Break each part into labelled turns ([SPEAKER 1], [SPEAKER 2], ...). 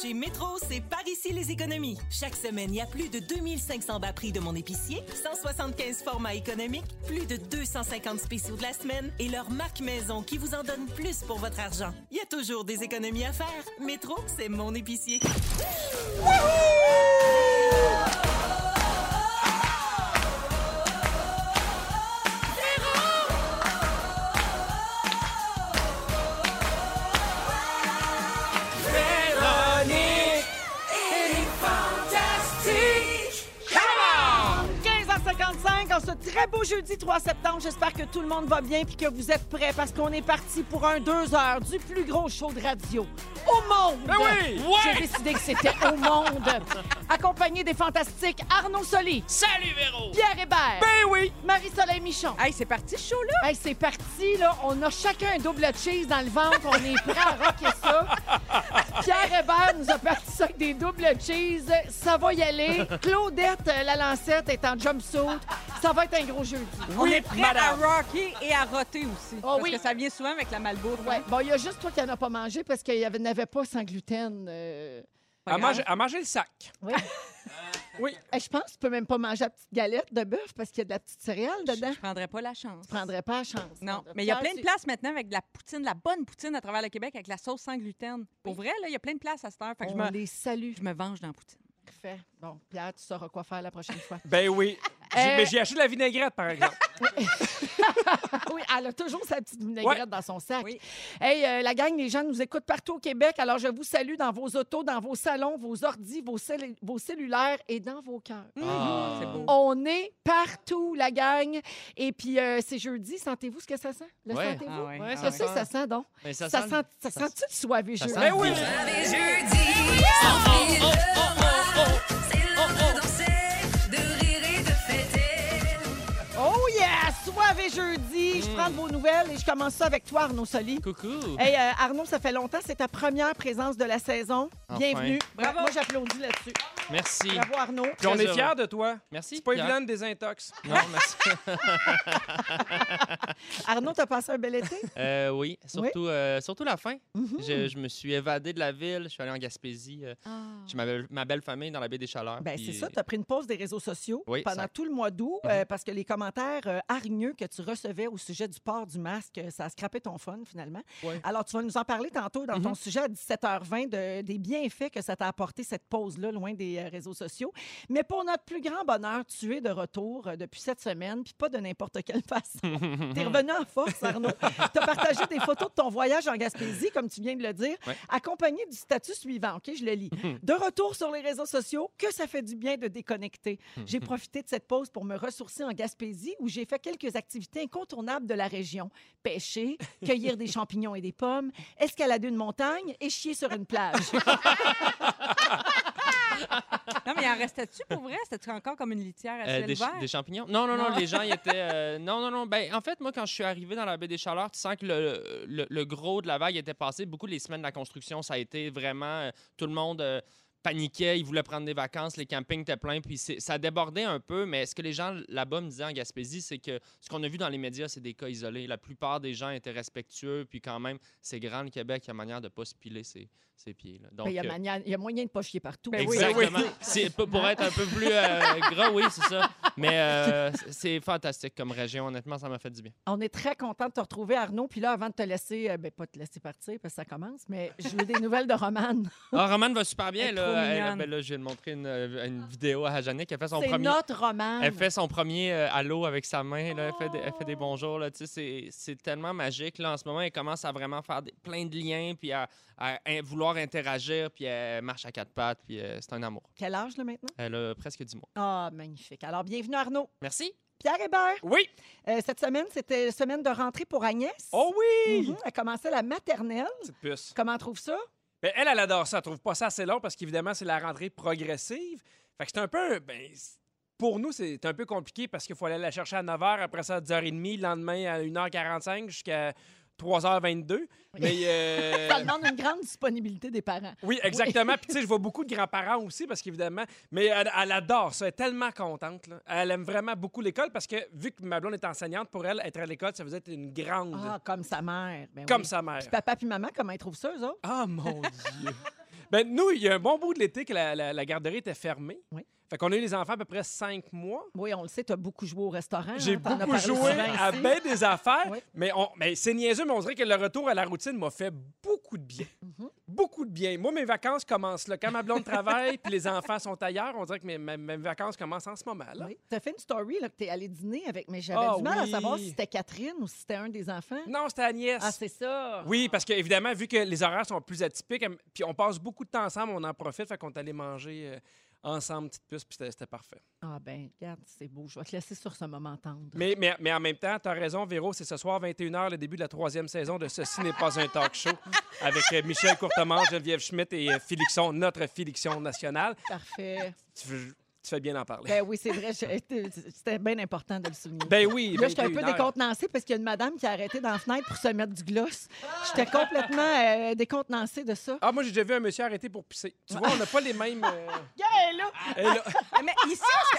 [SPEAKER 1] Chez Métro, c'est par ici les économies. Chaque semaine, il y a plus de 2500 bas prix de mon épicier, 175 formats économiques, plus de 250 spéciaux de la semaine et leur marque maison qui vous en donne plus pour votre argent. Il y a toujours des économies à faire. Métro, c'est mon épicier.
[SPEAKER 2] Véronique et les Fantastiques.
[SPEAKER 3] 15h55 en ce très beau jeudi 3 septembre. J'espère que tout le monde va bien et que vous êtes prêts parce qu'on est parti pour un 2 heures du plus gros show de radio au monde.
[SPEAKER 2] Eh oui!
[SPEAKER 3] J'ai décidé que c'était au monde. Accompagné des fantastiques Arnaud Soli,
[SPEAKER 2] Salut Véro!
[SPEAKER 3] Pierre Hébert,
[SPEAKER 2] Ben oui!
[SPEAKER 3] Marie-Soleil Michon.
[SPEAKER 4] Hey, c'est parti ce show-là!
[SPEAKER 3] Hey, c'est parti, là. On a chacun un double cheese dans le ventre. On est prêt à rocker ça. Pierre Hébert nous a parti ça avec des doubles cheese. Ça va y aller. Claudette, euh, la lancette, est en jumpsuit. Ça va être un gros jeudi.
[SPEAKER 4] On est prêt
[SPEAKER 2] madame.
[SPEAKER 4] à rocker et à roter aussi. parce
[SPEAKER 3] Ah oui.
[SPEAKER 4] que ça vient souvent avec la Malbourg.
[SPEAKER 3] Ouais. Bon, il y a juste toi qui n'en as pas mangé parce qu'il y avait- n'avait pas sans gluten. euh.
[SPEAKER 4] Pas
[SPEAKER 2] À
[SPEAKER 4] grave.
[SPEAKER 2] manger, à manger le sac.
[SPEAKER 3] Oui.
[SPEAKER 2] Oui.
[SPEAKER 3] Hey, Eh, je pense que tu peux même pas manger la petite galette de bœuf parce qu'il y a de la petite céréale dedans.
[SPEAKER 4] Je prendrais pas la chance.
[SPEAKER 3] Je prendrais pas la chance.
[SPEAKER 4] Non,
[SPEAKER 3] Sandra.
[SPEAKER 4] mais il y a
[SPEAKER 3] Pierre,
[SPEAKER 4] plein
[SPEAKER 3] tu-
[SPEAKER 4] de places maintenant avec de la poutine, de la bonne poutine à travers le Québec avec la sauce sans gluten. Pour vrai, là, il y a plein de places à cette heure. Fait que je
[SPEAKER 3] On
[SPEAKER 4] me,
[SPEAKER 3] les salue.
[SPEAKER 4] je me venge dans la poutine.
[SPEAKER 3] Parfait. Bon, Pierre, tu sauras quoi faire la prochaine fois.
[SPEAKER 2] Ben oui. J'ai-
[SPEAKER 3] Euh,
[SPEAKER 2] Mais j'ai acheté de la vinaigrette, par exemple.
[SPEAKER 3] Oui, elle a toujours sa petite vinaigrette
[SPEAKER 2] Ouais.
[SPEAKER 3] dans son sac.
[SPEAKER 4] Oui.
[SPEAKER 3] Hey, euh, la gang, les gens nous écoutent partout au Québec. Alors, je vous salue dans vos autos, dans vos salons, vos ordis, vos, cell- vos cellulaires et dans vos cœurs.
[SPEAKER 2] Ah.
[SPEAKER 4] C'est beau.
[SPEAKER 3] On est partout, la gang. Et puis, euh, c'est jeudi. Sentez-vous ce que ça sent? Le
[SPEAKER 5] Ouais.
[SPEAKER 3] sentez-vous?
[SPEAKER 4] Ah ouais,
[SPEAKER 5] Ouais,
[SPEAKER 4] ah
[SPEAKER 5] ça
[SPEAKER 3] Qu'est-ce
[SPEAKER 4] ouais.
[SPEAKER 3] que ça sent donc?
[SPEAKER 5] Mais
[SPEAKER 3] Ça,
[SPEAKER 5] ça,
[SPEAKER 3] sent, ça
[SPEAKER 5] ça-
[SPEAKER 3] sent-tu le soivé
[SPEAKER 5] ça
[SPEAKER 3] jeudi?
[SPEAKER 5] sent
[SPEAKER 2] Ben oui!
[SPEAKER 6] Les jeudis, c'est
[SPEAKER 5] Oh,
[SPEAKER 6] l'heure de danser, de rire et de fêter.
[SPEAKER 3] Oh yeah! Soivé jeudi! Je prends de vos nouvelles et je commence ça avec toi, Arnaud Soli.
[SPEAKER 5] Coucou!
[SPEAKER 3] Hey, euh, Arnaud, ça fait longtemps. C'est ta première présence de la saison.
[SPEAKER 5] Enfin.
[SPEAKER 3] Bienvenue.
[SPEAKER 4] Bravo.
[SPEAKER 3] Moi, j'applaudis là-dessus.
[SPEAKER 5] Merci.
[SPEAKER 3] Bravo, Arnaud.
[SPEAKER 2] Puis on
[SPEAKER 5] Très
[SPEAKER 2] est
[SPEAKER 5] heureux.
[SPEAKER 2] fiers de toi.
[SPEAKER 5] Merci.
[SPEAKER 2] C'est pas
[SPEAKER 5] Pierre.
[SPEAKER 2] évident de désintox.
[SPEAKER 5] Non, merci.
[SPEAKER 3] Arnaud, t'as passé un bel été?
[SPEAKER 5] Euh, oui, surtout, euh, surtout la fin.
[SPEAKER 3] Mm-hmm.
[SPEAKER 5] je, je me suis évadé de la ville. Je suis allé en Gaspésie. euh,
[SPEAKER 4] Ah.
[SPEAKER 5] Chez ma, belle- ma belle famille dans la baie des Chaleurs.
[SPEAKER 3] Ben, c'est
[SPEAKER 5] puis-
[SPEAKER 3] ça, t'as pris une pause des réseaux sociaux
[SPEAKER 5] Oui,
[SPEAKER 3] pendant
[SPEAKER 5] ça- Mhm.
[SPEAKER 3] tout le mois d'août euh, parce que les commentaires euh, hargneux que tu recevais au sujet du port du masque, euh, ça a scrappé ton fun finalement.
[SPEAKER 5] Ouais. Mhm.
[SPEAKER 3] Alors, tu vas nous en parler tantôt dans ton sujet à 17h20 de- des bienfaits que ça t'a apporté cette pause-là loin des euh, réseaux sociaux. Mais pour notre plus grand bonheur, tu es de retour euh, depuis cette semaine, puis pas de n'importe quelle façon. T'es revenu en force, Arnaud. T'as partagé des photos de ton voyage en Gaspésie, comme tu viens de le dire,
[SPEAKER 5] Ouais.
[SPEAKER 3] accompagné du statut suivant. OK, je le lis. De retour sur les réseaux sociaux, que ça fait du bien de déconnecter.
[SPEAKER 5] Mhm.
[SPEAKER 3] J'ai profité de cette pause pour me ressourcer en Gaspésie où j'ai fait quelques activités incontournables de la région. Pêcher, cueillir des champignons et des pommes, escalader une montagne et chier sur une plage. Ah.
[SPEAKER 4] Non, mais il en restait-tu pour vrai? C'était-tu encore comme une litière à
[SPEAKER 5] Euh,
[SPEAKER 4] ciel
[SPEAKER 5] des,
[SPEAKER 4] ouvert?
[SPEAKER 5] des champignons? Non, non, non,
[SPEAKER 4] Non.
[SPEAKER 5] les gens ils étaient. euh, non, non, non. Ben, en fait, moi, quand je suis arrivé dans la baie des Chaleurs, tu sens que le, le- le gros de la vague était passé. Beaucoup les semaines de la construction, ça a été vraiment. euh, tout le monde euh, paniquait, ils voulaient prendre des vacances, les campings étaient pleins, puis c'est- ça débordait un peu. Mais ce que les gens là-bas me disaient en Gaspésie, c'est que ce qu'on a vu dans les médias, c'est des cas isolés. La plupart des gens étaient respectueux, puis quand même, c'est grand le Québec, il y a manière de pas se piler ses, ses pieds. là. Donc,
[SPEAKER 3] Ben, Il y, a
[SPEAKER 5] euh,
[SPEAKER 3] mania- il y a moyen de pas chier partout.
[SPEAKER 4] Ben oui.
[SPEAKER 5] Exactement. C'est p- pour être un peu plus euh, gras, oui, c'est ça. Mais euh, c- c'est fantastique comme région. Honnêtement, ça m'a fait du bien.
[SPEAKER 3] On est très content de te retrouver, Arnaud. Puis là, avant de te laisser, euh, ben, pas te laisser partir parce que ça commence, mais je veux des nouvelles de Romane.
[SPEAKER 5] Ah, Romane va super bien.
[SPEAKER 4] Elle est
[SPEAKER 5] Là.
[SPEAKER 4] trop
[SPEAKER 5] Elle-
[SPEAKER 4] mignonne.
[SPEAKER 5] ben là, je vais te montrer une, euh, une vidéo à Jannick. Elle fait son
[SPEAKER 3] C'est
[SPEAKER 5] premier.
[SPEAKER 3] notre Romane.
[SPEAKER 5] Elle fait son premier euh, halo avec sa main. Là. Elle, fait des, elle
[SPEAKER 4] Oh.
[SPEAKER 5] fait des bonjours. Là. Tu sais, C'est, c'est tellement magique. Là. En ce moment, elle commence à vraiment faire des- plein de liens, puis à, à in- vouloir interagir, puis elle marche à quatre pattes. Puis euh, c'est un amour.
[SPEAKER 3] Quel âge, là, maintenant?
[SPEAKER 5] Elle a presque 10 mois.
[SPEAKER 3] Ah, magnifique. Alors, bienvenue, Arnaud.
[SPEAKER 5] Merci.
[SPEAKER 3] Pierre Hébert,
[SPEAKER 2] Oui!
[SPEAKER 3] euh, cette semaine, c'était semaine de rentrée pour Agnès.
[SPEAKER 2] Oh oui!
[SPEAKER 3] Mhm, Elle commençait la maternelle.
[SPEAKER 2] Petite puce.
[SPEAKER 3] Comment trouve ça?
[SPEAKER 2] Ben, elle, elle adore ça. Elle trouve pas ça assez long parce qu'évidemment, c'est la rentrée progressive. Fait que c'est un peu. Ben, c'est- pour nous, c'est un peu compliqué parce qu'il faut aller la chercher à 9 h, après ça à 10h30, le lendemain à 1h45 jusqu'à 3h22. Mais. euh,
[SPEAKER 3] Ça demande une grande disponibilité des parents.
[SPEAKER 2] Oui, exactement. Puis, tu sais, je vois beaucoup de grands-parents aussi, parce qu'évidemment, mais elle, elle adore ça. Elle est tellement contente. là. Elle aime vraiment beaucoup l'école parce que, vu que ma blonde est enseignante, pour elle, être à l'école, ça faisait être une grande.
[SPEAKER 3] Ah, comme sa mère. Ben
[SPEAKER 2] Oh, comme
[SPEAKER 3] oui.
[SPEAKER 2] sa mère.
[SPEAKER 3] Puis papa puis maman, comment ils trouvent ça, eux autres?
[SPEAKER 2] Ah, mon Dieu! Ben, nous, il y a un bon bout de l'été que la, la- la garderie était fermée.
[SPEAKER 3] Oui.
[SPEAKER 2] Fait qu'on a eu les enfants à peu près cinq mois.
[SPEAKER 3] Oui, on le sait, tu as beaucoup joué au restaurant.
[SPEAKER 2] J'ai
[SPEAKER 3] hein, t'en as
[SPEAKER 2] beaucoup
[SPEAKER 3] parlé
[SPEAKER 2] joué
[SPEAKER 3] souvent
[SPEAKER 2] à
[SPEAKER 3] ici.
[SPEAKER 2] bien des affaires,
[SPEAKER 3] Oui.
[SPEAKER 2] mais, on- mais c'est niaiseux, mais on dirait que le retour à la routine m'a fait beaucoup de bien.
[SPEAKER 3] Mhm.
[SPEAKER 2] Beaucoup de bien. Moi, mes vacances commencent là. Quand ma blonde travaille puis les enfants sont ailleurs, on dirait que mes, mes- mes vacances commencent en ce moment. là.
[SPEAKER 3] Oui. Tu as fait une story là, que tu es allé dîner avec, mais j'avais
[SPEAKER 2] Ah
[SPEAKER 3] du mal
[SPEAKER 2] oui.
[SPEAKER 3] à savoir si c'était Catherine ou si c'était un des enfants.
[SPEAKER 2] Non, c'était Agnès.
[SPEAKER 3] Ah, c'est ça.
[SPEAKER 2] oui, parce que évidemment, vu que les horaires sont plus atypiques, elle m- puis on passe beaucoup de temps ensemble, on en profite, fait qu'on est allé manger euh, ensemble, petite puce, puis c'était- c'était parfait.
[SPEAKER 3] Ah, ben, regarde, c'est beau. Je vais te laisser sur ce moment tendre.
[SPEAKER 2] Mais, mais, mais en même temps, tu as raison, Véro, c'est ce soir, 21h, le début de la troisième saison de Ceci n'est pas un talk show avec euh, Michel Courtemanche, Geneviève Schmidt et euh, Félixon, notre Félixon nationale.
[SPEAKER 3] Parfait.
[SPEAKER 2] Tu, veux- tu fais bien d'en parler.
[SPEAKER 3] Ben oui, c'est vrai. j'ai été- C'était bien important de le souligner.
[SPEAKER 2] Ben oui,
[SPEAKER 3] Là, j'étais un peu
[SPEAKER 2] 21h.
[SPEAKER 3] décontenancée parce qu'il y a une madame qui a arrêté dans la fenêtre pour se mettre du gloss. J'étais complètement euh, décontenancée de ça.
[SPEAKER 2] Ah, moi, j'ai déjà vu un monsieur arrêté pour pisser. Tu vois, on n'a pas les mêmes. euh,
[SPEAKER 3] Yeah, là!
[SPEAKER 2] et là-
[SPEAKER 4] Ah, Mais ici,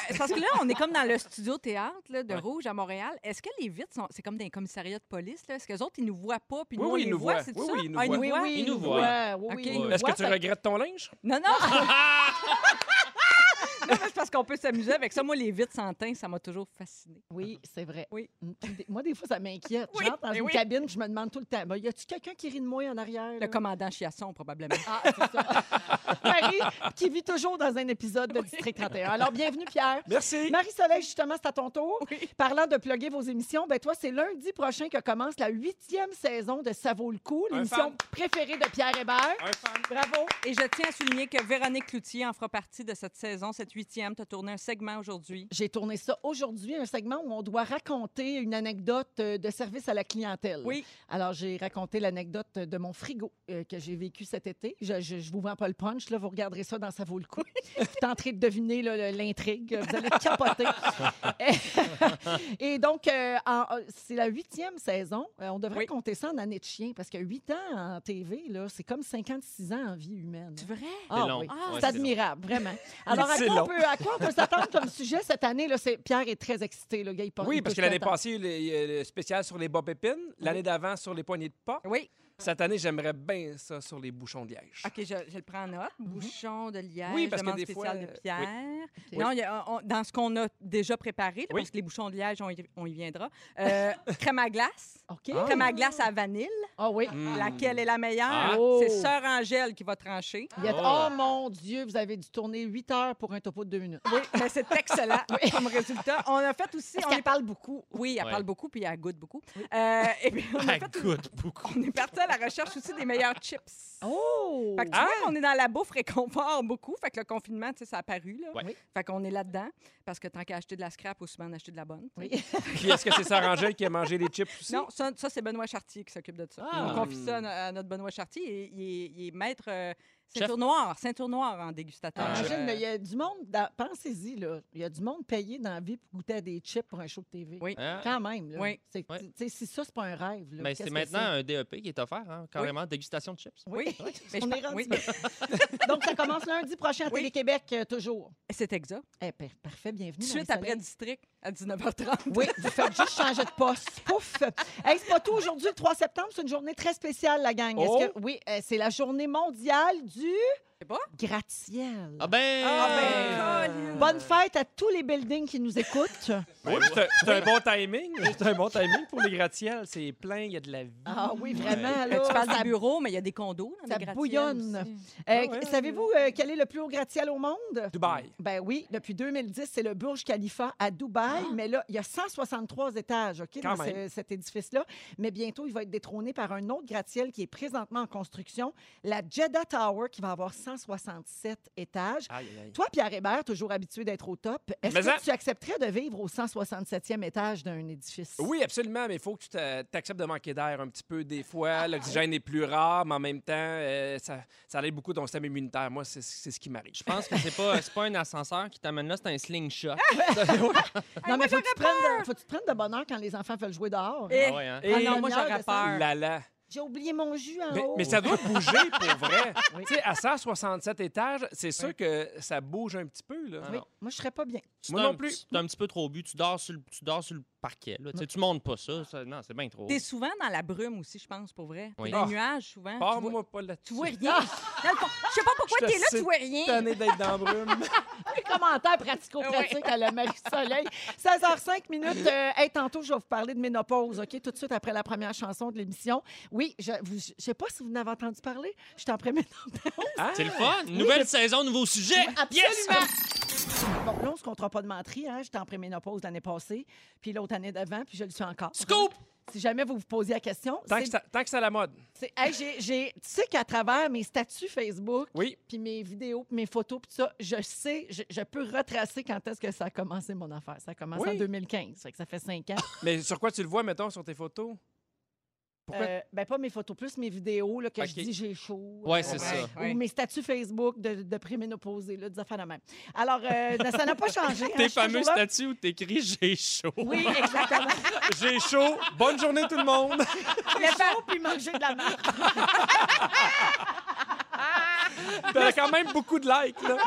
[SPEAKER 4] est-ce que- parce que là, on est comme dans le studio théâtre là, de Rouge à Montréal. Est-ce que les vitres sont. C'est comme des commissariats de police, là? Est-ce qu'eux autres, ils nous voient pas?
[SPEAKER 2] Oui,
[SPEAKER 4] Puis nous, on
[SPEAKER 2] oui, ils
[SPEAKER 4] les
[SPEAKER 2] nous
[SPEAKER 4] voit,
[SPEAKER 2] voient.
[SPEAKER 4] c'est
[SPEAKER 2] Oui,
[SPEAKER 4] ça?
[SPEAKER 2] oui, ils nous
[SPEAKER 4] Ah,
[SPEAKER 2] voient.
[SPEAKER 3] Oui, oui.
[SPEAKER 5] Ils nous voient.
[SPEAKER 3] Ouais, oui, oui,
[SPEAKER 4] Ok.
[SPEAKER 3] ils nous
[SPEAKER 2] Est-ce
[SPEAKER 3] voient,
[SPEAKER 2] que tu
[SPEAKER 3] fait-
[SPEAKER 2] regrettes ton linge?
[SPEAKER 4] Non, non!
[SPEAKER 2] Ah,
[SPEAKER 4] non, mais c'est parce qu'on peut s'amuser avec ça. Moi, les vitres sans teint, ça m'a toujours fasciné.
[SPEAKER 3] Oui, c'est vrai.
[SPEAKER 4] Oui.
[SPEAKER 3] Mm. Puis des- Moi, des fois, ça m'inquiète.
[SPEAKER 4] Oui,
[SPEAKER 3] J'entre dans
[SPEAKER 4] mais
[SPEAKER 3] une
[SPEAKER 4] oui.
[SPEAKER 3] cabine, je me demande tout le temps, Ben, y a-tu quelqu'un qui rit de moi en arrière?
[SPEAKER 4] Le
[SPEAKER 3] là?
[SPEAKER 4] commandant Chiasson, probablement.
[SPEAKER 3] Ah, c'est ça. Marie, qui vit toujours dans un épisode de District 31. Alors, bienvenue, Pierre.
[SPEAKER 2] Merci.
[SPEAKER 3] Marie-Soleil, justement, c'est à ton tour. Parlant de plugger vos émissions, ben toi, c'est lundi prochain que commence la huitième saison de Ça vaut le coup,
[SPEAKER 2] Un
[SPEAKER 3] l'émission
[SPEAKER 2] fan.
[SPEAKER 3] préférée de Pierre Hébert.
[SPEAKER 2] Un fan.
[SPEAKER 3] Bravo.
[SPEAKER 4] Et je tiens à souligner que Véronique Cloutier en fera partie de cette saison, cette huitième. Tu as tourné un segment aujourd'hui.
[SPEAKER 3] J'ai tourné ça aujourd'hui, un segment où on doit raconter une anecdote euh, de service à la clientèle.
[SPEAKER 4] Oui.
[SPEAKER 3] Alors, j'ai raconté l'anecdote de mon frigo euh, que j'ai vécu cet été. Je ne vous vends pas le punch, là, vous regarderez ça dans Ça vaut le coup. vous tenterez de deviner là, le- l'intrigue, vous allez capoter. Et donc, euh, en- euh, c'est la huitième saison. Euh, on devrait
[SPEAKER 4] Oui.
[SPEAKER 3] compter ça en année de chien, parce que huit ans en TV, là, c'est comme 56 ans en vie humaine.
[SPEAKER 4] C'est vrai?
[SPEAKER 3] Ah
[SPEAKER 5] long.
[SPEAKER 3] oui,
[SPEAKER 5] Ah,
[SPEAKER 3] c'est
[SPEAKER 5] c'est
[SPEAKER 3] admirable, vraiment. Alors, à
[SPEAKER 2] C'est
[SPEAKER 3] quoi, on
[SPEAKER 2] long.
[SPEAKER 3] peut, à quoi on peut s'attendre comme sujet cette année? Là, c'est- Pierre est très excité. Là, le gars, il porte-
[SPEAKER 2] Oui,
[SPEAKER 3] il
[SPEAKER 2] parce
[SPEAKER 3] touche
[SPEAKER 2] que l'année
[SPEAKER 3] la table.
[SPEAKER 2] passée, il y a eu le, spécial sur les bobs épines, l'année d'avant sur les poignées de porc.
[SPEAKER 4] Oui.
[SPEAKER 2] Cette année, j'aimerais bien ça sur les bouchons de liège.
[SPEAKER 4] OK, je, je le prends en note. Bouchon de liège,
[SPEAKER 2] Mm-hmm. Oui, parce que
[SPEAKER 4] demande
[SPEAKER 2] des
[SPEAKER 4] spéciale
[SPEAKER 2] fois,
[SPEAKER 4] de
[SPEAKER 2] euh,
[SPEAKER 4] Pierre.
[SPEAKER 3] oui.
[SPEAKER 4] Non, il y a- on- dans ce qu'on a déjà préparé, là,
[SPEAKER 2] Oui.
[SPEAKER 4] parce que les bouchons de liège, on y, on y viendra. Euh, crème à glace.
[SPEAKER 3] OK.
[SPEAKER 2] Ah.
[SPEAKER 4] Crème à glace à vanille.
[SPEAKER 3] Ah oui.
[SPEAKER 2] Mm.
[SPEAKER 4] Laquelle est la meilleure?
[SPEAKER 5] Ah.
[SPEAKER 4] C'est
[SPEAKER 3] Oh.
[SPEAKER 4] Sœur Angèle qui va trancher.
[SPEAKER 3] Il y a-
[SPEAKER 5] Oh.
[SPEAKER 3] Oh. mon Dieu, vous avez dû tourner 8 heures pour un topo de 2 minutes.
[SPEAKER 4] Oui, mais c'est excellent Ah, comme résultat. On a fait aussi...
[SPEAKER 3] Parce
[SPEAKER 4] On
[SPEAKER 3] qu'elle
[SPEAKER 4] est...
[SPEAKER 3] parle beaucoup.
[SPEAKER 4] Oui, elle
[SPEAKER 5] Ouais.
[SPEAKER 4] parle beaucoup, puis elle goûte beaucoup. Euh, et puis, on a fait une-
[SPEAKER 5] goûte beaucoup.
[SPEAKER 4] on est parti à la recherche aussi des meilleurs chips.
[SPEAKER 3] Oh!
[SPEAKER 4] Fait que tu
[SPEAKER 5] Ah!
[SPEAKER 4] vois qu'on est dans la bouffe réconfort beaucoup. Fait que le confinement, tu sais, ça a paru, là.
[SPEAKER 5] Ouais.
[SPEAKER 3] Oui.
[SPEAKER 4] Fait qu'on est là-dedans. Parce que tant qu'à acheter de la scrap, aussi souvent en acheter de la bonne. tu sais.
[SPEAKER 2] Puis est-ce que c'est Sarah Angèle qui a mangé les chips aussi?
[SPEAKER 4] Non, ça, ça, c'est Benoît Chartier qui s'occupe de ça.
[SPEAKER 3] Ah.
[SPEAKER 4] On confie ça à no- à notre Benoît Chartier. Et, il, est, il est maître euh, ceinture
[SPEAKER 5] Chef.
[SPEAKER 4] noire, ceinture noire en dégustateur.
[SPEAKER 5] Ah,
[SPEAKER 3] Imagine,
[SPEAKER 5] Euh,
[SPEAKER 3] mais il y a du monde, dans- pensez-y, là. il y a du monde payé dans la vie pour goûter à des chips pour un show de TV.
[SPEAKER 4] Oui.
[SPEAKER 5] Hein?
[SPEAKER 3] Quand même. Là.
[SPEAKER 4] Oui.
[SPEAKER 3] C'est-
[SPEAKER 5] Oui.
[SPEAKER 3] tu sais, Si ça, c'est pas un rêve. là,
[SPEAKER 5] Mais
[SPEAKER 3] qu'est-ce
[SPEAKER 5] Ben, c'est
[SPEAKER 3] que
[SPEAKER 5] maintenant un DEP qui est offert, hein, carrément, dégustation de chips.
[SPEAKER 4] Oui, mais je
[SPEAKER 3] On
[SPEAKER 4] par-
[SPEAKER 3] est rendu
[SPEAKER 4] oui.
[SPEAKER 3] là. Donc, ça commence lundi prochain à
[SPEAKER 4] Oui.
[SPEAKER 3] Télé-Québec, euh, toujours.
[SPEAKER 4] c'est exact.
[SPEAKER 3] Eh, par- parfait, bienvenue.
[SPEAKER 4] Tout de suite
[SPEAKER 3] Marie-Soleil.
[SPEAKER 4] après District, à 19h30.
[SPEAKER 3] Oui, vous faites juste changer de poste. Pouf! Hey, c'est pas tout. Aujourd'hui, le 3 septembre, c'est une journée très spéciale, la gang. Est-ce
[SPEAKER 2] Oh!
[SPEAKER 3] que- oui, euh, c'est la journée mondiale du
[SPEAKER 4] sais pas.
[SPEAKER 3] gratte-ciel.
[SPEAKER 5] Ah ben!
[SPEAKER 2] Ah
[SPEAKER 4] Colin.
[SPEAKER 3] Bonne fête à tous les buildings qui nous écoutent.
[SPEAKER 2] Oui, c'est un- c'est un, bon timing. C'est un bon timing pour les gratte-ciels. C'est plein, il y a de la vie.
[SPEAKER 3] Ah oui, vraiment.
[SPEAKER 4] Euh,
[SPEAKER 3] Là,
[SPEAKER 4] tu parles
[SPEAKER 3] ça-
[SPEAKER 4] du bureau, mais il y a des condos. dans
[SPEAKER 3] ça
[SPEAKER 4] des gratte-ciels
[SPEAKER 3] bouillonne.
[SPEAKER 4] aussi.
[SPEAKER 3] Euh,
[SPEAKER 2] ouais.
[SPEAKER 3] Savez-vous euh, quel est le plus haut gratte-ciel au monde?
[SPEAKER 2] Dubaï.
[SPEAKER 3] Ben oui, depuis 2010, c'est le Burj Khalifa à Dubaï. Mais là, il y a 163 étages, OK,
[SPEAKER 2] Ah! Quand
[SPEAKER 3] dans ce-
[SPEAKER 2] même.
[SPEAKER 3] cet édifice-là. Mais bientôt, il va être détrôné par un autre gratte-ciel qui est présentement en construction, la Jeddah Tower, qui va avoir 167 étages.
[SPEAKER 2] Aïe, aïe, aïe.
[SPEAKER 3] Toi, Pierre Hébert, toujours habitué d'être au top, est-ce
[SPEAKER 2] Ah. Mais
[SPEAKER 3] que
[SPEAKER 2] ça-
[SPEAKER 3] tu accepterais de vivre au 167e étage d'un édifice?
[SPEAKER 2] Oui, absolument, mais il faut que tu t'a- t'acceptes de manquer d'air un petit peu des fois. L'oxygène est plus rare, mais en même temps, euh, ça, ça aide beaucoup ton système immunitaire. Moi, c'est c'est ce qui m'arrive.
[SPEAKER 5] Je pense que c'est pas, c'est pas un ascenseur qui t'amène là, c'est un slingshot.
[SPEAKER 3] Non, mais faut que, tu prennes de, faut que tu te prennes de bonne heure quand les enfants veulent jouer dehors.
[SPEAKER 4] Eh,
[SPEAKER 5] Ah ouais, hein?
[SPEAKER 2] Et-
[SPEAKER 4] ah non, moi, j'aurais
[SPEAKER 3] Première
[SPEAKER 4] peur.
[SPEAKER 2] Là, là.
[SPEAKER 3] J'ai oublié mon jus en
[SPEAKER 2] Mais,
[SPEAKER 3] haut.
[SPEAKER 2] mais ça doit bouger pour vrai. Tu sais, à 167 étages, c'est sûr que ça bouge un petit peu. Là.
[SPEAKER 5] Ah
[SPEAKER 3] Oui,
[SPEAKER 5] non.
[SPEAKER 3] moi, je serais pas bien.
[SPEAKER 5] C'est
[SPEAKER 2] Moi
[SPEAKER 5] un
[SPEAKER 2] non plus.
[SPEAKER 5] petit- C'est un petit peu trop bu. Tu dors sur le, tu dors sur le parquet. Là. Tu sais, Tu montes pas ça. ça- non, c'est bien trop.
[SPEAKER 4] T'es souvent dans la brume aussi, je pense, pour vrai. T'es
[SPEAKER 5] Oui.
[SPEAKER 4] dans
[SPEAKER 2] Ah.
[SPEAKER 4] les nuages, souvent. tu vois-
[SPEAKER 2] Parle-moi pas
[SPEAKER 4] Tu
[SPEAKER 2] là-dessus.
[SPEAKER 4] vois rien. Dans le fond, je sais pas pourquoi
[SPEAKER 2] Je te
[SPEAKER 4] t'es là,
[SPEAKER 2] sais
[SPEAKER 4] tu vois rien.
[SPEAKER 2] tanné d'être dans la brume.
[SPEAKER 3] Les commentaires pratico-pratiques à la Marie-Soleil. 16h05 minutes. Euh, hey, tantôt, je vais vous parler de ménopause, OK? Tout de suite après la première chanson de l'émission. Oui, je ne sais pas si vous n'avez entendu parler. Je suis en préménopause.
[SPEAKER 2] Ah!
[SPEAKER 5] C'est le fun. Nouvelle saison, nouveau sujet. Yes!
[SPEAKER 3] Bon, là, on se comptera pas de mentir. Hein? J'étais en préménopause l'année passée, puis l'autre année d'avant, puis je le suis encore.
[SPEAKER 5] Scoop!
[SPEAKER 3] Si jamais vous vous posez la question,
[SPEAKER 2] Tant que
[SPEAKER 3] c'est-
[SPEAKER 2] ça- tant que c'est à la mode.
[SPEAKER 3] c'est- hey, j'ai- j'ai- tu sais qu'à travers mes statuts Facebook,
[SPEAKER 2] Oui.
[SPEAKER 3] puis mes vidéos, puis mes photos, puis tout ça, je sais, je, je peux retracer quand est-ce que ça a commencé mon affaire. Ça a commencé en
[SPEAKER 2] Oui.
[SPEAKER 3] 2015, fait que ça fait cinq ans.
[SPEAKER 2] Mais sur quoi tu le vois, mettons, sur tes photos? Pourquoi?
[SPEAKER 3] Euh, ben pas mes photos, plus mes vidéos là, que
[SPEAKER 5] Ok.
[SPEAKER 3] je dis j'ai chaud.
[SPEAKER 5] Ouais,
[SPEAKER 3] euh,
[SPEAKER 5] c'est
[SPEAKER 4] Ouais,
[SPEAKER 5] ça.
[SPEAKER 4] ouais.
[SPEAKER 3] Ou mes statuts Facebook de, de préménopausée, là, des affaires de même. Alors, euh, ça n'a pas changé. hein, je
[SPEAKER 5] Tes
[SPEAKER 3] suis toujours
[SPEAKER 5] fameux
[SPEAKER 3] là.
[SPEAKER 5] statuts où t'écris J'ai chaud.
[SPEAKER 3] Oui, exactement.
[SPEAKER 2] J'ai chaud. Bonne journée tout le monde.
[SPEAKER 3] J'ai chaud puis manger de la merde.
[SPEAKER 2] T'as quand même beaucoup de likes, là.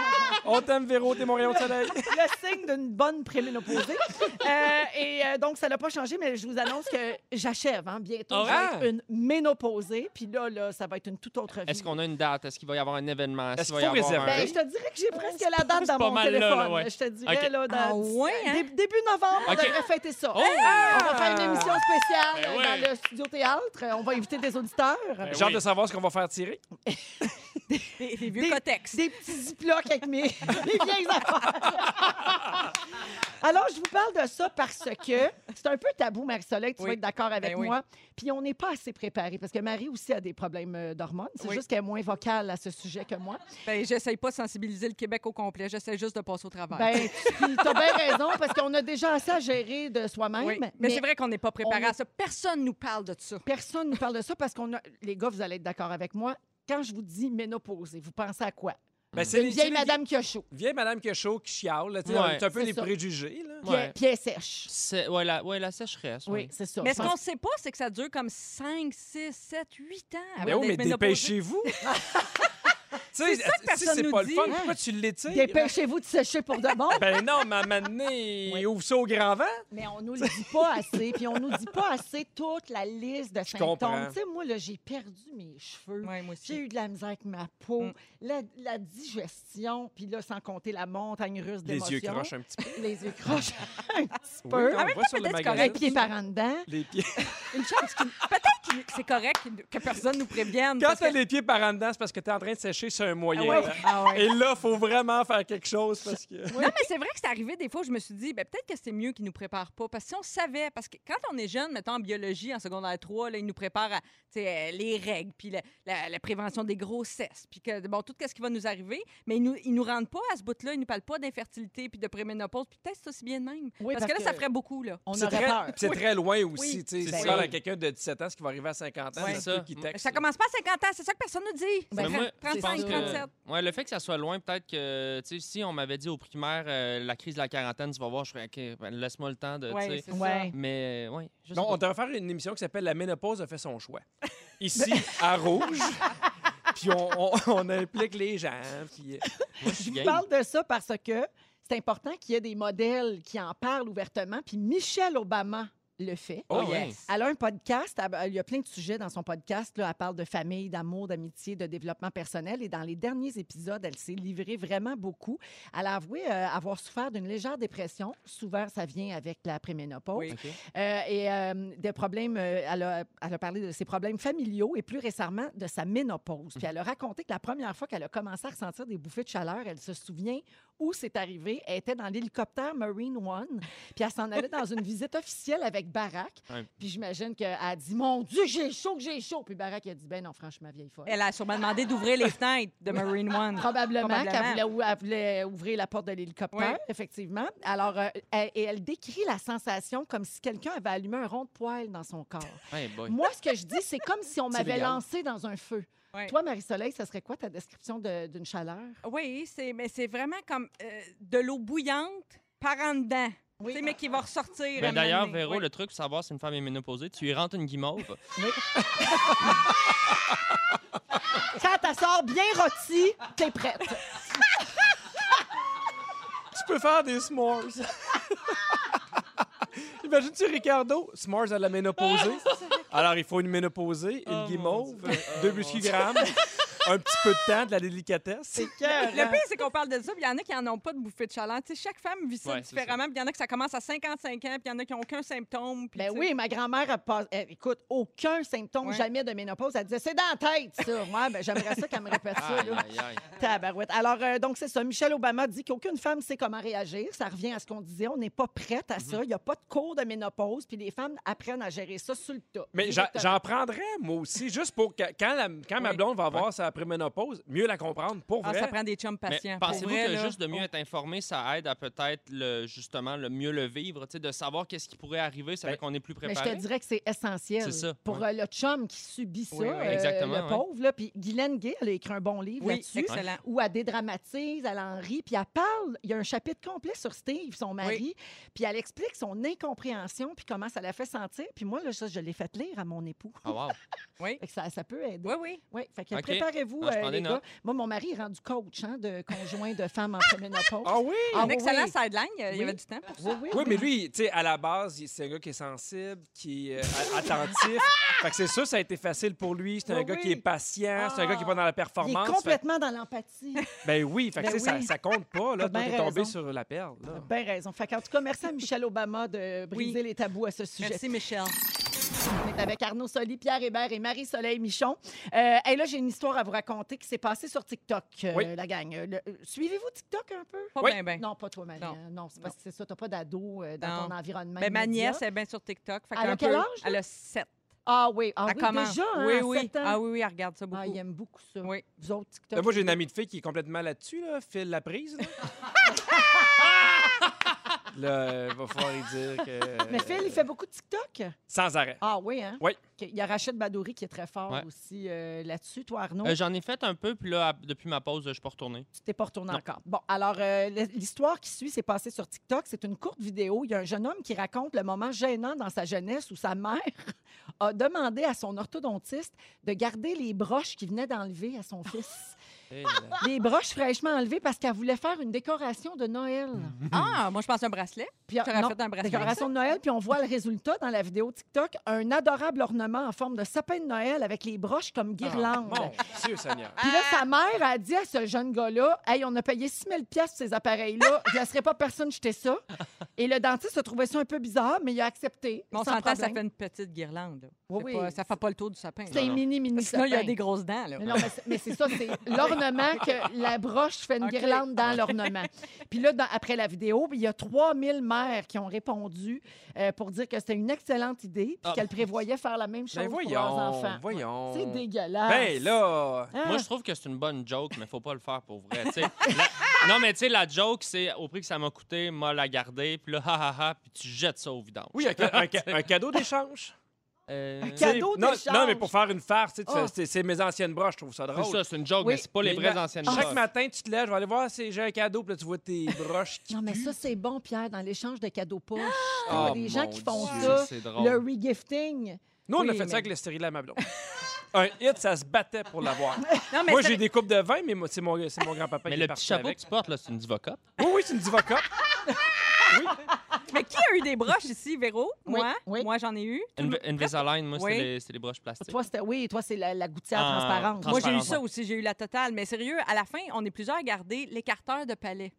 [SPEAKER 2] On t'aime, Véro, t'es mon rayon de soleil.
[SPEAKER 3] le signe d'une bonne préménopausée. Euh, et euh, donc, ça n'a pas changé, mais je vous annonce que j'achève hein, bientôt.
[SPEAKER 5] Ah
[SPEAKER 3] Je vais
[SPEAKER 2] ouais?
[SPEAKER 3] être une ménopausée. Puis là, là, ça va être une toute autre vie.
[SPEAKER 5] Est-ce qu'on a une date? Est-ce qu'il va y avoir un événement?
[SPEAKER 2] Est-ce
[SPEAKER 5] va y
[SPEAKER 2] qu'il faut
[SPEAKER 5] avoir
[SPEAKER 2] réserver?
[SPEAKER 5] un-
[SPEAKER 3] Ben, je te dirais que j'ai presque la date
[SPEAKER 5] c'est
[SPEAKER 3] dans
[SPEAKER 5] pas
[SPEAKER 3] mon
[SPEAKER 5] mal là,
[SPEAKER 3] téléphone.
[SPEAKER 5] là, ouais.
[SPEAKER 3] Je te dirais,
[SPEAKER 5] Ok.
[SPEAKER 3] là, dans
[SPEAKER 4] Ah ouais, hein?
[SPEAKER 3] dé- début novembre, on
[SPEAKER 5] Ok.
[SPEAKER 3] devrait fêter ça.
[SPEAKER 5] Oh!
[SPEAKER 3] On va faire une émission spéciale
[SPEAKER 5] Ben
[SPEAKER 3] euh,
[SPEAKER 5] ouais.
[SPEAKER 3] dans le studio théâtre. On va inviter des auditeurs.
[SPEAKER 5] Ben
[SPEAKER 2] J'ai hâte
[SPEAKER 5] oui.
[SPEAKER 2] de savoir ce qu'on va faire tirer.
[SPEAKER 4] Des, des
[SPEAKER 3] Des-
[SPEAKER 4] vieux cotex.
[SPEAKER 3] Des petits ziplocs avec mes, mes vieilles affaires. Alors, je vous parle de ça parce que c'est un peu tabou, Marie-Soleil, tu
[SPEAKER 4] Oui.
[SPEAKER 3] vas être d'accord avec
[SPEAKER 4] Ben oui.
[SPEAKER 3] moi. Puis on n'est pas assez préparé parce que Marie aussi a des problèmes euh, d'hormones. C'est
[SPEAKER 4] Oui.
[SPEAKER 3] juste qu'elle est moins vocale à ce sujet que moi.
[SPEAKER 4] Ben, j'essaye pas de sensibiliser le Québec au complet. J'essaie juste de passer au travail.
[SPEAKER 3] Ben, tu as bien raison parce qu'on a déjà assez à gérer de soi-même.
[SPEAKER 4] Oui. Mais, c'est vrai qu'on n'est pas préparé à ça. Personne nous parle de ça.
[SPEAKER 3] Personne ne nous parle de ça parce qu'on a. Les gars, vous allez être d'accord avec moi. Quand je vous dis ménopausée, vous pensez à quoi?
[SPEAKER 2] Ben,
[SPEAKER 3] C'est une
[SPEAKER 2] les-
[SPEAKER 3] vieille
[SPEAKER 2] les-
[SPEAKER 3] madame qui a chaud,
[SPEAKER 2] Vieille madame qui est chaud, qui chiale. là, tu sais,
[SPEAKER 5] Ouais.
[SPEAKER 2] C'est un peu
[SPEAKER 3] C'est
[SPEAKER 2] les
[SPEAKER 3] ça.
[SPEAKER 2] préjugés, là.
[SPEAKER 3] puis
[SPEAKER 5] Ouais.
[SPEAKER 3] elle- puis elle est sèche.
[SPEAKER 5] C'est- ouais, la, ouais, la sécheresse.
[SPEAKER 3] Oui,
[SPEAKER 5] ouais.
[SPEAKER 3] c'est ça.
[SPEAKER 4] Mais
[SPEAKER 3] Je
[SPEAKER 4] ce
[SPEAKER 3] pense
[SPEAKER 4] qu'on sait pas, c'est que ça dure comme 5, 6, 7, 8 ans. avant
[SPEAKER 5] Ah,
[SPEAKER 2] Mais oh,
[SPEAKER 4] d'être
[SPEAKER 2] mais
[SPEAKER 4] ménopausée.
[SPEAKER 2] dépêchez-vous. Tu sais,
[SPEAKER 4] C'est ça que
[SPEAKER 2] si
[SPEAKER 4] personne
[SPEAKER 2] c'est
[SPEAKER 4] nous
[SPEAKER 2] pas
[SPEAKER 4] dit.
[SPEAKER 2] le fun, pourquoi tu l'étires?
[SPEAKER 3] Dépêchez-vous de sécher pour de bon.
[SPEAKER 2] Ben non, mais à un moment donné, ouvre ça au grand vent.
[SPEAKER 3] Mais on nous le dit pas assez, puis on nous dit pas assez toute la liste de symptômes.
[SPEAKER 2] comprends.
[SPEAKER 3] Tu sais, moi, là, j'ai perdu mes cheveux.
[SPEAKER 4] Ouais, moi aussi.
[SPEAKER 3] J'ai eu de la misère avec ma peau,
[SPEAKER 4] Mm.
[SPEAKER 3] la, la digestion, puis là, sans compter la montagne russe
[SPEAKER 2] Les
[SPEAKER 3] d'émotions.
[SPEAKER 2] yeux crochent un petit peu.
[SPEAKER 3] Les yeux croches un petit
[SPEAKER 2] Oui,
[SPEAKER 3] peu.
[SPEAKER 2] on voit sur le
[SPEAKER 4] Ah, peut-être
[SPEAKER 2] magazine.
[SPEAKER 3] Un pied par en dedans.
[SPEAKER 2] Les pieds.
[SPEAKER 4] Une chance qui- Peut-être que c'est correct qu'il- que personne nous prévienne.
[SPEAKER 2] Quand
[SPEAKER 4] parce
[SPEAKER 2] t'as
[SPEAKER 4] que-
[SPEAKER 2] les pieds par en dedans, c'est parce que t'es en train de sécher sur un moyen.
[SPEAKER 4] Ah ouais.
[SPEAKER 2] là.
[SPEAKER 4] Ah ouais.
[SPEAKER 2] Et là, faut vraiment faire quelque chose parce que.
[SPEAKER 4] Non, mais c'est vrai que c'est arrivé des fois où je me suis dit, ben, peut-être que c'est mieux qu'ils nous préparent pas. Parce que si on savait, parce que quand on est jeune, mettons en biologie, en secondaire 3, là, ils nous préparent à, tu sais, euh, les règles, puis la, la- la prévention des grossesses, puis que, bon, tout ce qui va nous arriver, mais ils nous, ils nous rendent pas à ce bout-là, ils nous parlent pas d'infertilité, puis de préménopause, puis peut-être c'est aussi bien de même.
[SPEAKER 3] Oui,
[SPEAKER 4] parce,
[SPEAKER 3] parce
[SPEAKER 4] que là,
[SPEAKER 3] que-
[SPEAKER 4] ça ferait beaucoup, là.
[SPEAKER 3] On
[SPEAKER 2] C'est
[SPEAKER 3] aurait
[SPEAKER 2] très,
[SPEAKER 3] peur.
[SPEAKER 2] puis c'est très loin aussi.
[SPEAKER 3] Oui,
[SPEAKER 2] tu sais,
[SPEAKER 5] ben
[SPEAKER 2] si tu parles
[SPEAKER 5] oui.
[SPEAKER 2] à quelqu'un de 17 ans, ce qui va arriver à 50 ans,
[SPEAKER 5] Ouais.
[SPEAKER 2] c'est
[SPEAKER 5] Ça.
[SPEAKER 2] sûr qu'il texte.
[SPEAKER 4] Ça commence pas à 50 ans, c'est ça que personne nous dit.
[SPEAKER 3] Ben,
[SPEAKER 5] Mais
[SPEAKER 4] C'est
[SPEAKER 5] moi, je
[SPEAKER 4] 35,
[SPEAKER 5] pense
[SPEAKER 4] 37.
[SPEAKER 5] que, ouais, le fait que ça soit loin, peut-être que tu sais, si on m'avait dit au primaire euh, la crise de la quarantaine, tu vas voir, je serais OK, ben, laisse-moi le temps de. tu
[SPEAKER 4] Ouais,
[SPEAKER 5] sais.
[SPEAKER 4] c'est ça.
[SPEAKER 3] Ouais.
[SPEAKER 5] Mais euh, oui, juste.
[SPEAKER 2] Non, on devrait faire une émission qui s'appelle La ménopause a fait son choix. Ici, à Rouge. Puis on, on- on implique les gens. Puis...
[SPEAKER 4] Ah
[SPEAKER 3] Je vous parle de ça parce que c'est important qu'il y ait des modèles qui en parlent ouvertement. Puis Michelle Obama le fait.
[SPEAKER 2] Oh,
[SPEAKER 5] Ah ouais.
[SPEAKER 2] yes.
[SPEAKER 3] Elle a un podcast. elle- Elle, il y a plein de sujets dans son podcast. Là, elle parle de famille, d'amour, d'amitié, de développement personnel. Et dans les derniers épisodes, elle s'est livrée vraiment beaucoup. Elle a avoué euh, avoir souffert d'une légère dépression. Souvent, ça vient avec la préménopause.
[SPEAKER 4] Oui.
[SPEAKER 3] Euh, et euh, des problèmes, euh, elle, a, elle a parlé de ses problèmes familiaux et plus récemment de sa ménopause. Puis elle a raconté que la première fois qu'elle a commencé à ressentir des bouffées de chaleur, elle se souvient où c'est arrivé. Elle était dans l'hélicoptère Marine One, puis elle s'en allait dans une visite officielle avec Barack.
[SPEAKER 5] Ouais.
[SPEAKER 3] Puis j'imagine qu'elle a dit Mon Dieu, j'ai chaud, que j'ai chaud. Puis Barack il a dit Ben non, franchement, vieille folle.
[SPEAKER 4] Elle a sûrement demandé d'ouvrir les fenêtres de Marine One.
[SPEAKER 3] Probablement,
[SPEAKER 4] Probablement.
[SPEAKER 3] qu'elle voulait, ou- elle voulait ouvrir la porte de l'hélicoptère,
[SPEAKER 4] Oui.
[SPEAKER 3] effectivement. Alors, euh, elle- et elle décrit la sensation comme si quelqu'un avait allumé un rond de poêle dans son corps. Moi, ce que je dis, c'est comme si on
[SPEAKER 5] C'est
[SPEAKER 3] m'avait
[SPEAKER 5] légal.
[SPEAKER 3] lancé dans un feu.
[SPEAKER 4] Ouais.
[SPEAKER 3] Toi, Marie-Soleil, ça serait quoi ta description de- d'une chaleur?
[SPEAKER 4] Oui, c'est, mais c'est vraiment comme euh, de l'eau bouillante par en dedans.
[SPEAKER 3] Oui.
[SPEAKER 4] Tu sais, mais qui va ressortir. à un
[SPEAKER 5] Ben, D'ailleurs,
[SPEAKER 4] moment donné.
[SPEAKER 5] Véro,
[SPEAKER 4] Oui.
[SPEAKER 5] le truc pour savoir si une femme est ménopausée, tu y rentres une guimauve.
[SPEAKER 3] Quand elle sort bien rôtie, t'es prête.
[SPEAKER 2] Tu peux faire des s'mores. Imagine-tu Ricardo? S'mores à la ménopausée. Alors, il faut une ménopausée, une
[SPEAKER 5] Oh,
[SPEAKER 2] guimauve,
[SPEAKER 5] mon Dieu.
[SPEAKER 2] deux
[SPEAKER 5] Oh,
[SPEAKER 2] biscuits
[SPEAKER 5] mon Dieu.
[SPEAKER 2] grammes, un petit peu de temps, de la délicatesse.
[SPEAKER 4] Le pire, c'est qu'on parle de ça, puis il y en a qui n'en ont pas de bouffée de chaleur. Tu sais, chaque femme vit ça
[SPEAKER 5] Ouais, c'est
[SPEAKER 4] différemment, puis il y en a qui ça commence à 55 ans, puis il y en a qui n'ont aucun symptôme. puis
[SPEAKER 3] Ben
[SPEAKER 4] tu sais.
[SPEAKER 3] oui, ma grand-mère, elle passe- elle- écoute, aucun symptôme
[SPEAKER 4] Ouais.
[SPEAKER 3] jamais de ménopause. Elle disait, c'est dans la tête, ça. Ouais, ben, j'aimerais ça qu'elle me répète ça,
[SPEAKER 5] Aïe,
[SPEAKER 3] là.
[SPEAKER 5] aïe, aïe.
[SPEAKER 3] Tabarouette. Alors, euh, donc, c'est ça. Michelle Obama dit qu'aucune femme sait comment réagir. Ça revient à ce qu'on disait. On n'est pas prête à ça. Il n'y a pas de cours de ménopause. Puis les femmes apprennent à gérer ça sur le tas.
[SPEAKER 2] Mais j'en
[SPEAKER 3] Directement.
[SPEAKER 2] j'en prendrais, moi aussi, juste pour que quand, la- quand ma
[SPEAKER 4] Oui.
[SPEAKER 2] blonde va avoir sa préménopause, mieux la comprendre, pour
[SPEAKER 4] Ah,
[SPEAKER 2] vrai.
[SPEAKER 4] ça prend des chums
[SPEAKER 5] Mais
[SPEAKER 4] patients. Pour
[SPEAKER 5] pensez-vous
[SPEAKER 4] vrai,
[SPEAKER 5] que
[SPEAKER 4] là,
[SPEAKER 5] juste de mieux
[SPEAKER 4] on-
[SPEAKER 5] être informé, ça aide à peut-être le, justement le mieux le vivre, tu sais, de savoir qu'est-ce qui pourrait arriver, ça
[SPEAKER 2] Ben,
[SPEAKER 5] fait qu'on est plus
[SPEAKER 3] Mais je
[SPEAKER 5] préparé.
[SPEAKER 3] te dirais que c'est essentiel
[SPEAKER 5] C'est ça,
[SPEAKER 3] pour
[SPEAKER 5] ouais.
[SPEAKER 3] euh, le chum qui subit ça,
[SPEAKER 4] Oui, oui.
[SPEAKER 3] euh,
[SPEAKER 5] Exactement,
[SPEAKER 3] le
[SPEAKER 5] ouais.
[SPEAKER 3] pauvre. Là. Puis Guylaine Gay, elle a écrit un bon livre
[SPEAKER 4] Oui,
[SPEAKER 3] là-dessus.
[SPEAKER 4] excellent.
[SPEAKER 3] où elle dédramatise, elle en rit, puis elle parle. Il y a un chapitre complet sur Steve, son mari, puis elle explique son incompréhension, puis comment ça la fait sentir. Puis moi, là, ça, je l'ai fait lire à mon époux.
[SPEAKER 5] Ah, wow.
[SPEAKER 3] Fait que ça, ça peut aider.
[SPEAKER 4] Oui, oui.
[SPEAKER 3] Oui, fait que
[SPEAKER 5] OK.
[SPEAKER 3] préparez-vous,
[SPEAKER 5] Ah, je
[SPEAKER 3] euh,
[SPEAKER 5] prends des
[SPEAKER 3] les gars.
[SPEAKER 5] notes.
[SPEAKER 3] Moi, mon mari est rendu coach hein, de conjoint de femmes en préménopause.
[SPEAKER 5] Oh,
[SPEAKER 2] Ah oui?
[SPEAKER 3] Ah,
[SPEAKER 4] un excellent
[SPEAKER 3] oui.
[SPEAKER 4] sideline, il y a- il y
[SPEAKER 3] Oui.
[SPEAKER 4] avait du temps.
[SPEAKER 3] Oui, Ah, oui,
[SPEAKER 2] Oui, mais lui, tu sais, à la base, il- c'est un gars qui est sensible, qui est euh, a- attentif. fait que c'est sûr, ça a été facile pour lui. C'est un
[SPEAKER 3] Oui,
[SPEAKER 2] gars
[SPEAKER 3] oui.
[SPEAKER 2] qui est patient, c'est un gars qui est pas dans la
[SPEAKER 3] Il
[SPEAKER 2] performance.
[SPEAKER 3] est
[SPEAKER 2] Fait-
[SPEAKER 3] complètement dans l'empathie.
[SPEAKER 2] Ben oui, fait que
[SPEAKER 3] Ben
[SPEAKER 2] tu sais, ça,
[SPEAKER 3] oui.
[SPEAKER 2] ça compte pas. Là,
[SPEAKER 3] T'as
[SPEAKER 2] toi,
[SPEAKER 3] bien
[SPEAKER 2] t'es tombé
[SPEAKER 3] raison.
[SPEAKER 2] sur la perle. là.
[SPEAKER 3] Bien raison. Fait qu'en tout cas, merci à Michelle Obama de briser
[SPEAKER 4] Oui.
[SPEAKER 3] les tabous à ce sujet.
[SPEAKER 4] Merci, Michel.
[SPEAKER 3] On est avec Arnaud Soli, Pierre Hébert et Marie-Soleil Michon. Euh, hey, là, j'ai une histoire à vous raconter qui s'est passée sur TikTok, euh,
[SPEAKER 2] Oui.
[SPEAKER 3] la gang. Euh, le- euh, Suivez-vous TikTok un peu?
[SPEAKER 4] Pas
[SPEAKER 2] Oui.
[SPEAKER 4] bien, bien.
[SPEAKER 3] Non, pas toi, Marie.
[SPEAKER 4] Non.
[SPEAKER 3] hein. Non, c'est parce que c'est ça. T'as pas d'ado euh, dans
[SPEAKER 4] Non.
[SPEAKER 3] ton environnement.
[SPEAKER 4] Ben, ma
[SPEAKER 3] immédiat.
[SPEAKER 4] nièce est bien sur TikTok. Fait
[SPEAKER 3] Elle a
[SPEAKER 4] qu'un
[SPEAKER 3] quel
[SPEAKER 4] peu-
[SPEAKER 3] âge,
[SPEAKER 4] Elle a 7.
[SPEAKER 3] Ah oui, ah,
[SPEAKER 4] elle
[SPEAKER 3] oui
[SPEAKER 4] commence.
[SPEAKER 3] déjà, hein,
[SPEAKER 4] oui,
[SPEAKER 3] à
[SPEAKER 4] oui.
[SPEAKER 3] sept ans.
[SPEAKER 4] Ah oui, oui, elle regarde ça beaucoup.
[SPEAKER 3] Ah, il aime beaucoup ça.
[SPEAKER 4] Oui.
[SPEAKER 3] Vous autres, TikTok.
[SPEAKER 2] Ben, moi, j'ai une amie de fille qui est complètement là-dessus, là, file la prise. Là, Là, il va falloir lui dire que.
[SPEAKER 3] Mais Phil, il fait beaucoup de TikTok.
[SPEAKER 2] Sans arrêt.
[SPEAKER 3] Ah oui, hein?
[SPEAKER 2] Oui.
[SPEAKER 3] OK. Il y a Rachid Badouri qui est très fort
[SPEAKER 5] Ouais.
[SPEAKER 3] aussi euh, là-dessus. Toi, Arnaud,
[SPEAKER 5] Euh, J'en ai fait un peu, puis là, à- depuis ma pause, je suis pas retourné.
[SPEAKER 3] tu t'es pas retourné
[SPEAKER 5] non.
[SPEAKER 3] encore. Bon, alors, euh, le- l'histoire qui suit s'est passée sur TikTok. C'est une courte vidéo. Il y a un jeune homme qui raconte le moment gênant dans sa jeunesse où sa mère a demandé à son orthodontiste de garder les broches qu'il venait d'enlever à son fils. les broches fraîchement enlevées parce qu'elle voulait faire une décoration de Noël.
[SPEAKER 4] Ah, moi, je pense un bracelet.
[SPEAKER 3] Puis, euh,
[SPEAKER 4] J'aurais
[SPEAKER 3] non,
[SPEAKER 4] fait un bracelet.
[SPEAKER 3] Décoration de Noël, puis on voit le résultat dans la vidéo TikTok, un adorable ornement en forme de sapin de Noël avec les broches comme guirlandes.
[SPEAKER 2] Mon Dieu, Seigneur.
[SPEAKER 3] Puis là,
[SPEAKER 4] Ah!
[SPEAKER 3] sa mère a dit à ce jeune gars-là, « Hey, on a payé 6 000 pour ces appareils-là. Je laisserai pas personne jeter ça. » Et le dentiste a trouvé ça un peu bizarre, mais il a accepté.
[SPEAKER 4] Mais on
[SPEAKER 3] sans
[SPEAKER 4] s'entend, ça
[SPEAKER 3] problème.
[SPEAKER 4] fait une petite guirlande. là.
[SPEAKER 3] Oui,
[SPEAKER 4] C'est
[SPEAKER 3] oui.
[SPEAKER 4] pas- ça fait pas le tour du sapin.
[SPEAKER 3] C'est
[SPEAKER 5] Non, non.
[SPEAKER 3] mini, mini
[SPEAKER 4] Sinon, il y a
[SPEAKER 3] sapin.
[SPEAKER 4] des grosses dents. Là.
[SPEAKER 3] Mais non, mais c'est- mais c'est ça, c'est l'ornement que la broche fait une
[SPEAKER 4] OK.
[SPEAKER 3] guirlande dans l'ornement. Puis là, dans- après la vidéo, il y a 3000 mères qui ont répondu euh, pour dire que c'était une excellente idée puis
[SPEAKER 5] Ah,
[SPEAKER 3] qu'elles prévoyaient faire la même chose
[SPEAKER 2] Ben
[SPEAKER 3] pour leurs enfants.
[SPEAKER 2] voyons, voyons.
[SPEAKER 3] C'est dégueulasse.
[SPEAKER 2] Ben là,
[SPEAKER 3] Hein?
[SPEAKER 5] Moi, je trouve que c'est une bonne joke, mais faut pas le faire pour vrai. tu sais. La- Non, mais tu sais, la joke, c'est au prix que ça m'a coûté, moi, la garder, puis là, ha, ha, ha, puis tu jettes ça au vidange.
[SPEAKER 2] oui, un, ca- un ca- un cadeau d'échange.
[SPEAKER 5] Euh,
[SPEAKER 3] ca- Cadeau
[SPEAKER 2] Tu sais, non,
[SPEAKER 3] d'échange.
[SPEAKER 2] Non, mais pour faire une farce, tu sais, tu
[SPEAKER 3] Ah.
[SPEAKER 2] fais- c'est c'est mes anciennes broches, je trouve ça
[SPEAKER 5] C'est
[SPEAKER 2] drôle.
[SPEAKER 5] ça, c'est une joke,
[SPEAKER 3] Oui.
[SPEAKER 5] mais c'est pas les
[SPEAKER 2] Mais
[SPEAKER 5] vraies
[SPEAKER 2] la-
[SPEAKER 5] anciennes
[SPEAKER 2] Chaque
[SPEAKER 5] choses.
[SPEAKER 2] matin, tu te lèves, je vais aller voir si j'ai un cadeau, puis là, tu vois tes broches qui
[SPEAKER 3] Non, mais ça, c'est bon, Pierre, dans l'échange de cadeaux poches.
[SPEAKER 4] Ah!
[SPEAKER 3] Il y a
[SPEAKER 2] Oh,
[SPEAKER 3] des gens
[SPEAKER 2] mon
[SPEAKER 3] qui font
[SPEAKER 5] Dieu,
[SPEAKER 3] ça.
[SPEAKER 5] c'est drôle.
[SPEAKER 3] Le regifting.
[SPEAKER 2] Nous, on a
[SPEAKER 4] Oui,
[SPEAKER 2] fait
[SPEAKER 4] mais-
[SPEAKER 2] ça avec le stérilet à ma blonde. Un hit, ça se battait pour l'avoir.
[SPEAKER 4] Non, mais
[SPEAKER 2] Moi,
[SPEAKER 4] c'est-
[SPEAKER 2] j'ai des coupes de vin, mais moi, c'est mon, c'est mon grand-papa
[SPEAKER 5] Mais
[SPEAKER 2] qui
[SPEAKER 5] le
[SPEAKER 2] est
[SPEAKER 5] petit
[SPEAKER 2] parti
[SPEAKER 5] chapeau
[SPEAKER 2] avec.
[SPEAKER 5] que tu portes, là, c'est une divoca.
[SPEAKER 2] Oui, oui, c'est une divoca.
[SPEAKER 4] mais qui a eu des broches ici, Véro?
[SPEAKER 3] Oui,
[SPEAKER 4] Moi?
[SPEAKER 3] oui.
[SPEAKER 4] Moi, j'en ai eu.
[SPEAKER 5] Une Invisalign, moi,
[SPEAKER 4] Oui.
[SPEAKER 5] c'est les, c'est les broches plastiques.
[SPEAKER 3] Toi, c'était oui, toi, c'est la, la gouttière
[SPEAKER 5] Ah,
[SPEAKER 3] transparente.
[SPEAKER 4] Moi,
[SPEAKER 5] Transparent,
[SPEAKER 4] j'ai eu
[SPEAKER 5] ouais.
[SPEAKER 4] ça aussi, j'ai eu la totale. Mais sérieux, à la fin, on est plusieurs à garder l'écarteur de palais.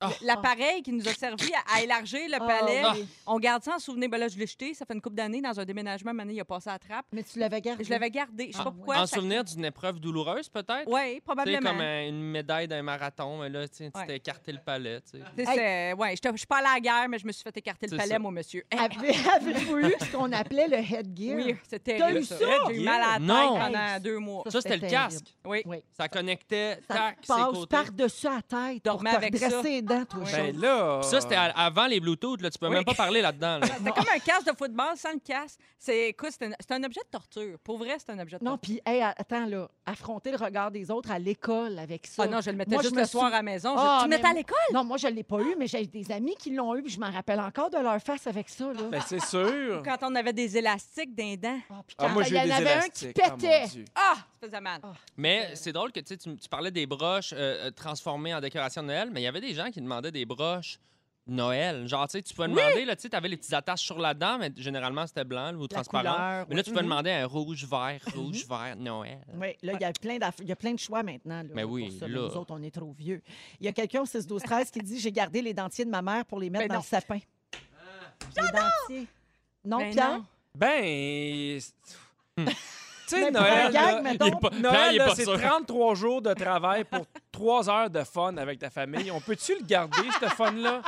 [SPEAKER 5] Ah.
[SPEAKER 4] L'appareil qui nous a servi à, à élargir le
[SPEAKER 3] Ah,
[SPEAKER 4] palais.
[SPEAKER 3] oui.
[SPEAKER 4] On garde ça en souvenir. Ben là, je l'ai jeté. Ça fait une couple d'années dans un déménagement. Mané, il a passé à la trappe.
[SPEAKER 3] Mais tu l'avais gardé.
[SPEAKER 4] Je l'avais gardé. Je sais
[SPEAKER 3] Ah,
[SPEAKER 4] pas
[SPEAKER 3] oui.
[SPEAKER 4] pourquoi.
[SPEAKER 5] en souvenir d'une épreuve douloureuse, peut-être?
[SPEAKER 4] Oui,
[SPEAKER 5] Tu sais,
[SPEAKER 4] probablement.
[SPEAKER 5] comme euh, un- une médaille d'un marathon, mais là, tu sais, tu
[SPEAKER 4] Ouais.
[SPEAKER 5] t'es écarté le palais. tu sais.
[SPEAKER 4] Tu sais, c'est- ouais, j'étais- je suis pas allée à la guerre, mais je me suis fait écarter le
[SPEAKER 5] C'est
[SPEAKER 4] palais,
[SPEAKER 5] ça.
[SPEAKER 4] mon monsieur.
[SPEAKER 3] Avez- Avez-vous eu ce qu'on appelait le headgear?
[SPEAKER 4] Oui, c'était
[SPEAKER 3] T'as eu
[SPEAKER 4] terrible.
[SPEAKER 3] ça?
[SPEAKER 4] J'ai eu mal à la tête
[SPEAKER 5] Non.
[SPEAKER 4] pendant deux mois.
[SPEAKER 5] Ça, c'était le
[SPEAKER 3] c'était
[SPEAKER 5] casque.
[SPEAKER 4] Oui.
[SPEAKER 3] Oui.
[SPEAKER 5] Ça connectait,
[SPEAKER 3] Ça
[SPEAKER 5] tac, ses
[SPEAKER 3] passe
[SPEAKER 5] côtés.
[SPEAKER 3] par-dessus la tête. pour
[SPEAKER 4] Dormais
[SPEAKER 3] te
[SPEAKER 4] avec ça.
[SPEAKER 3] redresser les dents, toi,
[SPEAKER 4] Oui.
[SPEAKER 3] Charles.
[SPEAKER 2] Ben là...
[SPEAKER 5] Puis ça,
[SPEAKER 3] Ah.
[SPEAKER 5] c'était à- avant les Bluetooth, là, tu peux
[SPEAKER 4] Oui.
[SPEAKER 5] même pas parler là-dedans. là.
[SPEAKER 4] C'était comme un casque de football sans le casque. C'est écoute, c'est un, c'est un objet de torture. Pour vrai, c'est un objet de
[SPEAKER 3] Non,
[SPEAKER 4] torture.
[SPEAKER 3] puis, hey, attends, là, affronter le regard des autres à l'école avec ça.
[SPEAKER 4] Ah non, je le mettais
[SPEAKER 3] Moi,
[SPEAKER 4] juste
[SPEAKER 3] je me
[SPEAKER 4] le soir
[SPEAKER 3] sou-
[SPEAKER 4] à la maison. Je-
[SPEAKER 3] Ah,
[SPEAKER 4] tu le
[SPEAKER 3] mais
[SPEAKER 4] mettais à
[SPEAKER 3] moi-
[SPEAKER 4] l'école?
[SPEAKER 3] Non, moi, je l'ai pas eu, mais j'ai des amis qui l'ont eu, puis je m'en rappelle encore de leur face avec ça, là.
[SPEAKER 2] Ben, c'est sûr.
[SPEAKER 4] Quand on avait des élastiques d'un dent.
[SPEAKER 3] Ah, puis
[SPEAKER 2] Ah,
[SPEAKER 3] quand-
[SPEAKER 2] moi, j'ai
[SPEAKER 3] il y
[SPEAKER 2] eu
[SPEAKER 3] en
[SPEAKER 2] des
[SPEAKER 3] avait
[SPEAKER 2] élastiques.
[SPEAKER 3] un qui pétait.
[SPEAKER 2] Ah, mon Dieu.
[SPEAKER 4] Ah, ça faisait mal.
[SPEAKER 5] Mais c'est drôle que tu, sais, tu tu parlais des broches euh, euh, transformées en décoration de Noël, mais il y avait des gens qui demandaient des broches Noël. Genre, tu sais, tu pouvais demander, là, tu sais, t'avais les petites attaches sur la dent, mais généralement, c'était blanc ou transparent.
[SPEAKER 3] couleur, Mm-hmm.
[SPEAKER 5] mais
[SPEAKER 3] oui.
[SPEAKER 5] là, tu pouvais demander un rouge, vert, rouge, vert, Noël.
[SPEAKER 3] Oui, là, il y a plein d'aff- il y a plein de choix maintenant. Là,
[SPEAKER 5] Mais
[SPEAKER 3] pour
[SPEAKER 5] oui,
[SPEAKER 3] ça,
[SPEAKER 5] là.
[SPEAKER 3] Nous autres, on est trop vieux. Il y a quelqu'un au 6 12 13 qui dit J'ai gardé les dentiers de ma mère pour les mettre
[SPEAKER 4] Ben
[SPEAKER 3] dans
[SPEAKER 4] non.
[SPEAKER 3] le sapin. Les dentiers. Non,
[SPEAKER 4] Ben
[SPEAKER 3] Pierre?
[SPEAKER 4] non.
[SPEAKER 2] Ben. c'est-
[SPEAKER 5] Hmm.
[SPEAKER 2] Tu sais,
[SPEAKER 3] Mais pour un
[SPEAKER 2] Ben Noël.
[SPEAKER 3] gag,
[SPEAKER 2] là,
[SPEAKER 3] mettons.
[SPEAKER 5] pas- Pierre,
[SPEAKER 2] Noël,
[SPEAKER 5] il est
[SPEAKER 2] là,
[SPEAKER 5] pas
[SPEAKER 2] c'est
[SPEAKER 5] sûr.
[SPEAKER 2] 33 jours de travail pour 3 heures de fun avec ta famille. On peut-tu le garder, ce fun-là?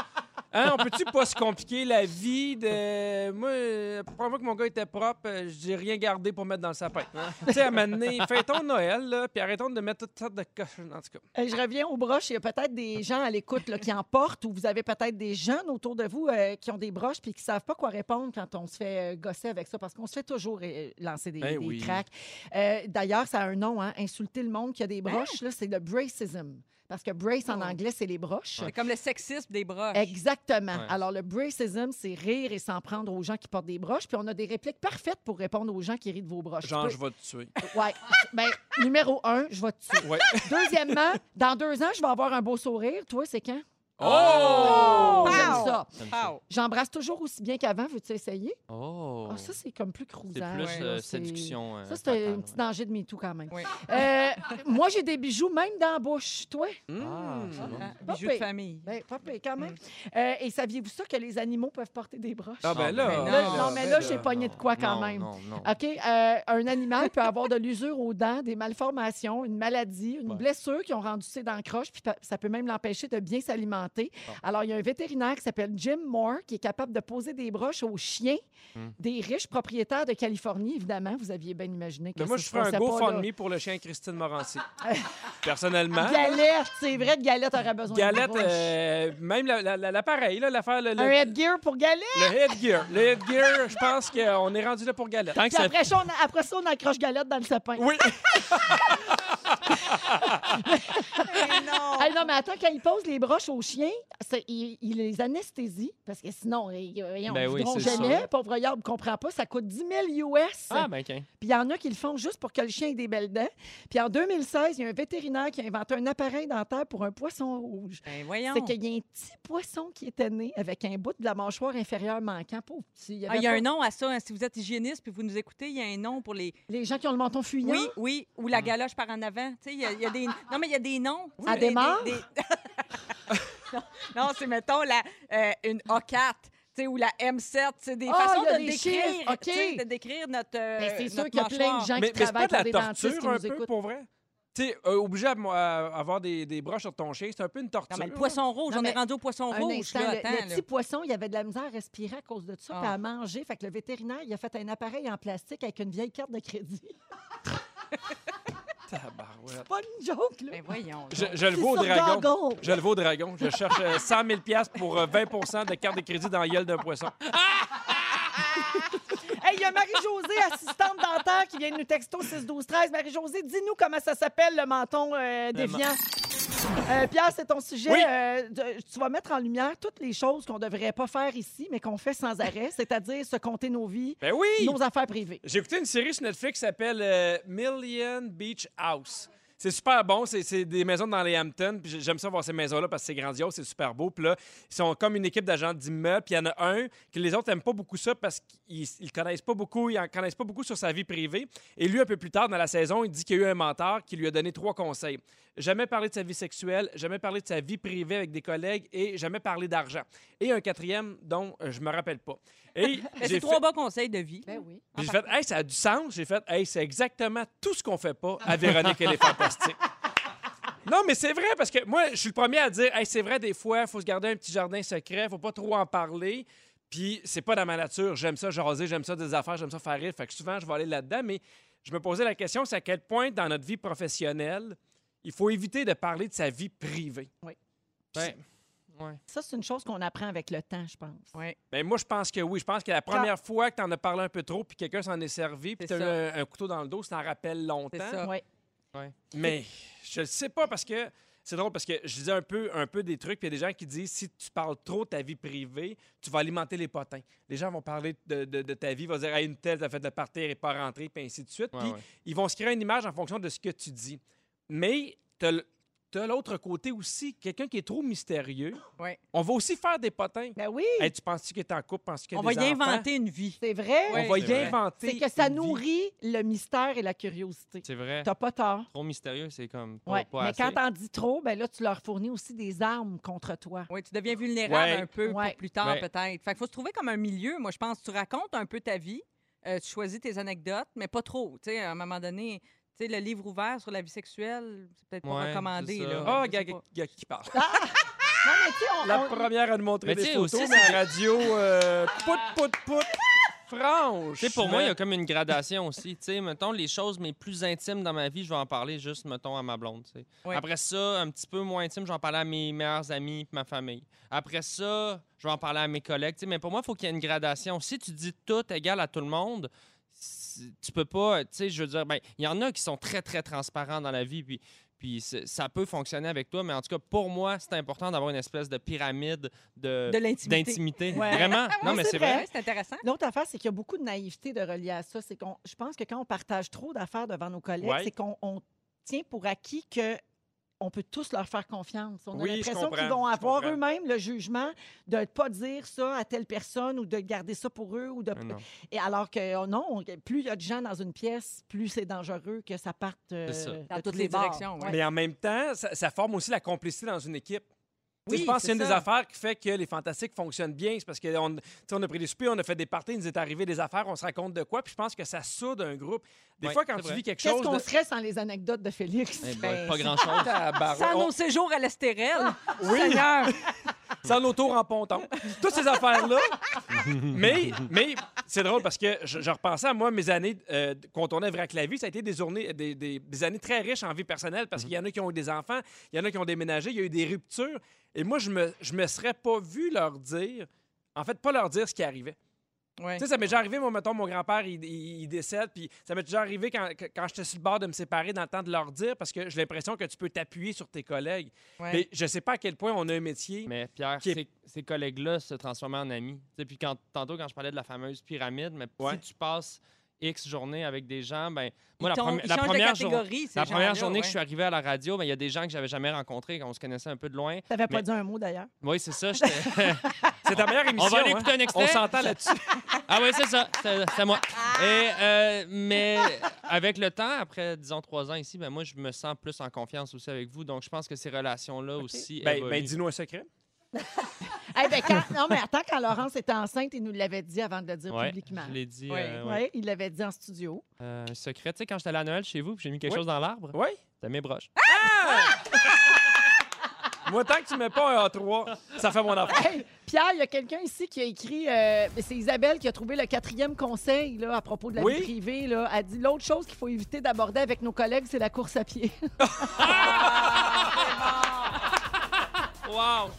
[SPEAKER 2] Hein, on peut-tu pas se compliquer la vie de. Moi, euh, pour la première fois que mon gars était propre, euh, j'ai rien gardé pour mettre dans le sapin. tu sais, à un moment donné, fêtons Noël, là, puis arrêtons de mettre toutes sortes de cochons. En tout cas,
[SPEAKER 3] Euh, Je reviens aux broches. Il y a peut-être des gens à l'écoute là, qui en portent ou vous avez peut-être des jeunes autour de vous euh, qui ont des broches puis qui savent pas quoi répondre quand on se fait euh, gosser avec ça parce qu'on se fait toujours euh, lancer des,
[SPEAKER 2] Ben
[SPEAKER 3] des
[SPEAKER 2] oui.
[SPEAKER 3] cracks. Euh, D'ailleurs, ça a un nom, hein, insulter le monde qui a des broches, là, c'est le bracism. Parce que brace en
[SPEAKER 4] Oh.
[SPEAKER 3] anglais, c'est les broches.
[SPEAKER 4] C'est comme le sexisme des broches.
[SPEAKER 3] Exactement.
[SPEAKER 5] Ouais.
[SPEAKER 3] Alors, le bracism, c'est rire et s'en prendre aux gens qui portent des broches. Puis, on a des répliques parfaites pour répondre aux gens qui rient de vos broches.
[SPEAKER 2] genre,
[SPEAKER 3] Tu
[SPEAKER 2] je vais te tuer. Ah,
[SPEAKER 3] peux- Ouais. Ben, numéro un, je vais te tuer.
[SPEAKER 2] Ouais.
[SPEAKER 3] Deuxièmement, dans deux ans, je vais avoir un beau sourire. Toi, c'est quand?
[SPEAKER 2] Oh!
[SPEAKER 4] Wow!
[SPEAKER 3] J'aime ça.
[SPEAKER 4] Pow!
[SPEAKER 3] J'embrasse toujours aussi bien qu'avant. Veux-tu essayer?
[SPEAKER 5] Oh!
[SPEAKER 3] Ah, ça, c'est comme plus
[SPEAKER 5] c'est
[SPEAKER 3] cruisant.
[SPEAKER 5] plus
[SPEAKER 4] ouais,
[SPEAKER 5] euh,
[SPEAKER 3] là, c'est-
[SPEAKER 5] séduction. euh,
[SPEAKER 3] Ça, c'est
[SPEAKER 5] fatale,
[SPEAKER 3] un petit danger de MeToo quand même.
[SPEAKER 4] Oui.
[SPEAKER 3] Euh, moi, j'ai des bijoux même dans la bouche. Toi?
[SPEAKER 5] ouais. Ah, c'est bon.
[SPEAKER 4] Ah,
[SPEAKER 3] Pas
[SPEAKER 4] bijoux de
[SPEAKER 3] pire.
[SPEAKER 4] famille.
[SPEAKER 3] Ben, pas pire, quand même. Euh, et saviez-vous ça que les animaux peuvent porter des broches?
[SPEAKER 2] Ah, ben là.
[SPEAKER 5] Non,
[SPEAKER 3] Là,
[SPEAKER 5] ben
[SPEAKER 3] non,
[SPEAKER 5] là,
[SPEAKER 3] mais
[SPEAKER 5] ben
[SPEAKER 3] là,
[SPEAKER 5] là.
[SPEAKER 3] j'ai pogné de quoi quand
[SPEAKER 5] Non,
[SPEAKER 3] même.
[SPEAKER 5] Non, non.
[SPEAKER 3] OK, euh, un animal peut avoir de l'usure aux dents, des malformations, une maladie, une
[SPEAKER 5] Ouais.
[SPEAKER 3] blessure qui ont rendu ses dents croches, puis pa- ça peut même l'empêcher de bien s'alimenter.
[SPEAKER 2] Ah.
[SPEAKER 5] Bon.
[SPEAKER 3] Alors, il y a un vétérinaire qui s'appelle Jim Moore qui est capable de poser des broches aux chiens
[SPEAKER 5] Hmm.
[SPEAKER 3] des riches propriétaires de Californie, évidemment. Vous aviez bien imaginé que
[SPEAKER 2] Ben, moi,
[SPEAKER 3] ça
[SPEAKER 2] je
[SPEAKER 3] se
[SPEAKER 2] ferais un
[SPEAKER 3] passait pas, là.
[SPEAKER 2] GoFundMe pour le chien Christine Morancy. Personnellement.
[SPEAKER 3] Galette, c'est vrai que Galette aurait besoin de
[SPEAKER 2] hein? Galette,
[SPEAKER 3] broches.
[SPEAKER 2] euh, même la- la- la- l'appareil, là, l'affaire, le, le,
[SPEAKER 3] Un headgear pour Galette.
[SPEAKER 2] le headgear. Le headgear, je pense qu'on est rendu là pour Galette.
[SPEAKER 5] Tant que
[SPEAKER 3] Puis
[SPEAKER 5] ça
[SPEAKER 3] après, ça, on, après ça, on accroche Galette dans le sapin.
[SPEAKER 2] Oui,
[SPEAKER 3] Hey, non, mais attends, quand ils posent les broches aux chiens, c'est- ils il les anesthésient parce que sinon, ils ne
[SPEAKER 5] Ben oui, c'est
[SPEAKER 3] jamais. Pauvre Yard ne comprend pas. Ça coûte 10 000 US.
[SPEAKER 5] Ah, ben, OK.
[SPEAKER 3] Puis il y en a qui le font juste pour que le chien ait des belles dents. Puis en 2016, il y a un vétérinaire qui a inventé un appareil dentaire pour un poisson rouge.
[SPEAKER 4] Ben voyons.
[SPEAKER 3] C'est qu'il y a un petit poisson qui était né avec un bout de la mâchoire inférieure manquant. Pauvre petit.
[SPEAKER 4] Ah, il y a
[SPEAKER 3] avait
[SPEAKER 4] un
[SPEAKER 3] pas-
[SPEAKER 4] nom à ça. hein. Si vous êtes hygiéniste puis vous nous écoutez, il y a un nom pour les.
[SPEAKER 3] Les gens qui ont le menton fuyant.
[SPEAKER 4] Oui, oui, ou
[SPEAKER 3] Ah.
[SPEAKER 4] la galoche par en avant. Tu sais, il y, a- il y a des. Non, mais il y a des noms. tu sais,
[SPEAKER 3] Elle
[SPEAKER 4] des-
[SPEAKER 3] démarre?
[SPEAKER 4] des- des- non, non, c'est mettons la, euh, une A4. tu sais, ou la M7, c'est des
[SPEAKER 3] Ah,
[SPEAKER 4] façons
[SPEAKER 3] il y a
[SPEAKER 4] de
[SPEAKER 3] des
[SPEAKER 4] décrire,
[SPEAKER 3] chiffres, OK.
[SPEAKER 4] tu sais, de décrire notre euh,
[SPEAKER 3] Ben, c'est sûr
[SPEAKER 4] notre
[SPEAKER 3] qu'il y a plein de
[SPEAKER 4] mâchoire.
[SPEAKER 3] gens
[SPEAKER 2] mais, mais
[SPEAKER 3] qui
[SPEAKER 2] c'est pas
[SPEAKER 3] travaillent
[SPEAKER 2] de la
[SPEAKER 3] pour des dentistes qui
[SPEAKER 2] torture un
[SPEAKER 3] nous
[SPEAKER 2] peu,
[SPEAKER 3] écoutent.
[SPEAKER 2] pour vrai? Tu sais, euh, obligé à, à avoir des, des broches sur ton chien, c'est un peu une torture.
[SPEAKER 4] Non, mais le poisson rouge,
[SPEAKER 3] Non,
[SPEAKER 4] on
[SPEAKER 3] mais
[SPEAKER 4] est rendu au poisson
[SPEAKER 3] Un
[SPEAKER 4] rouge.
[SPEAKER 3] instant,
[SPEAKER 4] là,
[SPEAKER 3] le,
[SPEAKER 4] attends,
[SPEAKER 3] le
[SPEAKER 4] là.
[SPEAKER 3] petit poisson, il avait de la misère à respirer à cause de ça, puis
[SPEAKER 4] Ah.
[SPEAKER 3] à manger. Fait que le vétérinaire, il a fait un appareil en plastique avec une vieille carte de crédit.
[SPEAKER 2] Tabarouette.
[SPEAKER 3] Pas une joke, là.
[SPEAKER 4] Ben voyons. donc.
[SPEAKER 2] Je, je le
[SPEAKER 3] C'est
[SPEAKER 2] vaux
[SPEAKER 3] sur
[SPEAKER 2] au dragon.
[SPEAKER 3] Goggle.
[SPEAKER 2] Je le vaux au dragon. Je cherche euh, 100 000 pour euh, 20 de carte de crédit dans la gueule d'un poisson.
[SPEAKER 3] Hey, il y a Marie-Josée, assistante dentaire, qui vient de nous texter au 6 12 13 Marie-Josée, dis-nous comment ça s'appelle le menton euh, déviant. Euh, Pierre, c'est ton sujet.
[SPEAKER 2] Oui.
[SPEAKER 3] Euh, de- tu vas mettre en lumière toutes les choses qu'on ne devrait pas faire ici, mais qu'on fait sans arrêt, c'est-à-dire se compter nos vies,
[SPEAKER 2] Ben oui!
[SPEAKER 3] nos affaires privées.
[SPEAKER 2] J'ai écouté une série sur Netflix qui s'appelle euh, Million Beach House. C'est super bon, c'est- c'est des maisons dans les Hamptons, puis j'ai- j'aime ça voir ces maisons-là parce que c'est grandiose, c'est super beau. Puis là, ils sont comme une équipe d'agents d'immeubles, puis il y en a un que les autres n'aiment pas beaucoup ça parce qu'ils ils le connaissent pas beaucoup, ils en connaissent pas beaucoup sur sa vie privée. Et lui, un peu plus tard dans la saison, il dit qu'il y a eu un mentor qui lui a donné trois conseils. Jamais parler de sa vie sexuelle, jamais parler de sa vie privée avec des collègues et jamais parler d'argent. Et un quatrième dont euh, je me rappelle pas. Et
[SPEAKER 4] Ben,
[SPEAKER 2] j'ai
[SPEAKER 4] c'est trois bons conseils de vie.
[SPEAKER 3] Ben oui.
[SPEAKER 2] puis j'ai fait, hey, ça a du sens. J'ai fait, hey, c'est exactement tout ce qu'on fait pas à Véronique, elle est fantastique. Non, mais c'est vrai, parce que moi, je suis le premier à dire, hey, c'est vrai, des fois, il faut se garder un petit jardin secret, faut pas trop en parler. Puis c'est pas dans ma nature. J'aime ça jaser, j'aime ça des affaires, j'aime ça faire rire. Fait que souvent, je vais aller là-dedans. Mais je me posais la question, c'est à quel point dans notre vie professionnelle, il faut éviter de parler de sa vie privée.
[SPEAKER 5] Ouais.
[SPEAKER 3] Ça, c'est une chose qu'on apprend avec le temps, je pense.
[SPEAKER 4] Ouais.
[SPEAKER 2] Ben moi, je pense que oui. Je pense que la première fois que tu en as parlé un peu trop, puis quelqu'un s'en est servi, puis tu
[SPEAKER 4] C'est
[SPEAKER 2] as eu un, un couteau dans le dos, ça en rappelle longtemps.
[SPEAKER 4] C'est ça.
[SPEAKER 3] Ouais.
[SPEAKER 2] Mais je le sais pas parce que c'est drôle parce que je disais un peu, un peu des trucs, puis il y a des gens qui disent si tu parles trop de ta vie privée, tu vas alimenter les potins. Les gens vont parler de, de- de ta vie, vont dire hey, une telle, t'as fait de partir et pas rentrer, puis ainsi de suite.
[SPEAKER 5] Ouais,
[SPEAKER 2] puis
[SPEAKER 5] ouais.
[SPEAKER 2] ils vont se créer une image en fonction de ce que tu dis. Mais t'as le- t'as l'autre côté aussi, quelqu'un qui est trop mystérieux.
[SPEAKER 4] Ouais.
[SPEAKER 2] On va aussi faire des potins.
[SPEAKER 3] Ben oui,
[SPEAKER 2] Hey, tu penses-tu qu'il est en couple? Penses-tu qu'il a
[SPEAKER 4] On va
[SPEAKER 2] des
[SPEAKER 4] y
[SPEAKER 2] enfants?
[SPEAKER 4] inventer une vie.
[SPEAKER 3] c'est vrai.
[SPEAKER 2] On va
[SPEAKER 5] C'est
[SPEAKER 2] y
[SPEAKER 5] vrai.
[SPEAKER 2] inventer.
[SPEAKER 3] C'est que ça
[SPEAKER 2] une vie.
[SPEAKER 3] nourrit le mystère et la curiosité.
[SPEAKER 5] C'est vrai.
[SPEAKER 3] T'as pas tort.
[SPEAKER 5] Trop mystérieux, c'est comme
[SPEAKER 2] Oh,
[SPEAKER 5] pas,
[SPEAKER 3] Ouais.
[SPEAKER 5] pas
[SPEAKER 3] Mais
[SPEAKER 5] assez.
[SPEAKER 3] quand t'en dis trop, ben là, tu leur fournis aussi des armes contre toi.
[SPEAKER 4] Oui, tu deviens vulnérable
[SPEAKER 2] Ouais.
[SPEAKER 4] un peu
[SPEAKER 3] Ouais.
[SPEAKER 4] pour plus tard,
[SPEAKER 5] Ouais.
[SPEAKER 4] peut-être. Fait qu'il faut se trouver comme un milieu. Moi, je pense tu racontes un peu ta vie, euh, tu choisis tes anecdotes, mais pas trop. Tu sais, à un moment donné, tu sais, le livre ouvert sur la vie sexuelle, c'est peut-être pas
[SPEAKER 5] Ouais,
[SPEAKER 4] recommandé.
[SPEAKER 5] c'est ça.
[SPEAKER 4] là.
[SPEAKER 2] Ah,
[SPEAKER 4] Je sais
[SPEAKER 2] gars,
[SPEAKER 4] pas.
[SPEAKER 2] gars- gars qui parle.
[SPEAKER 3] Non, mais tu sais, on-
[SPEAKER 2] La
[SPEAKER 3] on-
[SPEAKER 2] première à nous montrer
[SPEAKER 5] Mais
[SPEAKER 2] des
[SPEAKER 5] tu sais,
[SPEAKER 2] photos,
[SPEAKER 5] aussi,
[SPEAKER 2] mais la radio, euh, pout, pout, pout, franche.
[SPEAKER 5] Tu sais, pour moi, il y a comme une gradation aussi. Tu sais, mettons, les choses mes plus intimes dans ma vie, je vais en parler juste, mettons, à ma blonde. tu sais.
[SPEAKER 4] Ouais.
[SPEAKER 5] Après ça, un petit peu moins intime, je vais en parler à mes meilleurs amis et ma famille. Après ça, je vais en parler à mes collègues. tu sais. Mais pour moi, il faut qu'il y ait une gradation. Si tu dis tout égal à tout le monde, si- tu peux pas, tu sais, je veux dire, ben, il y en a qui sont très, très transparents dans la vie, puis, puis c'est- ça peut fonctionner avec toi, mais en tout cas, pour moi, c'est important d'avoir une espèce de pyramide de,
[SPEAKER 4] De l'intimité.
[SPEAKER 5] euh, d'intimité.
[SPEAKER 3] Ah Ouais.
[SPEAKER 5] Vraiment? Non,
[SPEAKER 3] Oui,
[SPEAKER 5] mais
[SPEAKER 3] c'est
[SPEAKER 5] c'est
[SPEAKER 3] vrai.
[SPEAKER 5] vrai.
[SPEAKER 4] Ouais, c'est intéressant.
[SPEAKER 3] L'autre affaire, c'est qu'il y a beaucoup de naïveté de relier à ça. C'est qu'on, je pense que quand on partage trop d'affaires devant nos collègues,
[SPEAKER 2] Ouais.
[SPEAKER 3] c'est qu'on on tient pour acquis que on peut tous leur faire confiance. On
[SPEAKER 2] Oui,
[SPEAKER 3] a
[SPEAKER 2] je
[SPEAKER 3] l'impression qu'ils
[SPEAKER 2] comprends,
[SPEAKER 3] vont
[SPEAKER 2] je
[SPEAKER 3] avoir
[SPEAKER 2] comprends.
[SPEAKER 3] eux-mêmes le jugement de ne pas dire ça à telle personne ou de garder ça pour eux
[SPEAKER 2] Ah
[SPEAKER 3] ou de.
[SPEAKER 5] Mais Ah non.
[SPEAKER 4] Eh
[SPEAKER 3] Et alors que oh non, on- plus il y a de gens dans une pièce, plus c'est dangereux que ça parte euh,
[SPEAKER 5] C'est ça.
[SPEAKER 3] de
[SPEAKER 4] Dans toutes
[SPEAKER 3] tous
[SPEAKER 4] les
[SPEAKER 3] bords.
[SPEAKER 4] directions, ouais.
[SPEAKER 2] Mais en même temps, ça, ça forme aussi la complicité dans une équipe. Tu sais, je
[SPEAKER 4] Oui,
[SPEAKER 2] pense que c'est
[SPEAKER 4] c'est
[SPEAKER 2] une des
[SPEAKER 4] ça.
[SPEAKER 2] affaires qui fait que les fantastiques fonctionnent bien. C'est parce qu'on on a pris des soupers, on a fait des parties, il nous est arrivé des affaires, on se raconte de quoi. Puis je pense que ça soude un groupe. Des
[SPEAKER 5] Ouais,
[SPEAKER 2] fois, quand
[SPEAKER 5] c'est
[SPEAKER 2] tu
[SPEAKER 5] vrai.
[SPEAKER 2] vis quelque
[SPEAKER 3] Qu'est-ce
[SPEAKER 2] chose.
[SPEAKER 3] qu'on
[SPEAKER 2] de-
[SPEAKER 3] serait sans les anecdotes de Félix?
[SPEAKER 5] Eh ben,
[SPEAKER 4] Ben,
[SPEAKER 5] pas
[SPEAKER 4] c'est-
[SPEAKER 5] grand-chose.
[SPEAKER 2] Tabarouette,
[SPEAKER 5] oh.
[SPEAKER 4] Sans
[SPEAKER 2] on-
[SPEAKER 4] nos séjours à
[SPEAKER 3] Ah.
[SPEAKER 4] l'Estérel,
[SPEAKER 2] Oui,
[SPEAKER 4] Seigneur,
[SPEAKER 2] sans nos tours en ponton. Toutes ces affaires-là. mais mais c'est drôle parce que je, je repensais à moi, mes années euh, qu'on tournait vrac la vie, ça a été des, journées, euh, des, des- des années très riches en vie personnelle parce qu'il y en a qui ont eu des enfants, il y en a qui ont déménagé, il y a eu des ruptures. Et moi, je me, je me serais pas vu leur dire, en fait, pas leur dire ce qui arrivait.
[SPEAKER 4] Ouais.
[SPEAKER 2] Tu sais, ça m'est déjà arrivé, moi, mettons, mon grand-père, il, il- il décède, puis ça m'est déjà arrivé quand, que- quand j'étais sur le bord de me séparer dans le temps de leur dire, parce que j'ai l'impression que tu peux t'appuyer sur tes collègues.
[SPEAKER 4] Ouais.
[SPEAKER 2] Mais je sais pas à quel point on a un métier.
[SPEAKER 5] Mais Pierre,
[SPEAKER 2] Qui est-
[SPEAKER 5] ces, ces collègues-là se transformaient en amis. Tu sais, puis quand, tantôt, quand je parlais de la fameuse pyramide, mais
[SPEAKER 2] Ouais.
[SPEAKER 5] si tu passes X journées avec des gens, ben
[SPEAKER 4] ils
[SPEAKER 5] moi, la,
[SPEAKER 4] tombent-
[SPEAKER 5] premi-
[SPEAKER 4] ils
[SPEAKER 5] la
[SPEAKER 4] changent de
[SPEAKER 5] première, jour-
[SPEAKER 4] catégorie, ces
[SPEAKER 5] la première
[SPEAKER 4] gens-là,
[SPEAKER 5] journée
[SPEAKER 4] ouais.
[SPEAKER 5] que je suis arrivé à la radio, ben, il y a des gens que j'avais jamais rencontrés, qu'on se connaissait un peu de loin.
[SPEAKER 3] T'avais pas
[SPEAKER 5] Mais-
[SPEAKER 3] dit un mot d'ailleurs.
[SPEAKER 5] Oui, c'est ça. j'étais-
[SPEAKER 2] C'est ta meilleure émission.
[SPEAKER 5] On va aller
[SPEAKER 2] hein?
[SPEAKER 5] écouter un
[SPEAKER 2] On
[SPEAKER 5] extrait.
[SPEAKER 2] s'entend là-dessus. Ah.
[SPEAKER 5] Ah oui, c'est ça. C'est c'est moi. Et, euh, mais avec le temps, après, disons, trois ans ici, ben, moi, je me sens plus en confiance aussi avec vous. Donc, je pense que ces relations-là aussi.
[SPEAKER 2] Ben,
[SPEAKER 5] évoluent.
[SPEAKER 2] ben, dis-nous un secret.
[SPEAKER 3] Eh ben, quand- non, mais attends, quand Laurence était enceinte, il nous l'avait dit avant de le dire
[SPEAKER 5] Ouais,
[SPEAKER 3] publiquement.
[SPEAKER 5] je l'ai dit.
[SPEAKER 4] Ouais.
[SPEAKER 5] euh, ouais.
[SPEAKER 3] Oui, il l'avait dit en studio.
[SPEAKER 5] Euh, un secret, tu sais, quand j'étais allé à Noël chez vous, puis j'ai mis quelque
[SPEAKER 2] Oui.
[SPEAKER 5] chose dans l'arbre,
[SPEAKER 2] Oui.
[SPEAKER 5] t'as mes broches.
[SPEAKER 2] Moi, tant que tu mets pas un A3, ça fait mon affaire.
[SPEAKER 3] Hey, Pierre, il y a quelqu'un ici qui a écrit, euh, c'est Isabelle qui a trouvé le quatrième conseil là, à propos de la
[SPEAKER 2] Oui.
[SPEAKER 3] vie privée. Là. Elle dit l'autre chose qu'il faut éviter d'aborder avec nos collègues, c'est la course à pied.
[SPEAKER 5] Wow!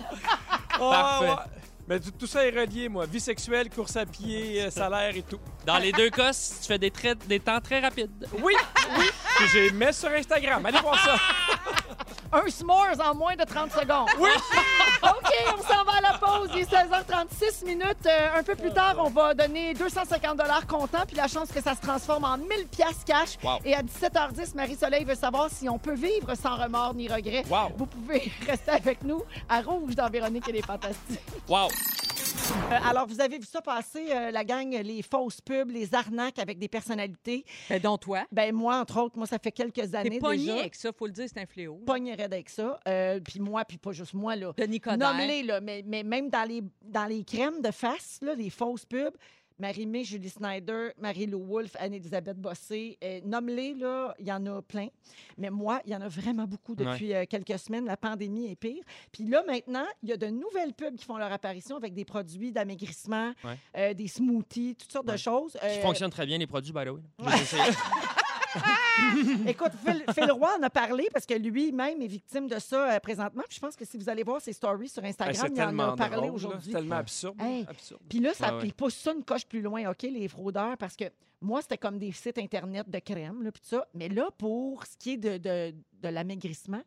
[SPEAKER 2] Parfait. Oh, Mais tout, tout ça est relié, moi. Vie sexuelle, course à pied, euh, salaire et tout.
[SPEAKER 5] Dans les deux cas, si tu fais des, traits- des temps très rapides.
[SPEAKER 2] Oui, oui. que j'ai mis sur Instagram. Allez voir ça.
[SPEAKER 3] Un s'mores en moins de 30 secondes.
[SPEAKER 2] Oui.
[SPEAKER 3] OK, on s'en va à la pause. Il est 16h36 minutes. Euh, un peu plus tard, on va donner 250 comptant, puis la chance que ça se transforme en 1000 pièces cash.
[SPEAKER 5] Wow.
[SPEAKER 3] Et à 17h10, Marie-Soleil veut savoir si on peut vivre sans remords ni regrets.
[SPEAKER 2] Wow.
[SPEAKER 3] Vous pouvez rester avec nous à Rouge dans Véronique et les Fantastiques.
[SPEAKER 5] Wow!
[SPEAKER 3] Euh, alors, vous avez vu ça passer, euh, la gang, les fausses pubs, les arnaques avec des personnalités.
[SPEAKER 4] Ben, dont toi.
[SPEAKER 3] Ben moi, entre autres, moi, ça fait quelques
[SPEAKER 4] T'es
[SPEAKER 3] années
[SPEAKER 4] pogné
[SPEAKER 3] déjà.
[SPEAKER 4] avec ça, faut le dire, c'est un fléau.
[SPEAKER 3] Pogné raide avec ça. Euh, puis moi, puis pas juste moi, là.
[SPEAKER 4] De Nicodère.
[SPEAKER 3] Nomme-les, là. Mais, mais même dans les, dans les crèmes de face, là, les fausses pubs, Marie-Mé, Julie Snyder, Marie-Lou Wolfe, Anne-Élisabeth Bossé, euh, nomme-les, là, il y en a plein. Mais moi, il y en a vraiment beaucoup depuis euh, quelques semaines. La pandémie est pire. Puis là, maintenant, il y a de nouvelles pubs qui font leur apparition avec des produits d'amaigrissement,
[SPEAKER 5] Ouais.
[SPEAKER 3] euh, des smoothies, toutes sortes de
[SPEAKER 5] Ouais.
[SPEAKER 3] choses.
[SPEAKER 5] Qui
[SPEAKER 3] Euh,
[SPEAKER 5] fonctionnent très bien, les produits, by the way. Je les essaye.
[SPEAKER 3] Écoute, Phil, Phil Roy en a parlé parce que lui-même est victime de ça euh, présentement. Puis je pense que si vous allez voir ses stories sur
[SPEAKER 2] Hey,
[SPEAKER 3] Instagram,
[SPEAKER 2] c'est
[SPEAKER 3] il en a
[SPEAKER 2] tellement
[SPEAKER 3] parlé
[SPEAKER 2] drôle, là. C'est
[SPEAKER 3] aujourd'hui.
[SPEAKER 2] tellement absurde.
[SPEAKER 3] Hey.
[SPEAKER 2] absurde.
[SPEAKER 3] Puis là, ça,
[SPEAKER 5] Ouais, ouais.
[SPEAKER 3] il pousse ça une coche plus loin, OK, les fraudeurs, parce que moi, c'était comme des sites Internet de crème, là, puis tout ça. Mais là, pour ce qui est de, de, de l'amaigrissement,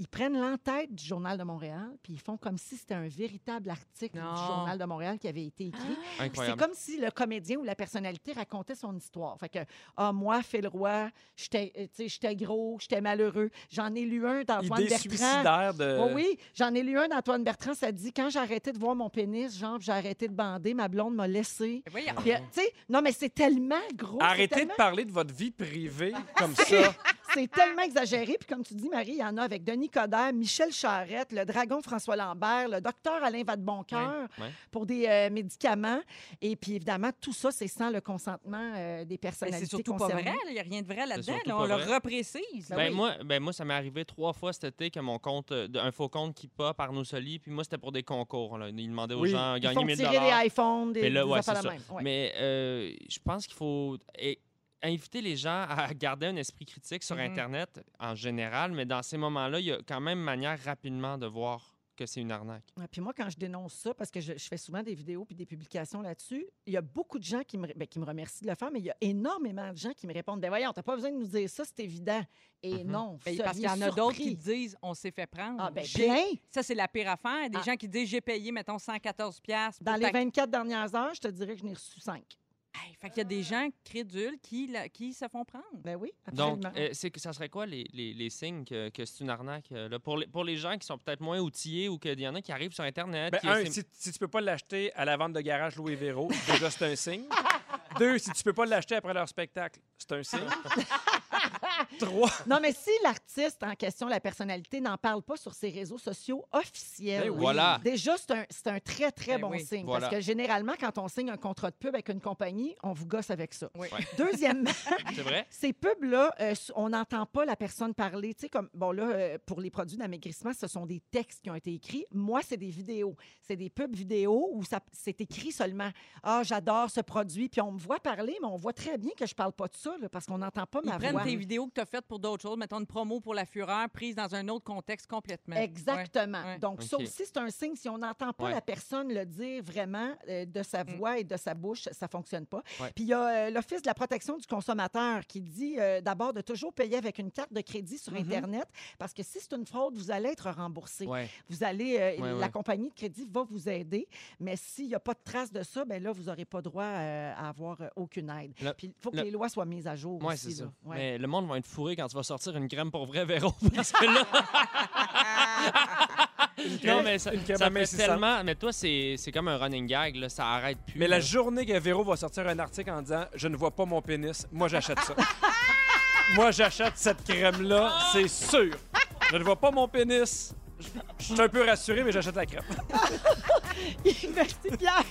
[SPEAKER 3] ils prennent l'entête du Journal de Montréal, puis ils font comme si c'était un véritable article
[SPEAKER 4] Non.
[SPEAKER 3] du Journal de Montréal qui avait été écrit. Puis C'est
[SPEAKER 5] Incroyable.
[SPEAKER 3] comme si le comédien ou la personnalité racontait son histoire. Fait que, ah, moi, Phil Roy, j'étais euh, tu sais, j'étais gros, j'étais malheureux. J'en ai lu un d'Antoine
[SPEAKER 2] Idée
[SPEAKER 3] Bertrand. Oh
[SPEAKER 2] suicidaire
[SPEAKER 3] Oui,
[SPEAKER 2] de.
[SPEAKER 3] oui, j'en ai lu un d'Antoine Bertrand. Ça dit quand j'ai arrêté de voir mon pénis, genre j'ai arrêté de bander, ma blonde m'a laissé.
[SPEAKER 4] Ben voyons.
[SPEAKER 3] Puis, euh, tu sais, non, mais c'est tellement gros. oh, c'est
[SPEAKER 2] Arrêtez
[SPEAKER 3] tellement-
[SPEAKER 2] de parler de votre vie privée comme ça.
[SPEAKER 3] C'est tellement exagéré. Puis comme tu dis, Marie, il y en a avec Denis Coderre, Michel Charette, le dragon François Lambert, le docteur Alain Vadeboncoeur
[SPEAKER 5] Ouais, ouais.
[SPEAKER 3] pour des euh, médicaments. Et puis évidemment, tout ça, c'est sans le consentement euh, des
[SPEAKER 4] Mais
[SPEAKER 3] personnalités
[SPEAKER 4] c'est surtout pas
[SPEAKER 3] concernées.
[SPEAKER 4] vrai. Il n'y a rien de vrai là-dedans.
[SPEAKER 5] surtout
[SPEAKER 4] là,
[SPEAKER 5] pas
[SPEAKER 4] on le
[SPEAKER 5] vrai.
[SPEAKER 4] reprécise.
[SPEAKER 5] Ben, moi, ben moi, ça m'est arrivé trois fois cet été que mon compte, euh, de- un faux compte qui part par nos solis, puis moi, c'était pour des concours. Là. Ils demandaient aux
[SPEAKER 2] Oui.
[SPEAKER 5] gens,
[SPEAKER 3] Ils
[SPEAKER 5] gagner
[SPEAKER 3] font
[SPEAKER 5] 1000
[SPEAKER 3] tirer des iPhones, des,
[SPEAKER 5] Mais là,
[SPEAKER 3] des
[SPEAKER 5] ouais,
[SPEAKER 3] affaires
[SPEAKER 5] c'est
[SPEAKER 3] de
[SPEAKER 5] ça.
[SPEAKER 3] même. Ouais.
[SPEAKER 5] Mais euh, je pense qu'il faut eh, inviter les gens à garder un esprit critique sur
[SPEAKER 4] Mhm.
[SPEAKER 3] Mm-hmm.
[SPEAKER 5] Internet en général, mais dans ces moments-là, il y a quand même manière rapidement de voir que c'est une arnaque.
[SPEAKER 3] Ouais, Puis moi, quand je dénonce ça, parce que je, je fais souvent des vidéos puis des publications là-dessus, il y a beaucoup de gens qui me, ben, qui me remercient de le faire, mais il y a énormément de gens qui me répondent Ben voyons, t'as pas besoin de nous dire ça, c'est évident. Et
[SPEAKER 5] Mhm.
[SPEAKER 3] non,
[SPEAKER 4] Ben,
[SPEAKER 3] vous
[SPEAKER 4] parce qu'il y en
[SPEAKER 3] seriez
[SPEAKER 4] a d'autres qui
[SPEAKER 3] surpris.
[SPEAKER 4] disent on s'est fait prendre.
[SPEAKER 3] Ah, ben,
[SPEAKER 4] J'ai-
[SPEAKER 3] plein.
[SPEAKER 4] Ça, c'est la pire affaire. Des
[SPEAKER 3] Ah.
[SPEAKER 4] gens qui disent j'ai payé, mettons, 114 piastres pour
[SPEAKER 3] Dans les
[SPEAKER 4] ta-
[SPEAKER 3] 24 dernières heures, je te dirais que je n'ai reçu 5.
[SPEAKER 4] Hey, fait qu'il y a des gens crédules qui, la- qui se font prendre.
[SPEAKER 3] Ben oui,
[SPEAKER 5] Donc,
[SPEAKER 3] absolument.
[SPEAKER 5] euh, c'est que ça serait quoi les, les- les signes que, que c'est une arnaque? euh, là? Pour, les, pour les gens qui sont peut-être moins outillés ou qu'il y en a qui arrivent sur Internet.
[SPEAKER 2] Ben,
[SPEAKER 5] qui-
[SPEAKER 2] un,
[SPEAKER 5] c'est-
[SPEAKER 2] si, si tu peux pas l'acheter à la vente de garage Louis Véro, déjà, c'est un signe. Deux, si tu peux pas l'acheter après leur spectacle, c'est un signe. Trois,
[SPEAKER 3] Non, mais si l'artiste en question, la personnalité, n'en parle pas sur ses réseaux sociaux officiels,
[SPEAKER 2] Ben oui.
[SPEAKER 5] Voilà.
[SPEAKER 3] déjà, c'est un, c'est un très, très
[SPEAKER 4] Ben
[SPEAKER 3] bon
[SPEAKER 4] oui.
[SPEAKER 3] signe.
[SPEAKER 5] Voilà.
[SPEAKER 3] Parce que généralement, quand on signe un contrat de pub avec une compagnie, on vous gosse avec ça.
[SPEAKER 4] Oui.
[SPEAKER 5] Ouais.
[SPEAKER 3] Deuxièmement,
[SPEAKER 5] C'est vrai?
[SPEAKER 3] Ces pubs-là, euh, s- on n'entend pas la personne parler. Tu sais, comme, bon, là, euh, pour les produits d'amaigrissement, ce sont des textes qui ont été écrits. Moi, c'est des vidéos. C'est des pubs vidéo où ça- c'est écrit seulement Ah, j'adore ce produit. Puis on me voit parler, mais on voit très bien que je parle pas de ça, là, parce qu'on n'entend pas
[SPEAKER 4] Ils
[SPEAKER 3] ma
[SPEAKER 4] prennent
[SPEAKER 3] voix.
[SPEAKER 4] tes vidéos que tu as faites pour d'autres choses, mettons une promo pour la fureur prise dans un autre contexte complètement. Ouais.
[SPEAKER 3] Exactement.
[SPEAKER 4] Ouais.
[SPEAKER 3] Donc, ça
[SPEAKER 5] Ok.
[SPEAKER 3] aussi, c'est un signe. Si on n'entend pas
[SPEAKER 5] Ouais.
[SPEAKER 3] la personne le dire vraiment euh, de sa
[SPEAKER 4] Mm.
[SPEAKER 3] voix et de sa bouche, ça fonctionne pas.
[SPEAKER 5] Ouais.
[SPEAKER 3] Puis, il y a euh, l'Office de la protection du consommateur qui dit euh, d'abord de toujours payer avec une carte de crédit sur
[SPEAKER 2] Mm-hmm.
[SPEAKER 4] Mhm.
[SPEAKER 3] Internet parce que si c'est une fraude, vous allez être remboursé.
[SPEAKER 5] Ouais.
[SPEAKER 3] Vous allez, euh,
[SPEAKER 5] Ouais,
[SPEAKER 3] la
[SPEAKER 5] ouais.
[SPEAKER 3] compagnie de crédit va vous aider, mais s'il n'y a pas de trace de ça, ben là, vous n'aurez pas droit euh, à avoir euh, aucune aide.
[SPEAKER 5] Le-
[SPEAKER 3] Puis, il faut que
[SPEAKER 5] le-
[SPEAKER 3] les lois soient mises à jour
[SPEAKER 5] Ouais,
[SPEAKER 3] aussi.
[SPEAKER 5] c'est ça.
[SPEAKER 3] là. Ouais.
[SPEAKER 5] Mais le monde va être fourré quand tu vas sortir une crème pour vrai, Véro. Parce que là. non, mais ça,
[SPEAKER 2] une crème
[SPEAKER 5] ça
[SPEAKER 2] à main
[SPEAKER 5] fait
[SPEAKER 2] six cents.
[SPEAKER 5] tellement. Mais toi, c'est c'est comme un running gag, là, ça arrête plus.
[SPEAKER 2] Mais la
[SPEAKER 5] là.
[SPEAKER 2] journée que Véro va sortir un article en disant Je ne vois pas mon pénis, moi j'achète ça. moi j'achète cette crème-là, c'est sûr. Je ne vois pas mon pénis. Je- Je suis un peu rassuré, mais j'achète la crème.
[SPEAKER 3] Merci, Pierre.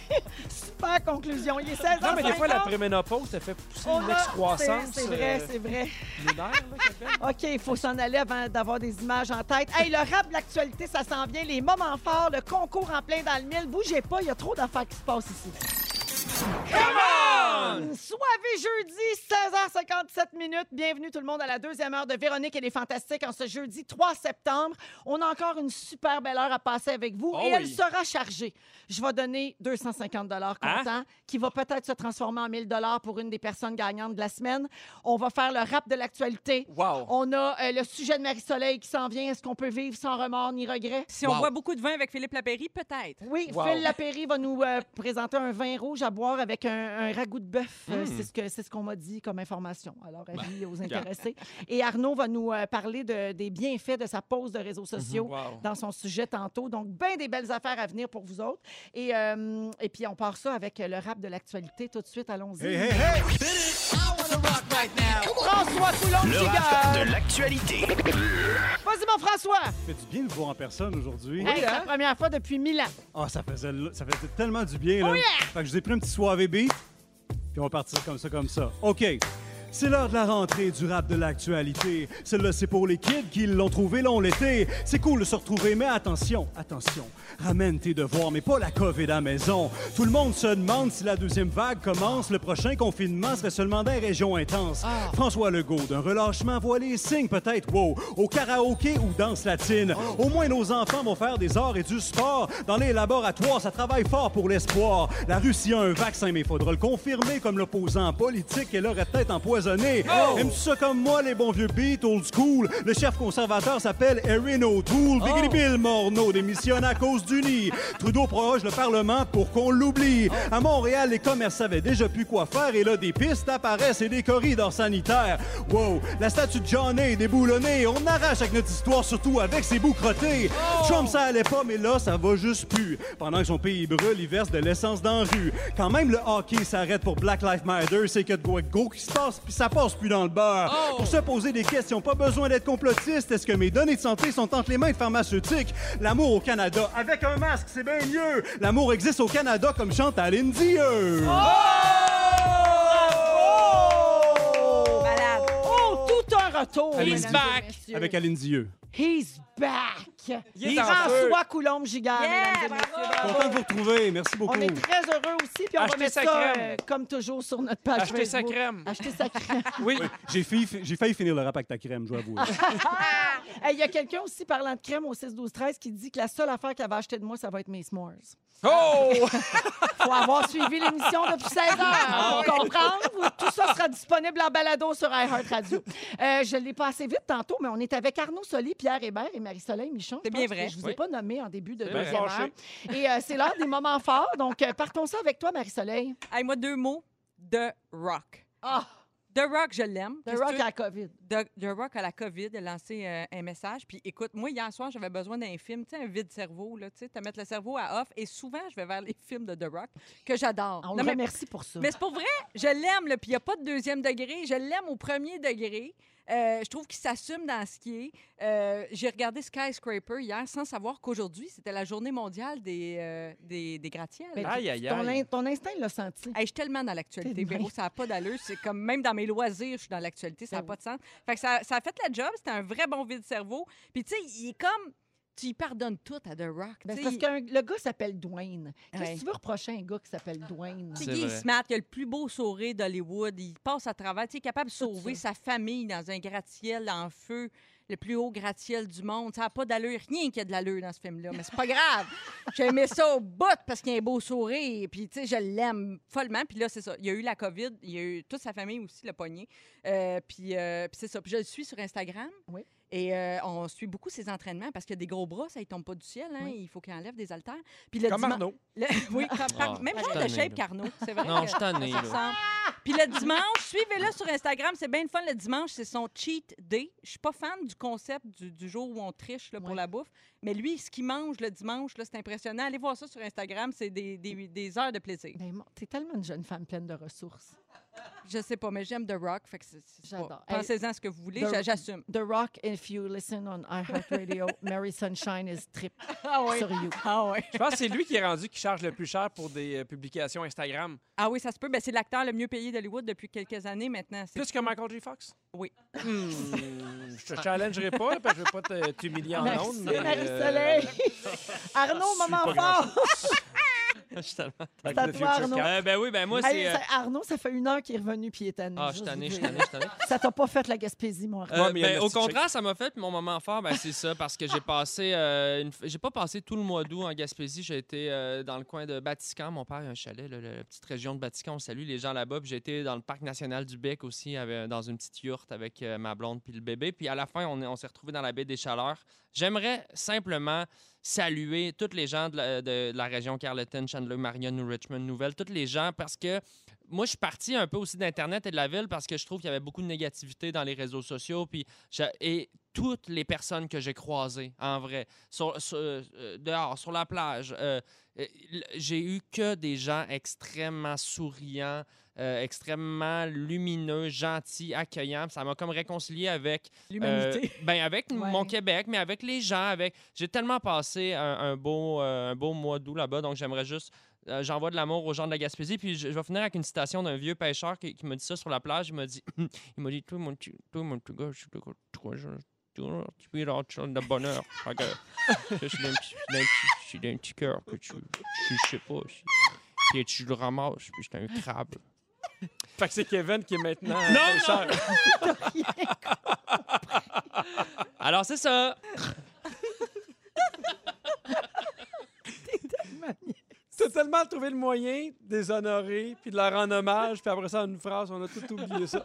[SPEAKER 3] Super conclusion. Il est 16
[SPEAKER 2] Non, mais des fois, la préménopause, ça fait pousser
[SPEAKER 3] Oh
[SPEAKER 2] une
[SPEAKER 3] là,
[SPEAKER 2] excroissance
[SPEAKER 3] C'est c'est vrai,
[SPEAKER 2] euh,
[SPEAKER 3] c'est vrai.
[SPEAKER 2] lunaire, là, qu'elle fait.
[SPEAKER 3] OK, il faut s'en aller avant d'avoir des images en tête. Hey, le rap de l'actualité, ça s'en vient. Les moments forts, le concours en plein dans le mille. Bougez pas, il y a trop d'affaires qui se passent ici. Come on! Soivez jeudi, 16h57 minutes. Bienvenue tout le monde à la deuxième heure de Véronique et les Fantastiques en ce jeudi 3 septembre. On a encore une super belle heure à passer avec vous
[SPEAKER 2] Oh
[SPEAKER 3] et elle
[SPEAKER 2] oui.
[SPEAKER 3] sera chargée. Je vais donner 250 dollars
[SPEAKER 2] Hein?
[SPEAKER 3] comptant qui va peut-être se transformer en 1000 dollars pour une des personnes gagnantes de la semaine. On va faire le rap de l'actualité.
[SPEAKER 2] Wow.
[SPEAKER 3] On a euh, le sujet de Marie-Soleil qui s'en vient. Est-ce qu'on peut vivre sans remords ni regrets?
[SPEAKER 4] Si on
[SPEAKER 5] Wow.
[SPEAKER 4] boit beaucoup de vin avec Philippe Lapéry, peut-être.
[SPEAKER 3] Oui,
[SPEAKER 2] Wow.
[SPEAKER 3] Phil Lapéry va nous euh, présenter un vin rouge à boire avec un, un ragoût de bœuf.
[SPEAKER 7] Hmm.
[SPEAKER 3] Euh,
[SPEAKER 5] Mm.
[SPEAKER 3] C'est ce que- c'est ce qu'on m'a dit comme information. Alors,
[SPEAKER 7] Ben,
[SPEAKER 3] avis aux intéressés. Et Arnaud va nous euh, parler de- des bienfaits de sa pause de
[SPEAKER 7] Mhm.
[SPEAKER 3] réseaux sociaux
[SPEAKER 2] Wow.
[SPEAKER 3] dans son sujet tantôt. Donc, bien des belles affaires à venir pour vous autres. Et, euh, et puis, on part ça avec le rap de l'actualité tout de suite. Allons-y. François Coulombe
[SPEAKER 7] Le rap de l'actualité.
[SPEAKER 3] Vas-y, mon François!
[SPEAKER 8] Ça fait du bien de vous voir en personne aujourd'hui.
[SPEAKER 3] Hey, c'est la première fois depuis mille ans.
[SPEAKER 8] Ah, ça faisait, ça faisait tellement du bien. Là. Fait que je vous ai pris un petit soirée beat, puis on va partir comme ça, comme ça. OK. C'est l'heure de la rentrée du rap de l'actualité. Celle-là, c'est pour les kids qui l'ont trouvé long l'été. C'est cool de se retrouver, mais attention, attention. Ramène tes devoirs, mais pas la COVID à la maison. Tout le monde se demande si la deuxième vague commence. Le prochain confinement serait seulement dans les régions intenses. François Legault, d'un relâchement, voit les signes peut-être. Wow! Au karaoké ou danse latine. Au moins, nos enfants vont faire des arts et du sport. Dans les laboratoires, ça travaille fort pour l'espoir. La Russie a un vaccin, mais il faudra le confirmer comme l'opposant politique et leur tête en poison empoisonné. Aimes-tu ça comme moi, les bons vieux beats old school? Le chef conservateur s'appelle Erin O'Toole. Biggity Bill Morneau démissionne à cause du nid. Trudeau proroge le Parlement pour qu'on l'oublie. À Montréal, les commerces savaient déjà plus quoi faire et là, des pistes apparaissent et des corridors sanitaires. Wow! La statue de John A. est déboulonnée. On arrache avec notre histoire, surtout avec ses bouts crottés. Trump, ça allait pas, mais là, ça va juste plus. Pendant que son pays brûle, il verse de l'essence dans la rue. Quand même, le hockey s'arrête pour Black Lives Matter. C'est que de quoi de gros qui se passe, puis ça passe plus dans le beurre. Pour se poser des questions, pas besoin d'être complotiste. Est-ce que mes données de santé sont entre les mains de pharmaceutiques? L'amour au Canada, avec un masque, c'est bien mieux. L'amour existe au Canada comme chante Aline Dieu.
[SPEAKER 4] Malade.
[SPEAKER 3] Oh, tout un retour!
[SPEAKER 5] He's
[SPEAKER 3] mesdames et
[SPEAKER 5] back.
[SPEAKER 3] messieurs.
[SPEAKER 8] Avec Aline Dieu.
[SPEAKER 3] He's back!
[SPEAKER 2] Il est en
[SPEAKER 3] François Coulombe-Gigard, mesdames et messieurs.
[SPEAKER 8] Content de vous retrouver. Merci beaucoup.
[SPEAKER 3] On est très heureux aussi, puis on
[SPEAKER 2] Achetez
[SPEAKER 3] va mettre
[SPEAKER 2] sa
[SPEAKER 3] ça,
[SPEAKER 2] crème.
[SPEAKER 3] euh, comme toujours, sur notre page
[SPEAKER 2] Achetez sa
[SPEAKER 3] Facebook.
[SPEAKER 2] crème.
[SPEAKER 3] Achetez sa crème.
[SPEAKER 2] Oui.
[SPEAKER 8] J'ai failli, j'ai failli finir le rap avec ta crème, je dois avouer.
[SPEAKER 3] Hey, Il y a quelqu'un aussi, parlant de crème, au 6-12-13, qui dit que la seule affaire qu'elle va acheter de moi, ça va être mes s'mores.
[SPEAKER 2] Oh!
[SPEAKER 3] faut avoir suivi l'émission depuis 16
[SPEAKER 4] Ah
[SPEAKER 3] heures pour comprendre. Tout ça sera disponible en balado sur iHeartRadio. Euh, je l'ai passé vite tantôt, mais on est avec Arnaud Soli, Pierre Hébert et Marie-Soleil Michon.
[SPEAKER 4] C'est
[SPEAKER 3] Je
[SPEAKER 4] bien
[SPEAKER 3] pense
[SPEAKER 4] vrai.
[SPEAKER 3] que Je ne vous ai
[SPEAKER 5] Oui.
[SPEAKER 3] pas nommé en début de
[SPEAKER 5] C'est bien
[SPEAKER 3] deuxième
[SPEAKER 2] fâché.
[SPEAKER 3] heure. Et euh, c'est l'heure des moments forts. Donc, euh, partons ça avec toi, Marie-Soleil.
[SPEAKER 4] Hey, moi, deux mots. The Rock.
[SPEAKER 3] Ah,
[SPEAKER 4] The Rock, je l'aime.
[SPEAKER 3] The
[SPEAKER 4] Qu'est-ce
[SPEAKER 3] Rock
[SPEAKER 4] que-
[SPEAKER 3] à la COVID.
[SPEAKER 4] The, The Rock à la COVID a lancé euh, un message. Puis écoute, moi, hier soir, j'avais besoin d'un film, tu sais, un vide-cerveau, là, tu sais, te mettre le cerveau à off. Et souvent, je vais vers les films de The Rock que j'adore.
[SPEAKER 3] Ah, On
[SPEAKER 4] Non,
[SPEAKER 3] le
[SPEAKER 4] mais,
[SPEAKER 3] remercie pour ça.
[SPEAKER 4] mais c'est pour vrai, je l'aime, là, puis il n'y a pas de deuxième degré. Je l'aime au premier degré. Euh, je trouve qu'il s'assume dans ce qui est. Euh, J'ai regardé Skyscraper hier sans savoir qu'aujourd'hui, c'était la journée mondiale des, euh, des, des gratte-ciels.
[SPEAKER 3] Mais
[SPEAKER 2] Aïe, aïe,
[SPEAKER 3] ton,
[SPEAKER 2] aïe.
[SPEAKER 3] in- ton instinct l'a senti.
[SPEAKER 4] Hey, je suis tellement dans l'actualité,
[SPEAKER 3] T'es de
[SPEAKER 4] Véro,
[SPEAKER 3] même.
[SPEAKER 4] ça n'a pas d'allure. C'est comme même dans mes loisirs, je suis dans l'actualité, ça n'a
[SPEAKER 3] Ben
[SPEAKER 4] pas de sens. Fait que ça, ça a fait la job, c'était un vrai bon vide-cerveau. Puis tu sais, il est comme, tu y pardonnes tout à The Rock.
[SPEAKER 3] Ben,
[SPEAKER 4] tu
[SPEAKER 3] c'est
[SPEAKER 4] sais,
[SPEAKER 3] parce
[SPEAKER 4] il-
[SPEAKER 3] que le gars s'appelle Dwayne. Qu'est-ce
[SPEAKER 4] Ouais.
[SPEAKER 3] que tu veux reprocher à un gars qui s'appelle Dwayne?
[SPEAKER 4] tu sais,
[SPEAKER 5] C'est
[SPEAKER 4] Guy
[SPEAKER 5] vrai.
[SPEAKER 4] Smart, il a le plus beau sourire d'Hollywood. Il passe à travers. Tu sais, il est capable de sauver sa famille dans un gratte-ciel en feu, le plus haut gratte-ciel du monde. Ça n'a pas d'allure, rien qu'il y a de l'allure dans ce film-là. Mais c'est pas grave. J'ai aimé ça au bout parce qu'il a un beau sourire. Puis, tu sais, je l'aime follement. Puis là, c'est ça. Il y a eu la COVID. Il y a eu toute sa famille aussi, le pogné. Euh, puis, euh, puis c'est ça. Puis je le suis sur Instagram.
[SPEAKER 3] Oui.
[SPEAKER 4] Et euh, on suit beaucoup ses entraînements parce qu'il y a des gros bras, ça ne tombe pas du ciel. hein. Il faut qu'il enlève des haltères. Puis le
[SPEAKER 2] Comme
[SPEAKER 4] diman-
[SPEAKER 2] Arnaud.
[SPEAKER 4] le- oui, comme- par-
[SPEAKER 5] Ah,
[SPEAKER 4] même
[SPEAKER 5] je
[SPEAKER 4] genre de
[SPEAKER 5] t'en ai,
[SPEAKER 4] shape
[SPEAKER 5] là.
[SPEAKER 4] qu'Arnaud, c'est vrai.
[SPEAKER 5] Non,
[SPEAKER 4] que
[SPEAKER 5] je t'en ai,
[SPEAKER 4] ça
[SPEAKER 5] là.
[SPEAKER 4] ressemble. Puis le dimanche, suivez-le sur Instagram, c'est bien le fun le dimanche, c'est son cheat day. Je suis pas fan du concept du, du jour où on triche là, pour
[SPEAKER 3] Ouais.
[SPEAKER 4] la bouffe, mais lui, ce qu'il mange le dimanche, là, c'est impressionnant. Allez voir ça sur Instagram, c'est des, des- des heures de plaisir.
[SPEAKER 3] Ben, mon- t'es tellement une jeune femme pleine de ressources.
[SPEAKER 4] Je sais pas, mais j'aime The Rock, fait que c'est- c'est pas-
[SPEAKER 3] J'adore. Hey,
[SPEAKER 4] Pensez-en ce que vous voulez,
[SPEAKER 3] The-
[SPEAKER 4] j'a- j'assume.
[SPEAKER 3] The Rock, if you listen on iHeartRadio, Mary Sunshine is trip
[SPEAKER 4] Ah oui.
[SPEAKER 3] sur you.
[SPEAKER 4] Ah oui.
[SPEAKER 2] Je pense que c'est lui qui est rendu qui charge le plus cher pour des euh, publications Instagram.
[SPEAKER 4] Ah oui, ça se peut. Ben, c'est l'acteur le mieux payé d'Hollywood depuis quelques années maintenant. C'est-
[SPEAKER 2] Plus que Michael J. Fox?
[SPEAKER 4] Oui.
[SPEAKER 2] Hmm, je te challengerai pas, là, parce que je veux pas te- t'humilier en
[SPEAKER 3] Merci,
[SPEAKER 2] ondes. mais, euh,
[SPEAKER 3] Marie-Soleil. Arnaud, moment fort.
[SPEAKER 5] Je suis tellement-
[SPEAKER 2] Back
[SPEAKER 3] C'est à
[SPEAKER 2] to the
[SPEAKER 3] toi,
[SPEAKER 2] Future
[SPEAKER 3] Arnaud.
[SPEAKER 2] quatre.
[SPEAKER 5] Euh, ben oui, ben moi,
[SPEAKER 3] Hey,
[SPEAKER 5] c'est. euh,
[SPEAKER 3] ça- Arnaud, ça fait une heure qu'il est revenu puis il est tanné.
[SPEAKER 5] Ah, je
[SPEAKER 3] juste
[SPEAKER 5] suis tanné,
[SPEAKER 3] vous
[SPEAKER 5] je suis
[SPEAKER 3] dire.
[SPEAKER 5] tanné, je suis tanné.
[SPEAKER 3] Ça t'a pas fait la gaspésie, mon Arnaud.
[SPEAKER 5] Euh,
[SPEAKER 2] Ouais, mais il y a
[SPEAKER 5] ben,
[SPEAKER 2] le
[SPEAKER 5] au
[SPEAKER 2] petit
[SPEAKER 5] contraire, ça m'a fait mon moment fort, ben, c'est ça, parce que j'ai passé, euh, une f- j'ai pas passé tout le mois d'août en Gaspésie. J'ai été euh, dans le coin de Batican. Mon père a un chalet, là, la petite région de Batican. On salue les gens là-bas. Puis j'ai été dans le parc national du Bec aussi, avec- euh, dans une petite yourte avec euh, ma blonde puis le bébé. Puis à la fin, on, est- on s'est retrouvés dans la baie des Chaleurs. J'aimerais simplement saluer toutes les gens de la, de- de la région Carleton, Chandler, Marion, New Richmond, Nouvelle, toutes les gens, parce que moi, je suis parti un peu aussi d'Internet et de la ville parce que je trouve qu'il y avait beaucoup de négativité dans les réseaux sociaux. Puis j'a- et toutes les personnes que j'ai croisées, en vrai, sur, sur- euh, dehors, sur la plage, euh, euh, l- j'ai eu que des gens extrêmement souriants, euh, extrêmement lumineux, gentils, accueillants. Puis Ça m'a comme réconcilié avec
[SPEAKER 4] L'humanité.
[SPEAKER 5] euh, ben avec
[SPEAKER 3] Ouais.
[SPEAKER 5] mon Québec, mais avec les gens, avec. J'ai tellement passé un, un beau, euh, un beau mois d'août là-bas, donc j'aimerais juste. euh, J'envoie de l'amour aux gens de la Gaspésie. Puis je, je vais finir avec une citation d'un vieux pêcheur qui, qui me dit ça sur la plage. Il m'a dit, il m'a dit, toi mon petit, toi mon petit gars, je suis d'accord, trois jours, trois jours, tu es là, tu as de bonheur. Fait que, je suis d'un petit- je suis d'un petit- je suis d'un petit cœur que tu, je je sais pas. je- Puis tu le ramasses, puis c'est un crabe.
[SPEAKER 2] Fait que c'est Kevin qui est maintenant
[SPEAKER 5] Non,
[SPEAKER 2] euh, pêcheur.
[SPEAKER 5] Alors c'est ça.
[SPEAKER 2] T'as tellement trouvé le moyen de les honorer, puis de leur rendre hommage, puis après ça, en une phrase, on a tout oublié ça.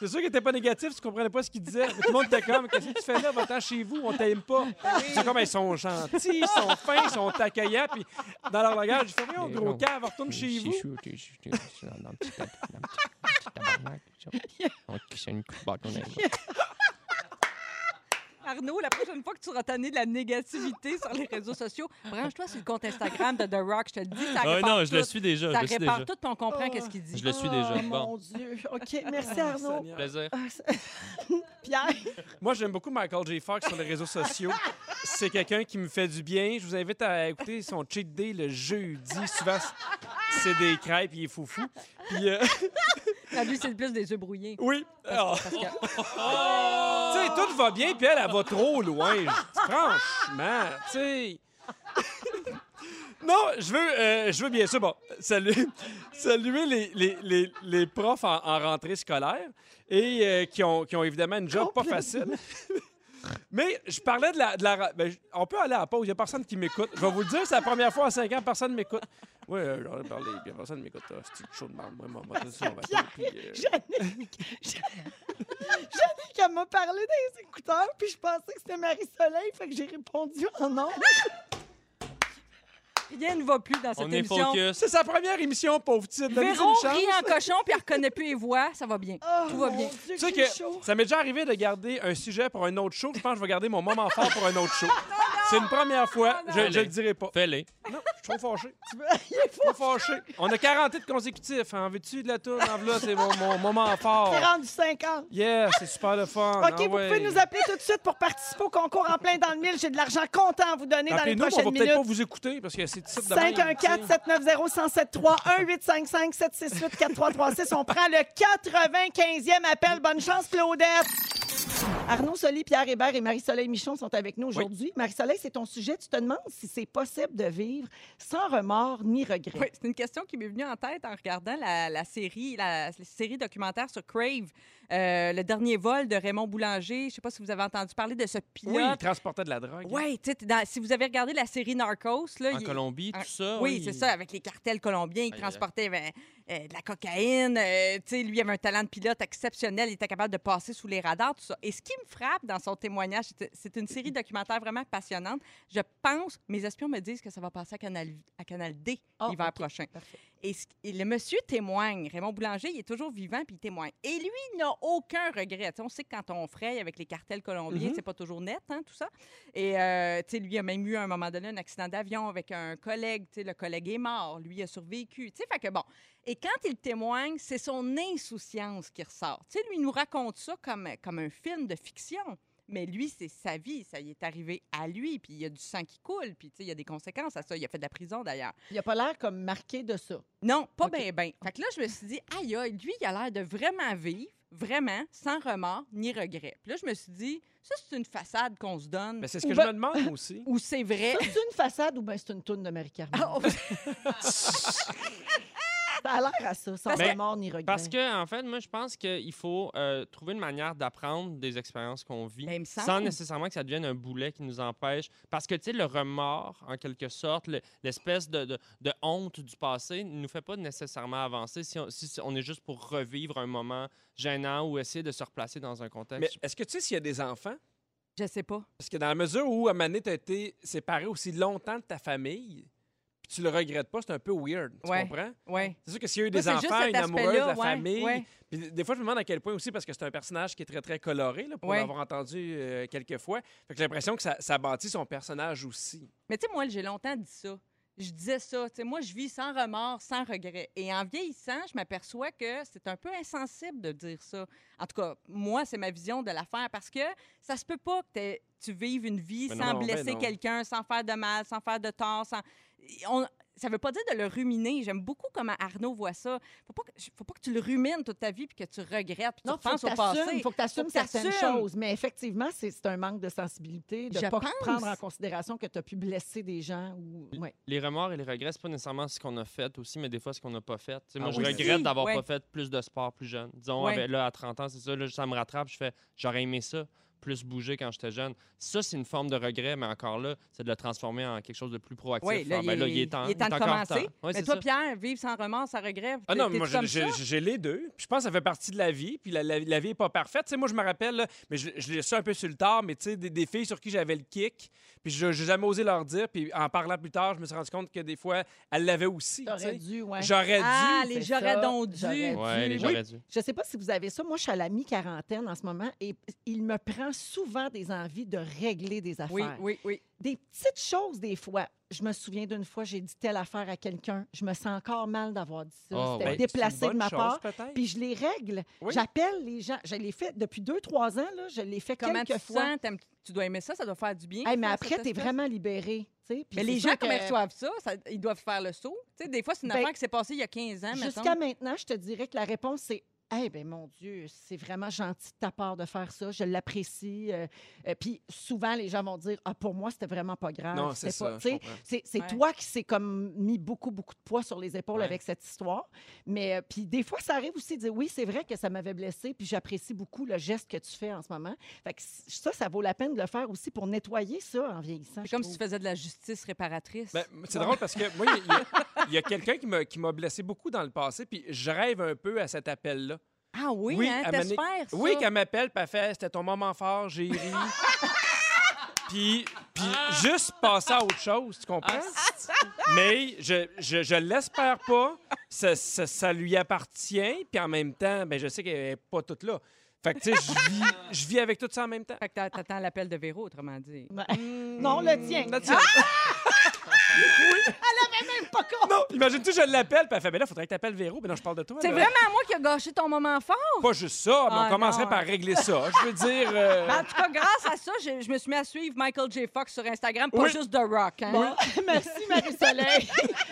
[SPEAKER 2] C'est sûr qu'il était pas négatif, tu comprenais pas ce qu'il disait. Mais tout le monde était comme, qu'est-ce que tu fais là, va-t'en chez vous, on t'aime pas. C'est comme, ils sont gentils, ils sont fins, ils sont accueillants. Puis dans leur langage, ils font, rien, gros cave, retourne chez vous.
[SPEAKER 4] Arnaud, la prochaine fois que tu auras tanné de la négativité sur les réseaux sociaux, branche-toi sur le compte Instagram de The Rock. Je te le dis, ça
[SPEAKER 5] Ah
[SPEAKER 4] répare
[SPEAKER 5] non, je le
[SPEAKER 4] tout.
[SPEAKER 5] suis déjà.
[SPEAKER 4] Ça
[SPEAKER 5] je le suis
[SPEAKER 4] répare
[SPEAKER 5] déjà.
[SPEAKER 4] tout, puis on comprend qu'est-ce qu'il dit.
[SPEAKER 5] Je le suis déjà.
[SPEAKER 3] Ah,
[SPEAKER 5] Bon,
[SPEAKER 3] Mon Dieu. OK, merci Arnaud.
[SPEAKER 2] Ah, Seigneur.
[SPEAKER 5] plaisir.
[SPEAKER 3] Ah, c'est- Pierre,
[SPEAKER 2] Moi, j'aime beaucoup Michael J. Fox sur les réseaux sociaux. C'est quelqu'un qui me fait du bien. Je vous invite à écouter son cheat day le jeudi. Souvent, c'est des crêpes, il est foufou. Puis, euh,
[SPEAKER 4] Ah, lui, c'est le plus des yeux brouillés.
[SPEAKER 2] oui. Ah.
[SPEAKER 4] Parce que-
[SPEAKER 2] Tu
[SPEAKER 4] Oh!
[SPEAKER 2] sais, tout va bien, puis elle, elle va trop loin. Je- Franchement, tu sais. Non, je veux, euh, je veux bien sûr bon, saluer, saluer les, les, les, les profs en, en rentrée scolaire et euh, qui, ont, qui ont évidemment une job pas facile. Mais je parlais de la. de la ra- ben, je- on peut aller à la pause, il n'y a personne qui m'écoute. Je vais vous le dire, c'est la première fois en 5 ans, personne ne m'écoute. Oui, euh, j'en ai parlé, puis personne ne m'écoute. Ah, C'est une chaude merde, moi, moi, moi, ça, on va attendre, puis, euh,
[SPEAKER 3] Yannick, elle m'a parlé des écouteurs, puis je pensais que c'était Marie-Soleil, fait que j'ai répondu en non.
[SPEAKER 4] Rien ne va plus dans cette
[SPEAKER 5] On est
[SPEAKER 4] émission.
[SPEAKER 5] focus.
[SPEAKER 2] C'est sa première émission, pauvre titre. Donnez-lui
[SPEAKER 4] Véro
[SPEAKER 2] une chance. Oh.
[SPEAKER 4] rit en cochon, puis elle reconnaît plus les voix. Ça va bien. Tout va bien.
[SPEAKER 3] Tu
[SPEAKER 2] Tu sais que ça m'est déjà arrivé de garder un sujet pour un autre show. Je pense que je vais garder mon moment fort pour un autre show. C'est une première fois.
[SPEAKER 4] non,
[SPEAKER 2] Je
[SPEAKER 5] non.
[SPEAKER 2] ne le dirai pas.
[SPEAKER 5] Fais-les.
[SPEAKER 2] Non, je suis trop fâché. Trop fâché. On a 40 titres consécutifs. En veux-tu de la tourne? En voilà, c'est mon, mon moment
[SPEAKER 5] Oh.
[SPEAKER 2] fort.
[SPEAKER 3] T'es rendu 50.
[SPEAKER 2] Yeah, c'est super le fun.
[SPEAKER 3] OK,
[SPEAKER 2] Ah
[SPEAKER 3] vous
[SPEAKER 2] ouais.
[SPEAKER 3] pouvez nous appeler tout de suite pour participer au concours en plein dans le mille. J'ai de l'argent content à vous donner dans les
[SPEAKER 2] Appelez-nous, on
[SPEAKER 3] prochaines
[SPEAKER 2] va peut-être pas
[SPEAKER 3] minutes.
[SPEAKER 2] vous écouter parce que c'est tout de même, tu sais.
[SPEAKER 3] 514-790-1073-1855-768-4336. On prend le 95e appel. Bonne chance, Claudette. Arnaud Soli, Pierre Hébert et Marie-Soleil Michon sont avec nous aujourd'hui. Marie-Soleil, c'est ton sujet. Tu te demandes si c'est possible de vivre sans remords ni regrets.
[SPEAKER 4] Oui, c'est une question qui m'est venue en tête en regardant la, la série, la, la série documentaire sur Crave, euh, le dernier vol de Raymond Boulanger. Je ne sais pas si vous avez entendu parler de ce
[SPEAKER 2] Oui, il
[SPEAKER 4] pilote.
[SPEAKER 2] transportait de la drogue.
[SPEAKER 4] Oui, tu sais, dans- si vous avez regardé la série Narcos, là,
[SPEAKER 5] En
[SPEAKER 4] il-
[SPEAKER 5] Colombie, tout
[SPEAKER 4] Ah,
[SPEAKER 5] ça.
[SPEAKER 4] Oui, c'est ça, avec les cartels colombiens, il
[SPEAKER 5] aïe.
[SPEAKER 4] transportait ben, euh, de la cocaïne. euh, tu sais, lui avait un talent de pilote exceptionnel, il était capable de passer sous les radars, tout ça. Et ce qui me frappe dans son témoignage, c'est- c'est une série documentaire vraiment passionnante. Je pense, mes espions me disent que ça va passer à Canal, à Canal D
[SPEAKER 3] Ah,
[SPEAKER 4] l'hiver
[SPEAKER 3] ok,
[SPEAKER 4] prochain.
[SPEAKER 3] parfait.
[SPEAKER 4] Et, ce- et le monsieur témoigne, Raymond Boulanger, il est toujours vivant, puis il témoigne. Et lui, il n'a aucun regret. Tu sais, on sait que quand on fraye avec les cartels
[SPEAKER 5] Mm-hmm.
[SPEAKER 4] colombiens, c'est pas toujours net, hein, tout ça. Et euh, tu sais, lui a même eu à un moment donné un accident d'avion avec un collègue. Tu sais, le collègue est mort. Lui a survécu. Tu sais, fait que bon. Et quand il témoigne, c'est son insouciance qui ressort. Tu sais, lui il nous raconte ça comme, comme un film de fiction. Mais lui, c'est sa vie, ça y est arrivé à lui, puis il y a du sang qui coule, puis tu sais, il y a des conséquences à ça. Il a fait de la prison d'ailleurs.
[SPEAKER 3] Il a pas l'air comme marqué de ça.
[SPEAKER 4] Non, pas
[SPEAKER 3] OK.
[SPEAKER 4] bien, bien. Fait que là, je me suis dit, aïe, aïe, lui, il a l'air de vraiment vivre, vraiment, sans remords ni regrets. Puis là, je me suis dit, ça, c'est une façade qu'on se donne,
[SPEAKER 2] Mais c'est ce que
[SPEAKER 3] Ou
[SPEAKER 2] je
[SPEAKER 3] ben-
[SPEAKER 2] me demande aussi.
[SPEAKER 4] ou c'est vrai.
[SPEAKER 3] Ça, C'est une façade ou bien c'est une toune de Marie-Carmen?
[SPEAKER 4] Ah, oh,
[SPEAKER 3] Ça a l'air à ça, sans
[SPEAKER 4] Parce que-
[SPEAKER 3] remords ni regrets.
[SPEAKER 5] Parce que, en fait, moi, je pense qu'il faut euh, trouver une manière d'apprendre des expériences qu'on vit
[SPEAKER 4] Ben, il me semble.
[SPEAKER 5] sans nécessairement que ça devienne un boulet qui nous empêche. Parce que, tu sais, le remords, en quelque sorte, le- l'espèce de, de- de honte du passé ne nous fait pas nécessairement avancer si on, si- si on est juste pour revivre un moment gênant ou essayer de se replacer dans un
[SPEAKER 2] Mais
[SPEAKER 5] contexte.
[SPEAKER 2] est-ce que tu sais s'il y a des enfants?
[SPEAKER 4] je sais pas.
[SPEAKER 2] Parce que dans la mesure où, à Mané, tu été séparé aussi longtemps de ta famille, puis tu le regrettes pas, c'est un peu weird. Tu
[SPEAKER 4] Ouais.
[SPEAKER 2] comprends?
[SPEAKER 4] Ouais.
[SPEAKER 2] C'est sûr que s'il y a eu
[SPEAKER 4] Moi,
[SPEAKER 2] des
[SPEAKER 4] c'est juste
[SPEAKER 2] enfants,
[SPEAKER 4] cet
[SPEAKER 2] une amoureuse,
[SPEAKER 4] aspect-là,
[SPEAKER 2] la
[SPEAKER 4] ouais,
[SPEAKER 2] famille.
[SPEAKER 4] ouais.
[SPEAKER 2] Puis des fois, je me demande à quel point aussi, parce que c'est un personnage qui est très, très coloré, là, pour
[SPEAKER 4] Ouais.
[SPEAKER 2] l'avoir entendu euh, quelques fois. Fait que j'ai l'impression que ça, ça bâtit son personnage aussi.
[SPEAKER 4] Mais tu sais, moi, j'ai longtemps dit ça. Je disais ça. Tu sais, moi, je vis sans remords, sans regret. Et en vieillissant, je m'aperçois que c'est un peu insensible de dire ça. En tout cas, moi, c'est ma vision de l'affaire parce que ça se peut pas que t'aies- tu vives une vie
[SPEAKER 2] Mais
[SPEAKER 4] sans
[SPEAKER 2] non, mais
[SPEAKER 4] blesser
[SPEAKER 2] non.
[SPEAKER 4] quelqu'un, sans faire de mal, sans faire de tort, sans. On- Ça veut pas dire de le ruminer. J'aime beaucoup comment Arnaud voit ça. Faut pas que, faut pas que tu le rumines toute ta vie puis que tu regrettes, puis tu
[SPEAKER 3] Non, faut
[SPEAKER 4] penses au
[SPEAKER 3] que
[SPEAKER 4] passé.
[SPEAKER 3] t'assumes, faut que tu assumes
[SPEAKER 4] Faut que
[SPEAKER 3] certaines
[SPEAKER 4] t'assumes.
[SPEAKER 3] choses. Mais effectivement, c'est c'est un manque de sensibilité de
[SPEAKER 4] Je
[SPEAKER 3] ne pas
[SPEAKER 4] pense.
[SPEAKER 3] prendre en considération que tu as pu blesser des gens. Ou... Ouais.
[SPEAKER 5] Les remords et les regrets, c'est pas nécessairement ce qu'on a fait aussi, mais des fois ce qu'on n'a pas fait. Tu sais, moi,
[SPEAKER 2] Ah
[SPEAKER 5] je
[SPEAKER 2] oui.
[SPEAKER 5] regrette
[SPEAKER 4] Si,
[SPEAKER 5] d'avoir
[SPEAKER 4] ouais.
[SPEAKER 5] pas fait plus de sport plus jeune. Disons,
[SPEAKER 4] Ouais.
[SPEAKER 5] avec- là, à 30 ans, c'est ça, là, ça me rattrape, je fais, j'aurais aimé ça. plus bouger quand j'étais jeune. Ça, c'est une forme de regret, mais encore là, c'est de le transformer en quelque chose de plus proactif.
[SPEAKER 4] Oui, là,
[SPEAKER 5] Ah,
[SPEAKER 4] il,
[SPEAKER 5] ben
[SPEAKER 4] est, il est temps de
[SPEAKER 5] encore
[SPEAKER 4] commencer.
[SPEAKER 5] temps. Ouais,
[SPEAKER 4] mais
[SPEAKER 5] c'est
[SPEAKER 4] toi,
[SPEAKER 5] ça.
[SPEAKER 4] Pierre, vivre sans remords, sans regret.
[SPEAKER 2] Ah non,
[SPEAKER 4] t'es-
[SPEAKER 2] mais moi,
[SPEAKER 4] t'es-tu comme
[SPEAKER 2] j'ai-
[SPEAKER 4] ça?
[SPEAKER 2] j'ai j'ai les deux. Puis je pense que ça fait partie de la vie. Puis la, la- la vie n'est pas parfaite. Tu sais, moi, je me rappelle, là, mais je, je l'ai su un peu sur le tard, mais tu sais, des, des filles sur qui j'avais le kick. Puis je n'ai jamais osé leur dire. Puis en parlant plus tard, je me suis rendu compte que des fois, elles l'avaient aussi. tu sais.
[SPEAKER 3] T'aurais dû, ouais.
[SPEAKER 2] J'aurais
[SPEAKER 4] Ah,
[SPEAKER 2] dû.
[SPEAKER 4] les
[SPEAKER 3] C'est
[SPEAKER 4] j'aurais
[SPEAKER 3] ça,
[SPEAKER 4] donc dû.
[SPEAKER 3] j'aurais dû.
[SPEAKER 5] Ouais, les
[SPEAKER 3] Oui.
[SPEAKER 5] gens auraient dû.
[SPEAKER 3] Je sais pas si vous avez ça. Moi, je suis à la mi-quarantaine en ce moment et il me prend souvent des envies de régler des affaires.
[SPEAKER 4] Oui, oui, oui.
[SPEAKER 3] Des petites choses, des fois. Je me souviens d'une fois, j'ai dit telle affaire à quelqu'un. Je me sens encore mal d'avoir dit ça.
[SPEAKER 4] ben,
[SPEAKER 5] Ah,
[SPEAKER 2] Ben,
[SPEAKER 3] C'était
[SPEAKER 5] ouais.
[SPEAKER 3] déplacé de ma part.
[SPEAKER 2] peut-être.
[SPEAKER 3] Puis je les règle.
[SPEAKER 2] Oui.
[SPEAKER 3] J'appelle les gens. Je l'ai fait depuis deux, trois ans. Là, je l'ai fait
[SPEAKER 4] Comment tu
[SPEAKER 3] quelques
[SPEAKER 4] te
[SPEAKER 3] fois.
[SPEAKER 4] sens? T'aimes- Tu dois aimer ça, ça doit faire du bien.
[SPEAKER 3] Hey, mais
[SPEAKER 4] ça,
[SPEAKER 3] après,
[SPEAKER 4] cette
[SPEAKER 3] tu es
[SPEAKER 4] espèce-
[SPEAKER 3] vraiment libéré. tu sais. Puis c'est
[SPEAKER 4] Mais les
[SPEAKER 3] sûr
[SPEAKER 4] gens, comment
[SPEAKER 3] que-
[SPEAKER 4] ils reçoivent ça? Ça- Ils doivent faire le saut. Tu sais, des fois, c'est une
[SPEAKER 3] Ben,
[SPEAKER 4] affaire qui s'est passée il y a 15 ans, mettons.
[SPEAKER 3] Jusqu'à maintenant, je te dirais que la réponse, c'est Eh ben mon Dieu, c'est vraiment gentil de ta part de faire ça. Je l'apprécie. Euh, euh, Puis souvent, les gens vont dire Ah, pour moi, c'était vraiment pas grave.
[SPEAKER 2] Non, c'est
[SPEAKER 3] C'était pas-
[SPEAKER 2] ça.
[SPEAKER 3] tu
[SPEAKER 2] je
[SPEAKER 3] euh, sais,
[SPEAKER 2] comprends.
[SPEAKER 3] C'est c'est
[SPEAKER 4] Ouais.
[SPEAKER 3] toi qui s'est comme mis beaucoup, beaucoup de poids sur les épaules
[SPEAKER 5] Ouais.
[SPEAKER 3] avec cette histoire. Mais euh, puis des fois, ça arrive aussi de dire oui, c'est vrai que ça m'avait blessé, puis j'apprécie beaucoup le geste que tu fais en ce moment. Fait que c- ça, ça vaut la peine de le faire aussi pour nettoyer ça en vieillissant.
[SPEAKER 4] C'est
[SPEAKER 3] je
[SPEAKER 4] comme si
[SPEAKER 3] trouve.
[SPEAKER 4] tu faisais de la justice réparatrice.
[SPEAKER 2] Ben, c'est drôle parce que moi, il y a- il y a, quelqu'un qui m'a- qui m'a blessé beaucoup dans le passé, puis je rêve un peu à cet appel-là.
[SPEAKER 4] ah oui,
[SPEAKER 2] oui,
[SPEAKER 4] hein,
[SPEAKER 2] à
[SPEAKER 4] t'espères ça.
[SPEAKER 2] Oui, qu'elle m'appelle, puis elle fait C'était ton moment fort, j'ai ri. puis, puis
[SPEAKER 4] Ah.
[SPEAKER 2] juste passer à autre chose, tu comprends? Mais je, je, je l'espère pas. Ça, ça- ça lui appartient, puis en même temps, ben, je sais qu'elle n'est pas toute là. Fait que, tu sais, je vis, je vis avec tout ça en même temps.
[SPEAKER 4] Fait que t'a- t'attends l'appel de Véro, autrement dit.
[SPEAKER 3] Ouais. Non, le tien. Ah!
[SPEAKER 2] Là, tu- Non, imagine-tu, je l'appelle, puis elle fait Ben là, faudrait que t'appelles Véro. Ben non, je parle de toi.
[SPEAKER 4] C'est
[SPEAKER 2] là.
[SPEAKER 4] vraiment moi qui a gâché ton moment fort.
[SPEAKER 2] Pas juste ça, mais
[SPEAKER 4] Ah,
[SPEAKER 2] on commencerait
[SPEAKER 4] non.
[SPEAKER 2] par régler ça. Je veux dire. euh,
[SPEAKER 4] Ben, en tout cas, grâce à ça, je, je me suis mis à suivre Michael J. Fox sur Instagram, pas
[SPEAKER 2] Oui.
[SPEAKER 4] juste The Rock. hein.
[SPEAKER 3] Bon, Ah, merci Marie-Soleil.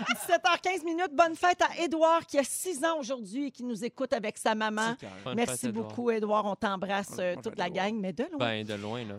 [SPEAKER 3] 17h15 minutes. Bonne fête à Édouard qui a 6 ans aujourd'hui et qui nous écoute avec sa maman.
[SPEAKER 2] c'est carré.
[SPEAKER 5] Bonne fête,
[SPEAKER 3] Merci
[SPEAKER 5] Édouard.
[SPEAKER 3] beaucoup, Édouard. On t'embrasse,
[SPEAKER 2] Bonne-
[SPEAKER 3] euh,
[SPEAKER 2] bonne
[SPEAKER 3] toute
[SPEAKER 2] fête,
[SPEAKER 3] la
[SPEAKER 2] Édouard.
[SPEAKER 3] gang, mais de loin.
[SPEAKER 5] Ben, de loin, là.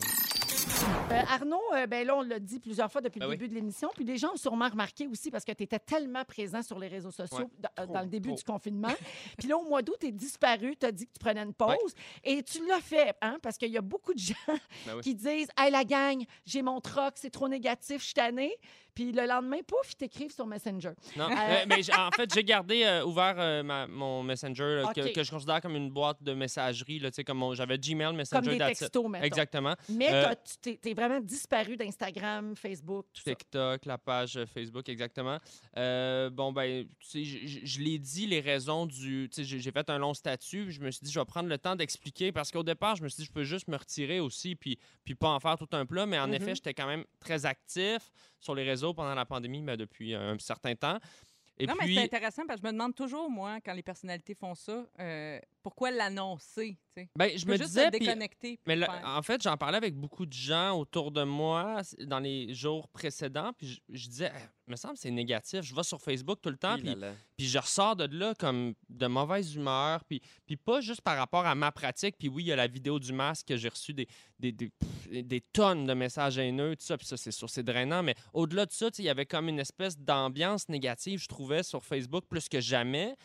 [SPEAKER 3] Euh, Arnaud, euh, ben là, on l'a dit plusieurs fois depuis le
[SPEAKER 5] Ben oui.
[SPEAKER 3] début de l'émission. Puis les gens ont sûrement remarqué aussi parce que tu étais tellement présent sur les réseaux sociaux
[SPEAKER 5] Ouais,
[SPEAKER 3] dans, euh,
[SPEAKER 5] trop,
[SPEAKER 3] dans le début
[SPEAKER 5] trop.
[SPEAKER 3] du confinement. Puis là, au mois d'août, tu es disparu. Tu as dit que tu prenais une pause. Et tu l'as fait, hein, parce qu'il y a beaucoup de gens
[SPEAKER 5] Ben oui.
[SPEAKER 3] qui disent Hey, la gang, j'ai mon troc, c'est trop négatif, je suis tannée. Puis le lendemain, pouf, ils t'écrivent sur Messenger.
[SPEAKER 5] Non,
[SPEAKER 4] Euh.
[SPEAKER 5] mais, mais j'ai- en fait, j'ai gardé euh, ouvert euh, ma- mon Messenger, là, que-
[SPEAKER 3] OK.
[SPEAKER 5] que, je considère comme une boîte de messagerie. Là, tu sais, comme mon- J'avais Gmail, Messenger,
[SPEAKER 3] Comme des
[SPEAKER 5] that's it.
[SPEAKER 3] textos, maintenant.
[SPEAKER 5] Exactement.
[SPEAKER 3] Mais
[SPEAKER 5] Euh,
[SPEAKER 3] t'as- tu t'es- t'es vraiment disparu d'Instagram, Facebook, tout ça.
[SPEAKER 5] TikTok, la page euh, Facebook, exactement. Euh, bon, ben, tu sais, je- je je l'ai dit, les raisons du. Tu sais, j'ai- j'ai fait un long statut, puis je me suis dit, je vais prendre le temps d'expliquer parce qu'au départ, je me suis dit, je peux juste me retirer aussi, puis, puis pas en faire tout un plat, mais en
[SPEAKER 4] Mm-hmm.
[SPEAKER 5] effet, j'étais quand même très actif sur les réseaux pendant la pandémie, mais depuis un certain temps. Et
[SPEAKER 4] non, mais
[SPEAKER 5] puis.
[SPEAKER 4] c'est intéressant parce que je me demande toujours, moi, quand les personnalités font ça, euh, pourquoi l'annoncer? tu sais?
[SPEAKER 5] Ben, je
[SPEAKER 4] Tu
[SPEAKER 5] me
[SPEAKER 4] peux juste
[SPEAKER 5] disais,
[SPEAKER 4] te
[SPEAKER 5] puis-
[SPEAKER 4] déconnecter. puis
[SPEAKER 5] Mais Ah.
[SPEAKER 4] le
[SPEAKER 5] là,
[SPEAKER 4] faire.
[SPEAKER 5] en fait, j'en parlais avec beaucoup de gens autour de moi c- dans les jours précédents, puis je, je disais, Eh, me semble que c'est négatif. Je vais sur Facebook tout le temps, puis, puis je ressors de là comme de mauvaise humeur, puis, puis pas juste par rapport à ma pratique. Puis oui, il y a la vidéo du masque que j'ai reçu des, des, des- pff, des tonnes de messages haineux, tout ça, puis ça, c'est sûr, c'est drainant. Mais au-delà de ça, tu sais, il y avait comme une espèce d'ambiance négative, je trouvais, sur Facebook plus que jamais.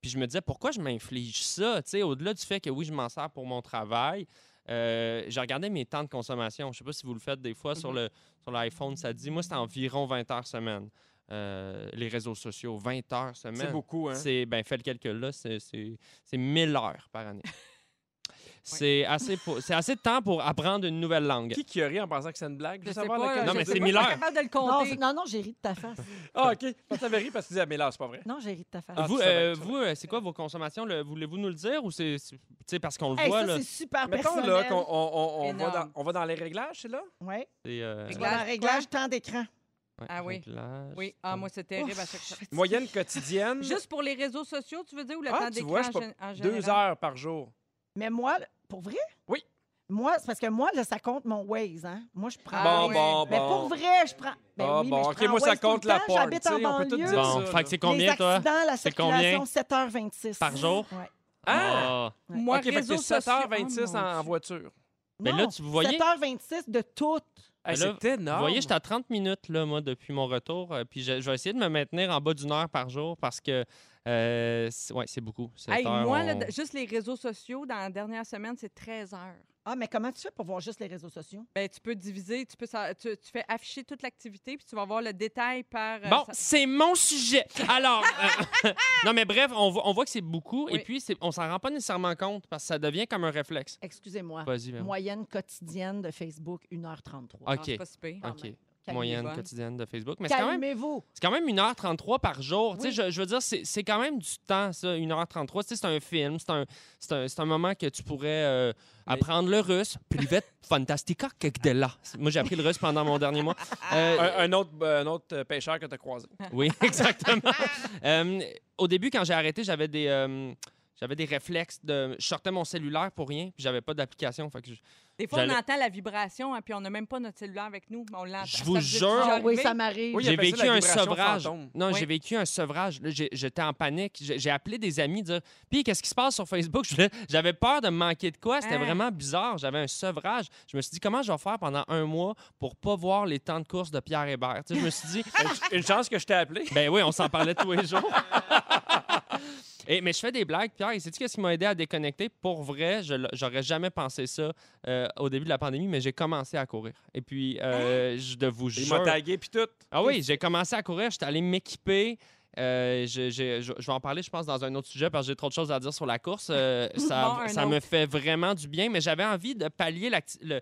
[SPEAKER 5] Puis je me disais, pourquoi je m'inflige ça? Tu sais, au-delà du fait que oui, je m'en sers pour mon travail, euh, j'ai regardé mes temps de consommation. Je sais pas si vous le faites des fois sur le sur l'iPhone, ça dit, moi, c'est environ 20 heures semaine. Euh, les réseaux sociaux, 20 heures semaine.
[SPEAKER 2] C'est beaucoup, hein?
[SPEAKER 5] C'est, ben, fais le calcul là, c'est, c'est, c'est 1000 heures par année. c'est, assez pour- c'est assez de temps pour apprendre une nouvelle langue.
[SPEAKER 2] Qui qui a ri en pensant que c'est une blague?
[SPEAKER 4] Je
[SPEAKER 2] Juste
[SPEAKER 4] sais
[SPEAKER 2] avoir
[SPEAKER 4] pas,
[SPEAKER 2] la-
[SPEAKER 4] euh,
[SPEAKER 5] Non,
[SPEAKER 4] je
[SPEAKER 5] mais
[SPEAKER 4] sais
[SPEAKER 5] c'est
[SPEAKER 4] pas,
[SPEAKER 5] Miller.
[SPEAKER 4] Je suis pas capable de le
[SPEAKER 3] Non,
[SPEAKER 4] compter.
[SPEAKER 3] non, non, j'ai ri de ta face.
[SPEAKER 2] Ah, OK. Je pensais que t'avais ri parce que tu disais, mais là, c'est pas vrai.
[SPEAKER 3] Non, j'ai ri de ta face.
[SPEAKER 2] Ah,
[SPEAKER 5] vous,
[SPEAKER 2] ça va,
[SPEAKER 5] euh,
[SPEAKER 2] ça va.
[SPEAKER 5] vous euh, c'est quoi vos consommations? le- voulez-vous nous le dire ou c'est, c'est- tu sais, parce qu'on le
[SPEAKER 3] Hey,
[SPEAKER 5] voit
[SPEAKER 3] ça,
[SPEAKER 5] là?
[SPEAKER 3] c'est super
[SPEAKER 2] Mettons là
[SPEAKER 3] personnel.
[SPEAKER 2] qu'on on, on- on va,
[SPEAKER 4] Ah, Énorme.
[SPEAKER 2] dans, on va dans les réglages, c'est là?
[SPEAKER 3] Ouais.
[SPEAKER 5] C'est,
[SPEAKER 3] Tu
[SPEAKER 5] euh,
[SPEAKER 4] Réglage,
[SPEAKER 3] vas dans
[SPEAKER 4] quoi?
[SPEAKER 3] réglage temps d'écran.
[SPEAKER 5] ouais,
[SPEAKER 4] Ah oui.
[SPEAKER 5] réglage,
[SPEAKER 4] Oui, ah, moi, c'est terrible
[SPEAKER 3] Ouf,
[SPEAKER 4] à chaque fois.
[SPEAKER 2] Moyenne quotidienne,
[SPEAKER 4] Juste pour les réseaux sociaux, tu veux dire, ou le
[SPEAKER 2] Ah,
[SPEAKER 4] temps
[SPEAKER 2] tu
[SPEAKER 4] d'écran
[SPEAKER 2] vois, je
[SPEAKER 4] en
[SPEAKER 2] suis
[SPEAKER 4] gén- en général?
[SPEAKER 2] deux heures par jour.
[SPEAKER 3] Mais moi, pour vrai?
[SPEAKER 2] Oui.
[SPEAKER 3] Moi, c'est parce que moi, là, ça compte mon Waze, hein. Moi, je prends.
[SPEAKER 2] bon,
[SPEAKER 4] Ah oui.
[SPEAKER 2] bon,
[SPEAKER 3] Mais
[SPEAKER 2] bon.
[SPEAKER 3] pour vrai, je prends. Ben
[SPEAKER 2] Ah,
[SPEAKER 3] oui,
[SPEAKER 2] bon,
[SPEAKER 3] mais je
[SPEAKER 2] ok,
[SPEAKER 3] prends
[SPEAKER 2] moi, ça
[SPEAKER 3] Waze tout le
[SPEAKER 2] compte la
[SPEAKER 3] temps.
[SPEAKER 2] porte,
[SPEAKER 3] J'habite
[SPEAKER 2] tu sais,
[SPEAKER 3] en
[SPEAKER 2] on peut tout
[SPEAKER 3] banlieue.
[SPEAKER 2] dire
[SPEAKER 5] Bon,
[SPEAKER 2] ça,
[SPEAKER 5] fait
[SPEAKER 2] là.
[SPEAKER 5] que c'est
[SPEAKER 3] Les
[SPEAKER 5] combien toi?
[SPEAKER 3] accidents, la
[SPEAKER 5] C'est
[SPEAKER 3] circulation,
[SPEAKER 5] combien?
[SPEAKER 3] 7h26.
[SPEAKER 5] Par jour?
[SPEAKER 3] Ouais.
[SPEAKER 2] Ah!
[SPEAKER 5] Ah!
[SPEAKER 4] Moi,
[SPEAKER 2] OK, fait que c'est
[SPEAKER 4] réseaux sociaux. Oh,
[SPEAKER 2] 7h26
[SPEAKER 4] mon
[SPEAKER 2] en, en
[SPEAKER 4] Dieu.
[SPEAKER 2] voiture.
[SPEAKER 5] Mais là, tu voyais-
[SPEAKER 3] 7h26 de tout.
[SPEAKER 2] Hey,
[SPEAKER 5] Mais là,
[SPEAKER 2] c'est énorme.
[SPEAKER 5] Vous voyez, j'étais à 30 minutes, là, moi, depuis mon retour. euh, puis je, je vais essayer de me maintenir en bas d'une heure par jour parce que, euh, c'est- ouais, c'est beaucoup. Sept
[SPEAKER 4] Hey,
[SPEAKER 5] heures,
[SPEAKER 4] moi,
[SPEAKER 5] on-
[SPEAKER 4] là, d- juste les réseaux sociaux, dans la dernière semaine, c'est 13 heures.
[SPEAKER 3] Ah, mais comment tu fais pour voir juste les réseaux sociaux?
[SPEAKER 4] Ben, tu peux diviser, tu, peux, sa- tu, tu fais afficher toute l'activité, puis tu vas voir le détail par... euh,
[SPEAKER 5] Bon,
[SPEAKER 4] sa-
[SPEAKER 5] c'est mon sujet. Alors, euh, non, mais bref, on, voit- on voit que c'est beaucoup
[SPEAKER 4] Oui.
[SPEAKER 5] et puis c'est- on s'en rend pas nécessairement compte parce que ça devient comme un réflexe.
[SPEAKER 3] Excusez-moi.
[SPEAKER 5] Vas-y, Véro.
[SPEAKER 3] Moyenne quotidienne de Facebook, 1h33.
[SPEAKER 4] Ah, c'est
[SPEAKER 5] OK.
[SPEAKER 4] pas si pire.
[SPEAKER 5] OK.
[SPEAKER 3] Calmez-vous.
[SPEAKER 5] Moyenne quotidienne de Facebook. Mais c'est quand même,
[SPEAKER 3] Calmez-vous.
[SPEAKER 5] c'est quand même 1h33 par jour. Tu sais,
[SPEAKER 3] Oui.
[SPEAKER 5] je, je veux dire, c'est c'est quand même du temps, ça, 1h33. Tu sais, c'est un film, c'est un, c'est un, c'est un moment que tu pourrais euh, apprendre le russe. Privet fantastica là. Moi, j'ai appris le russe pendant mon dernier mois. Euh,
[SPEAKER 2] Un, un autre, un autre euh, pêcheur que tu as croisé.
[SPEAKER 5] Oui, exactement. Euh, au début, quand j'ai arrêté, j'avais des, euh, j'avais des réflexes de. Je sortais mon cellulaire pour rien, puis j'avais pas d'application. Fait que je,
[SPEAKER 4] Des fois, on
[SPEAKER 5] J'allais-
[SPEAKER 4] entend la vibration, hein, puis on n'a même pas notre cellulaire avec nous, mais on l'entend.
[SPEAKER 5] Je
[SPEAKER 4] Ça
[SPEAKER 5] vous
[SPEAKER 4] vous est déjà
[SPEAKER 5] jure- Ah
[SPEAKER 3] Ah, oui,
[SPEAKER 4] arrivé?
[SPEAKER 3] ça m'arrive.
[SPEAKER 2] Oui, il y
[SPEAKER 5] j'ai
[SPEAKER 2] appelle ça
[SPEAKER 5] vécu
[SPEAKER 2] la
[SPEAKER 5] un
[SPEAKER 2] vibration
[SPEAKER 5] sevrage.
[SPEAKER 2] fantôme.
[SPEAKER 5] Non,
[SPEAKER 4] Oui.
[SPEAKER 5] j'ai vécu un sevrage. Là, j'ai- J'étais en panique. J'ai j'ai appelé des amis, dire Puis qu'est-ce qui se passe sur Facebook Je voulais- J'avais peur de me manquer de quoi. C'était
[SPEAKER 4] Hein?
[SPEAKER 5] vraiment bizarre. J'avais un sevrage. Je me suis dit Comment je vais faire pendant un mois pour pas voir les temps de course de Pierre Hébert Tu sais, Je me suis dit
[SPEAKER 2] Une- Une chance que je t'ai appelé.
[SPEAKER 5] Ben oui, on s'en parlait tous les jours. Et, mais je fais des blagues, Pierre. Et sais-tu qu'est-ce qui m'a aidé à déconnecter? Pour vrai, je l- j'aurais jamais pensé ça euh, au début de la pandémie, mais j'ai commencé à courir. Et puis,
[SPEAKER 4] Ah!
[SPEAKER 5] euh, je de vous
[SPEAKER 2] Il
[SPEAKER 5] jure.
[SPEAKER 2] m'a tagué puis tout.
[SPEAKER 5] Ah oui, j'ai commencé à courir, j'étais allé m'équiper. Euh, je, je- je- je vais en parler, je pense, dans un autre sujet parce que j'ai trop de choses à dire sur la course. Euh, ça
[SPEAKER 4] Bon, un
[SPEAKER 5] ça me
[SPEAKER 4] autre.
[SPEAKER 5] fait vraiment du bien, mais j'avais envie de pallier l'acti- le-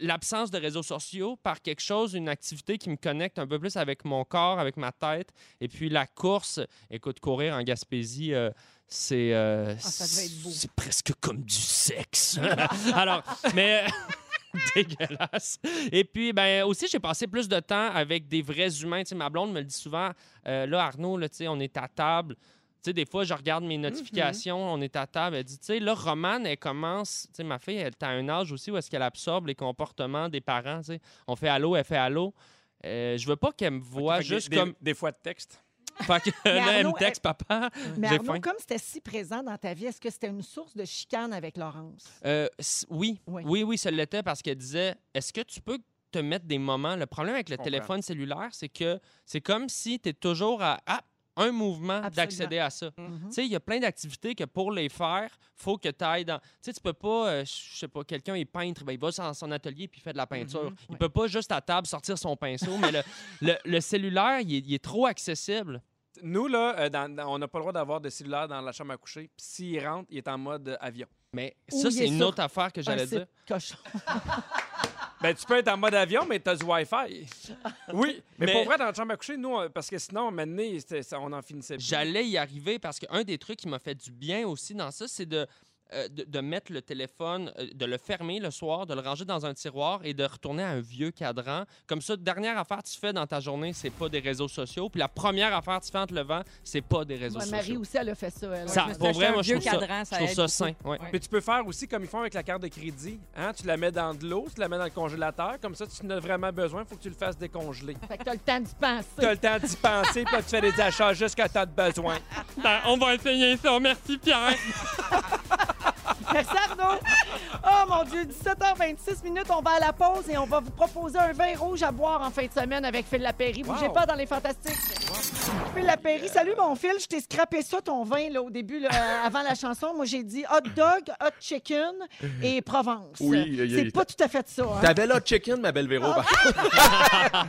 [SPEAKER 5] l'absence de réseaux sociaux par quelque chose, une activité qui me connecte un peu plus avec mon corps, avec ma tête. Et puis la course, écoute, courir en Gaspésie, euh, c'est
[SPEAKER 2] Ah,
[SPEAKER 5] euh,
[SPEAKER 3] ça devait être beau.
[SPEAKER 5] c'est presque comme du sexe. Alors, mais dégueulasse. Et puis, ben aussi, j'ai passé plus de temps avec des vrais humains. Tu sais, ma blonde me le dit souvent, euh, là, Arnaud, là, tu sais, on est à table. Tu sais, des fois, je regarde
[SPEAKER 2] Mhm.
[SPEAKER 5] mes notifications, on est à table. Elle dit, tu sais, là, Romane, elle commence. Tu sais, ma fille, elle est à un âge aussi où est-ce qu'elle absorbe les comportements des parents. Tu sais, on fait allô, elle fait allô. Euh, je veux pas qu'elle me voit
[SPEAKER 2] Fait que
[SPEAKER 5] juste
[SPEAKER 2] des,
[SPEAKER 5] comme.
[SPEAKER 2] Des, des fois de texte.
[SPEAKER 5] Fait que
[SPEAKER 3] Mais
[SPEAKER 5] là, elle me
[SPEAKER 3] Arnaud,
[SPEAKER 5] texte, papa.
[SPEAKER 3] Mais
[SPEAKER 5] j'ai
[SPEAKER 3] Arnaud,
[SPEAKER 5] faim.
[SPEAKER 3] comme c'était si présent dans ta vie, est-ce que c'était une source de chicane avec Laurence?
[SPEAKER 5] Euh, s- oui.
[SPEAKER 3] Oui.
[SPEAKER 5] oui, oui, ça l'était parce qu'elle disait est-ce que tu peux te mettre des moments Le problème avec le
[SPEAKER 2] comprends.
[SPEAKER 5] téléphone cellulaire, c'est que c'est comme si tu es toujours à, à un mouvement
[SPEAKER 3] Absolument.
[SPEAKER 5] d'accéder à ça.
[SPEAKER 3] Mhm.
[SPEAKER 5] Tu sais, il y a plein d'activités que pour les faire, faut que tu ailles dans. Tu sais, tu peux pas, euh, je sais pas, quelqu'un est peintre, ben, il va dans son atelier puis il fait de la peinture. Il
[SPEAKER 3] Mhm. ouais.
[SPEAKER 5] peut pas juste à table sortir son pinceau, mais le, le- le cellulaire, il est, il est trop accessible.
[SPEAKER 2] Nous, là, euh, dans- dans- on n'a pas le droit d'avoir de cellulaire dans la chambre à coucher. Puis s'il rentre, il est en mode euh, avion.
[SPEAKER 5] Mais
[SPEAKER 3] Ou
[SPEAKER 5] ça,
[SPEAKER 3] il
[SPEAKER 5] c'est
[SPEAKER 3] est
[SPEAKER 5] une
[SPEAKER 3] sur
[SPEAKER 5] autre affaire que
[SPEAKER 3] Un
[SPEAKER 5] j'allais
[SPEAKER 3] site
[SPEAKER 5] dire.
[SPEAKER 3] cochon.
[SPEAKER 2] Ben, tu peux être en mode avion, mais tu as du Wi-Fi. Oui, mais,
[SPEAKER 5] Mais-
[SPEAKER 2] pour vrai, dans la chambre à coucher, nous, on- parce que sinon, maintenant, c'était- ça- on en finissait plus.
[SPEAKER 5] J'allais y arriver parce qu'un des trucs qui m'a fait du bien aussi dans ça, c'est de, euh, de, de mettre le téléphone, euh, de le fermer le soir, de le ranger dans un tiroir et de retourner à un vieux cadran. Comme ça, dernière affaire que tu fais dans ta journée, c'est pas des réseaux sociaux. Puis la première affaire que tu fais en te levant, c'est pas des réseaux
[SPEAKER 3] Ma Marie
[SPEAKER 5] sociaux.
[SPEAKER 3] aussi, elle a fait ça. elle.
[SPEAKER 4] Ouais,
[SPEAKER 5] Ça,
[SPEAKER 4] je me suis
[SPEAKER 5] pour
[SPEAKER 4] acheté
[SPEAKER 5] vrai,
[SPEAKER 4] un
[SPEAKER 5] moi, je
[SPEAKER 4] vieux
[SPEAKER 5] trouve ça-
[SPEAKER 4] cadran,
[SPEAKER 5] Je trouve
[SPEAKER 4] aide
[SPEAKER 5] ça
[SPEAKER 4] beaucoup.
[SPEAKER 5] sain. ouais.
[SPEAKER 4] Ouais.
[SPEAKER 2] Puis tu peux faire aussi comme ils font avec la carte de crédit. Hein? Tu la mets dans de l'eau, tu la mets dans le congélateur. Comme ça, tu en as vraiment besoin, il faut que tu le fasses décongeler.
[SPEAKER 3] Fait que t'as le temps d'y
[SPEAKER 2] Tu as
[SPEAKER 3] penser.
[SPEAKER 2] le temps d'y penser, puis là, tu fais des achats jusqu'à temps de besoin.
[SPEAKER 5] Ben, on va essayer ça. Merci, Pierre.
[SPEAKER 3] Merci Arnaud. Oh mon Dieu, 17h26 minutes, on va à la pause et on va vous proposer un vin rouge à boire en fin de semaine avec Phil Lapéry. Bougez
[SPEAKER 2] Wow.
[SPEAKER 3] pas dans les fantastiques. Phil Lapéry, salut mon Phil, je t'ai scrappé ça ton vin là au début là, euh, avant la chanson. Moi j'ai dit hot dog, hot chicken et Provence.
[SPEAKER 9] Oui, euh,
[SPEAKER 3] c'est
[SPEAKER 9] y-
[SPEAKER 3] pas tout à fait ça. hein.
[SPEAKER 9] Ta belle hot chicken, ma belle Véro, par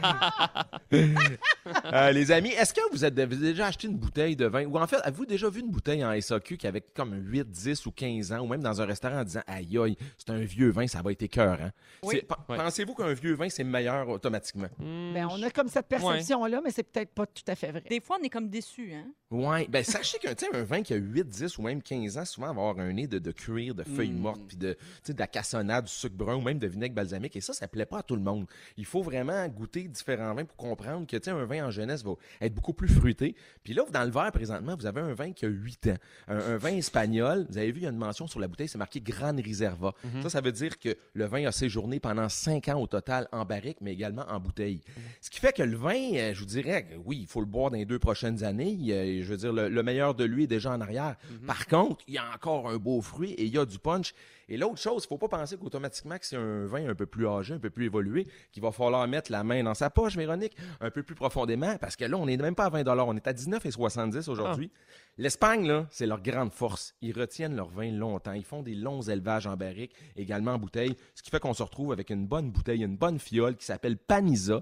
[SPEAKER 9] contre. Euh, les amis, est-ce que vous êtes- vous avez déjà acheté une bouteille de vin? Ou en fait, avez-vous déjà vu une bouteille en SAQ qui avait comme 8, 10 ou 15 ans, ou même dans un restaurant en disant Aïe, aïe, c'est un vieux vin, ça va être écœurant.
[SPEAKER 4] Oui.
[SPEAKER 9] C'est- pe-
[SPEAKER 5] Ouais.
[SPEAKER 9] Pensez-vous qu'un vieux vin, c'est meilleur automatiquement?
[SPEAKER 3] Ben, on a comme cette perception là, mais c'est peut-être pas tout à fait vrai.
[SPEAKER 4] Des fois, on est comme déçus, hein?
[SPEAKER 9] Ouais, ben sachez qu'un tu sais, un vin qui a 8, 10 ou même 15 ans, souvent va avoir un nez de, de cuir, de feuilles mortes, puis de, tu sais, de la cassonade, du sucre brun ou même de vinaigre balsamique. Et ça, ça plaît pas à tout le monde. Il faut vraiment goûter différents vins pour comprendre que tu sais, un vin en jeunesse va être beaucoup plus fruité. Puis là, dans le verre, présentement, vous avez un vin qui a 8 ans. Un, un vin espagnol, vous avez vu, il y a une mention sur la bouteille, c'est marqué Gran Reserva. Ça, ça veut dire que le vin a séjourné pendant 5 ans au total en barrique, mais également en bouteille. Ce qui fait que le vin, euh, je vous dirais, oui, il faut le boire dans les deux prochaines années, euh, je veux dire, le, le meilleur de lui est déjà en arrière. Par contre, il y a encore un beau fruit et il y a du punch. Et l'autre chose, faut pas penser qu'automatiquement que c'est un vin un peu plus âgé, un peu plus évolué, qu'il va falloir mettre la main dans sa poche, Véronique, un peu plus profondément, parce que là, on n'est même pas à 20 on est à 19,70 aujourd'hui. L'Espagne, là, c'est leur grande force. Ils retiennent leur vin longtemps. Ils font des longs élevages en barrique, également en bouteille, ce qui fait qu'on se retrouve avec une bonne bouteille, une bonne fiole qui s'appelle Paniza,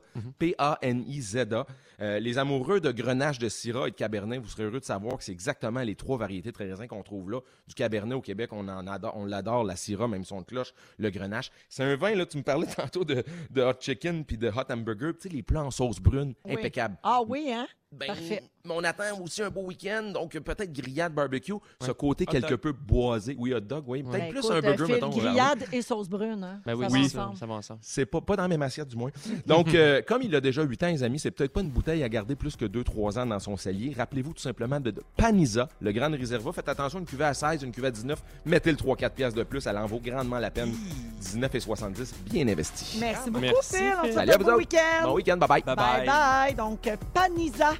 [SPEAKER 9] P-A-N-I-Z-A. Euh, les amoureux de Grenache, de Syrah et de Cabernet, vous serez heureux de savoir que c'est exactement les trois variétés de raisins qu'on trouve là. Du Cabernet au Québec, on en adore, on l'adore, la Syrah, même son de cloche, le Grenache. C'est un vin, là, tu me parlais tantôt de, de hot chicken puis de hot hamburger. Tu sais, les plats en sauce brune,
[SPEAKER 3] Oui.
[SPEAKER 9] impeccable.
[SPEAKER 3] Ah oui, hein?
[SPEAKER 9] Ben,
[SPEAKER 3] Parfait.
[SPEAKER 9] Mais on attend aussi un beau week-end, donc peut-être grillade barbecue, ce côté quelque peu boisé. Oui, hot dog, oui. Peut-être
[SPEAKER 3] Ben,
[SPEAKER 9] plus
[SPEAKER 3] écoute,
[SPEAKER 9] un burger,
[SPEAKER 3] Phil,
[SPEAKER 9] mettons. Gérard.
[SPEAKER 3] Grillade et sauce brune, hein?
[SPEAKER 5] Ben oui,
[SPEAKER 3] Ça
[SPEAKER 5] oui,
[SPEAKER 3] va
[SPEAKER 5] ça,
[SPEAKER 3] ensemble.
[SPEAKER 5] ça va ensemble.
[SPEAKER 9] C'est pas, pas dans mes assiettes, du moins. Donc, euh, comme il a déjà 8 ans, les amis, c'est peut-être pas une bouteille à garder plus que 2-3 ans dans son cellier. Rappelez-vous tout simplement de, de Panisa, le Grand Reserva. Faites attention, une cuvée à 16, une cuvée à 19. Mettez le 3-4 piastres de plus, elle en vaut grandement la peine. 19,70, bien investi.
[SPEAKER 3] Merci beaucoup,
[SPEAKER 5] Merci,
[SPEAKER 3] Phil. On te souhaite
[SPEAKER 5] Phil.
[SPEAKER 9] Salut à
[SPEAKER 3] un
[SPEAKER 9] vous
[SPEAKER 3] beau
[SPEAKER 9] autres.
[SPEAKER 3] week-end.
[SPEAKER 9] Bon week-end, bye-bye.
[SPEAKER 3] Bye bye. Donc, euh, Panisa.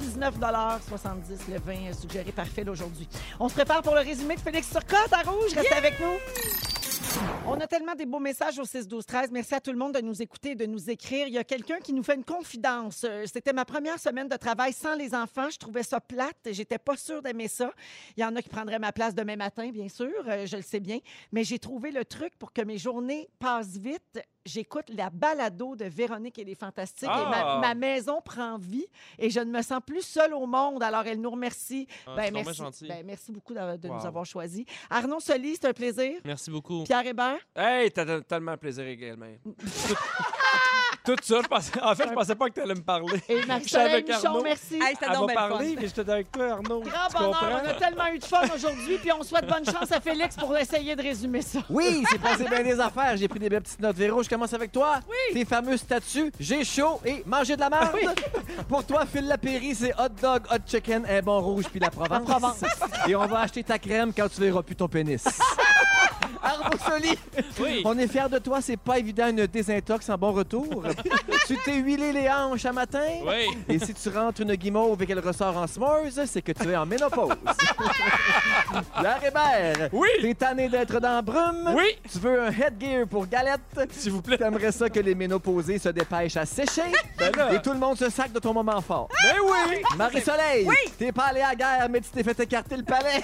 [SPEAKER 3] 19,70 le vin euh, suggéré par Phil aujourd'hui. On se prépare pour le résumé de Félix Turcotte à Rouge. Restez avec nous. On a tellement des beaux messages au 6 12 13. Merci à tout le monde de nous écouter, de nous écrire. Il y a quelqu'un qui nous fait une confidence. Euh, C'était ma première semaine de travail sans les enfants. Je trouvais ça plate. J'étais pas sûre d'aimer ça. Il y en a qui prendraient ma place demain matin, bien sûr. euh, je le sais bien. Mais j'ai trouvé le truc pour que mes journées passent vite. J'écoute la balado de Véronique et les Fantastiques. Et ma-
[SPEAKER 2] Ah!
[SPEAKER 3] ma maison prend vie et je ne me sens plus seule au monde. Alors, elle nous remercie.
[SPEAKER 5] Ah,
[SPEAKER 3] Ben,
[SPEAKER 5] c'est vraiment
[SPEAKER 3] merci,
[SPEAKER 5] gentil.
[SPEAKER 3] Ben, merci beaucoup d'a- de, nous
[SPEAKER 2] Wow.
[SPEAKER 3] avoir choisis. Arnaud Soli, c'est un plaisir.
[SPEAKER 5] Merci beaucoup.
[SPEAKER 3] Pierre Hébert,
[SPEAKER 2] Hey, t'as t- tellement plaisir également. Tout ça, je pensais- en fait, je pensais pas que t'allais me parler.
[SPEAKER 3] et
[SPEAKER 2] Je suis
[SPEAKER 3] Marie-Soleil
[SPEAKER 2] avec
[SPEAKER 3] Michon,
[SPEAKER 2] Arnaud.
[SPEAKER 3] merci.
[SPEAKER 4] Hey, c'était
[SPEAKER 2] Elle
[SPEAKER 4] donc
[SPEAKER 2] va
[SPEAKER 4] ben le fun.
[SPEAKER 2] parler, mais j'étais avec toi, Arnaud.
[SPEAKER 3] Grand
[SPEAKER 2] Tu
[SPEAKER 3] bonheur,
[SPEAKER 2] comprends?
[SPEAKER 3] on a tellement eu de fun aujourd'hui, puis on souhaite bonne chance à Félix pour essayer de résumer ça.
[SPEAKER 10] Oui, c'est passé bien des affaires. J'ai pris des belles petites notes. Véro, je commence avec toi.
[SPEAKER 3] Oui.
[SPEAKER 10] Tes fameuses statues. J'ai chaud et manger de la merde. Pour toi, Phil Lapéry, c'est hot dog, hot chicken, un bon rouge puis la Provence.
[SPEAKER 3] La Provence.
[SPEAKER 10] Et on va acheter ta crème quand tu verras plus ton pénis. Arnaud Soli,
[SPEAKER 5] Oui.
[SPEAKER 10] on est fiers de toi. C'est pas évident une désintox en bon retour. tu t'es huilé les hanches à matin.
[SPEAKER 5] Oui.
[SPEAKER 10] Et si tu rentres une guimauve et qu'elle ressort en s'mores, c'est que tu es en ménopause. Pierre Hébert,
[SPEAKER 2] Oui.
[SPEAKER 10] t'es tanné d'être dans la brume.
[SPEAKER 2] Oui,
[SPEAKER 10] Tu veux un headgear pour galette?
[SPEAKER 2] s'il vous plaît.
[SPEAKER 10] T'aimerais ça que les ménopausés se dépêchent à sécher?
[SPEAKER 2] Ben là.
[SPEAKER 10] Et tout le monde se sac de ton moment fort.
[SPEAKER 2] Ben oui!
[SPEAKER 10] Marie-Soleil, t'es pas allé à la guerre, mais tu t'es fait écarter le palais.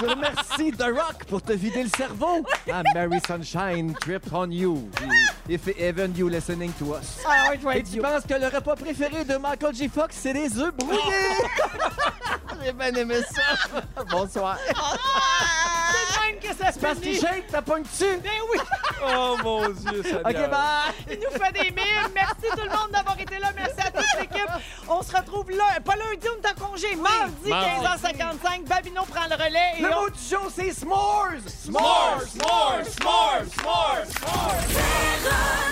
[SPEAKER 10] Je remercie The Rock pour te vider le cerveau. Ah, Mary Sunshine tripped on you. If even you listening to us.
[SPEAKER 3] Ah, oui, je vais
[SPEAKER 10] Et
[SPEAKER 3] être
[SPEAKER 10] tu
[SPEAKER 3] bio.
[SPEAKER 10] penses que le repas préféré de Michael J. Fox, c'est les œufs brouillés?
[SPEAKER 2] Oh.
[SPEAKER 10] J'ai bien aimé ça. Bonsoir.
[SPEAKER 3] C'est même que ça se
[SPEAKER 10] Parce que
[SPEAKER 3] finit.
[SPEAKER 10] Shake, t'as pas dessus.
[SPEAKER 3] Ben oui,
[SPEAKER 2] Oh mon Dieu, ça
[SPEAKER 10] OK, bye.
[SPEAKER 3] il nous fait des mimes. Merci tout le monde d'avoir été là. Merci à toute l'équipe. On se retrouve là, pas lundi, on est en congé. Mardi,
[SPEAKER 5] Mardi.
[SPEAKER 3] 15h55, Babino prend le relais et
[SPEAKER 10] Le
[SPEAKER 3] on
[SPEAKER 10] mot du jour, c'est s'mores.
[SPEAKER 5] S'mores, s'mores, s'mores, s'mores.
[SPEAKER 6] Véronique.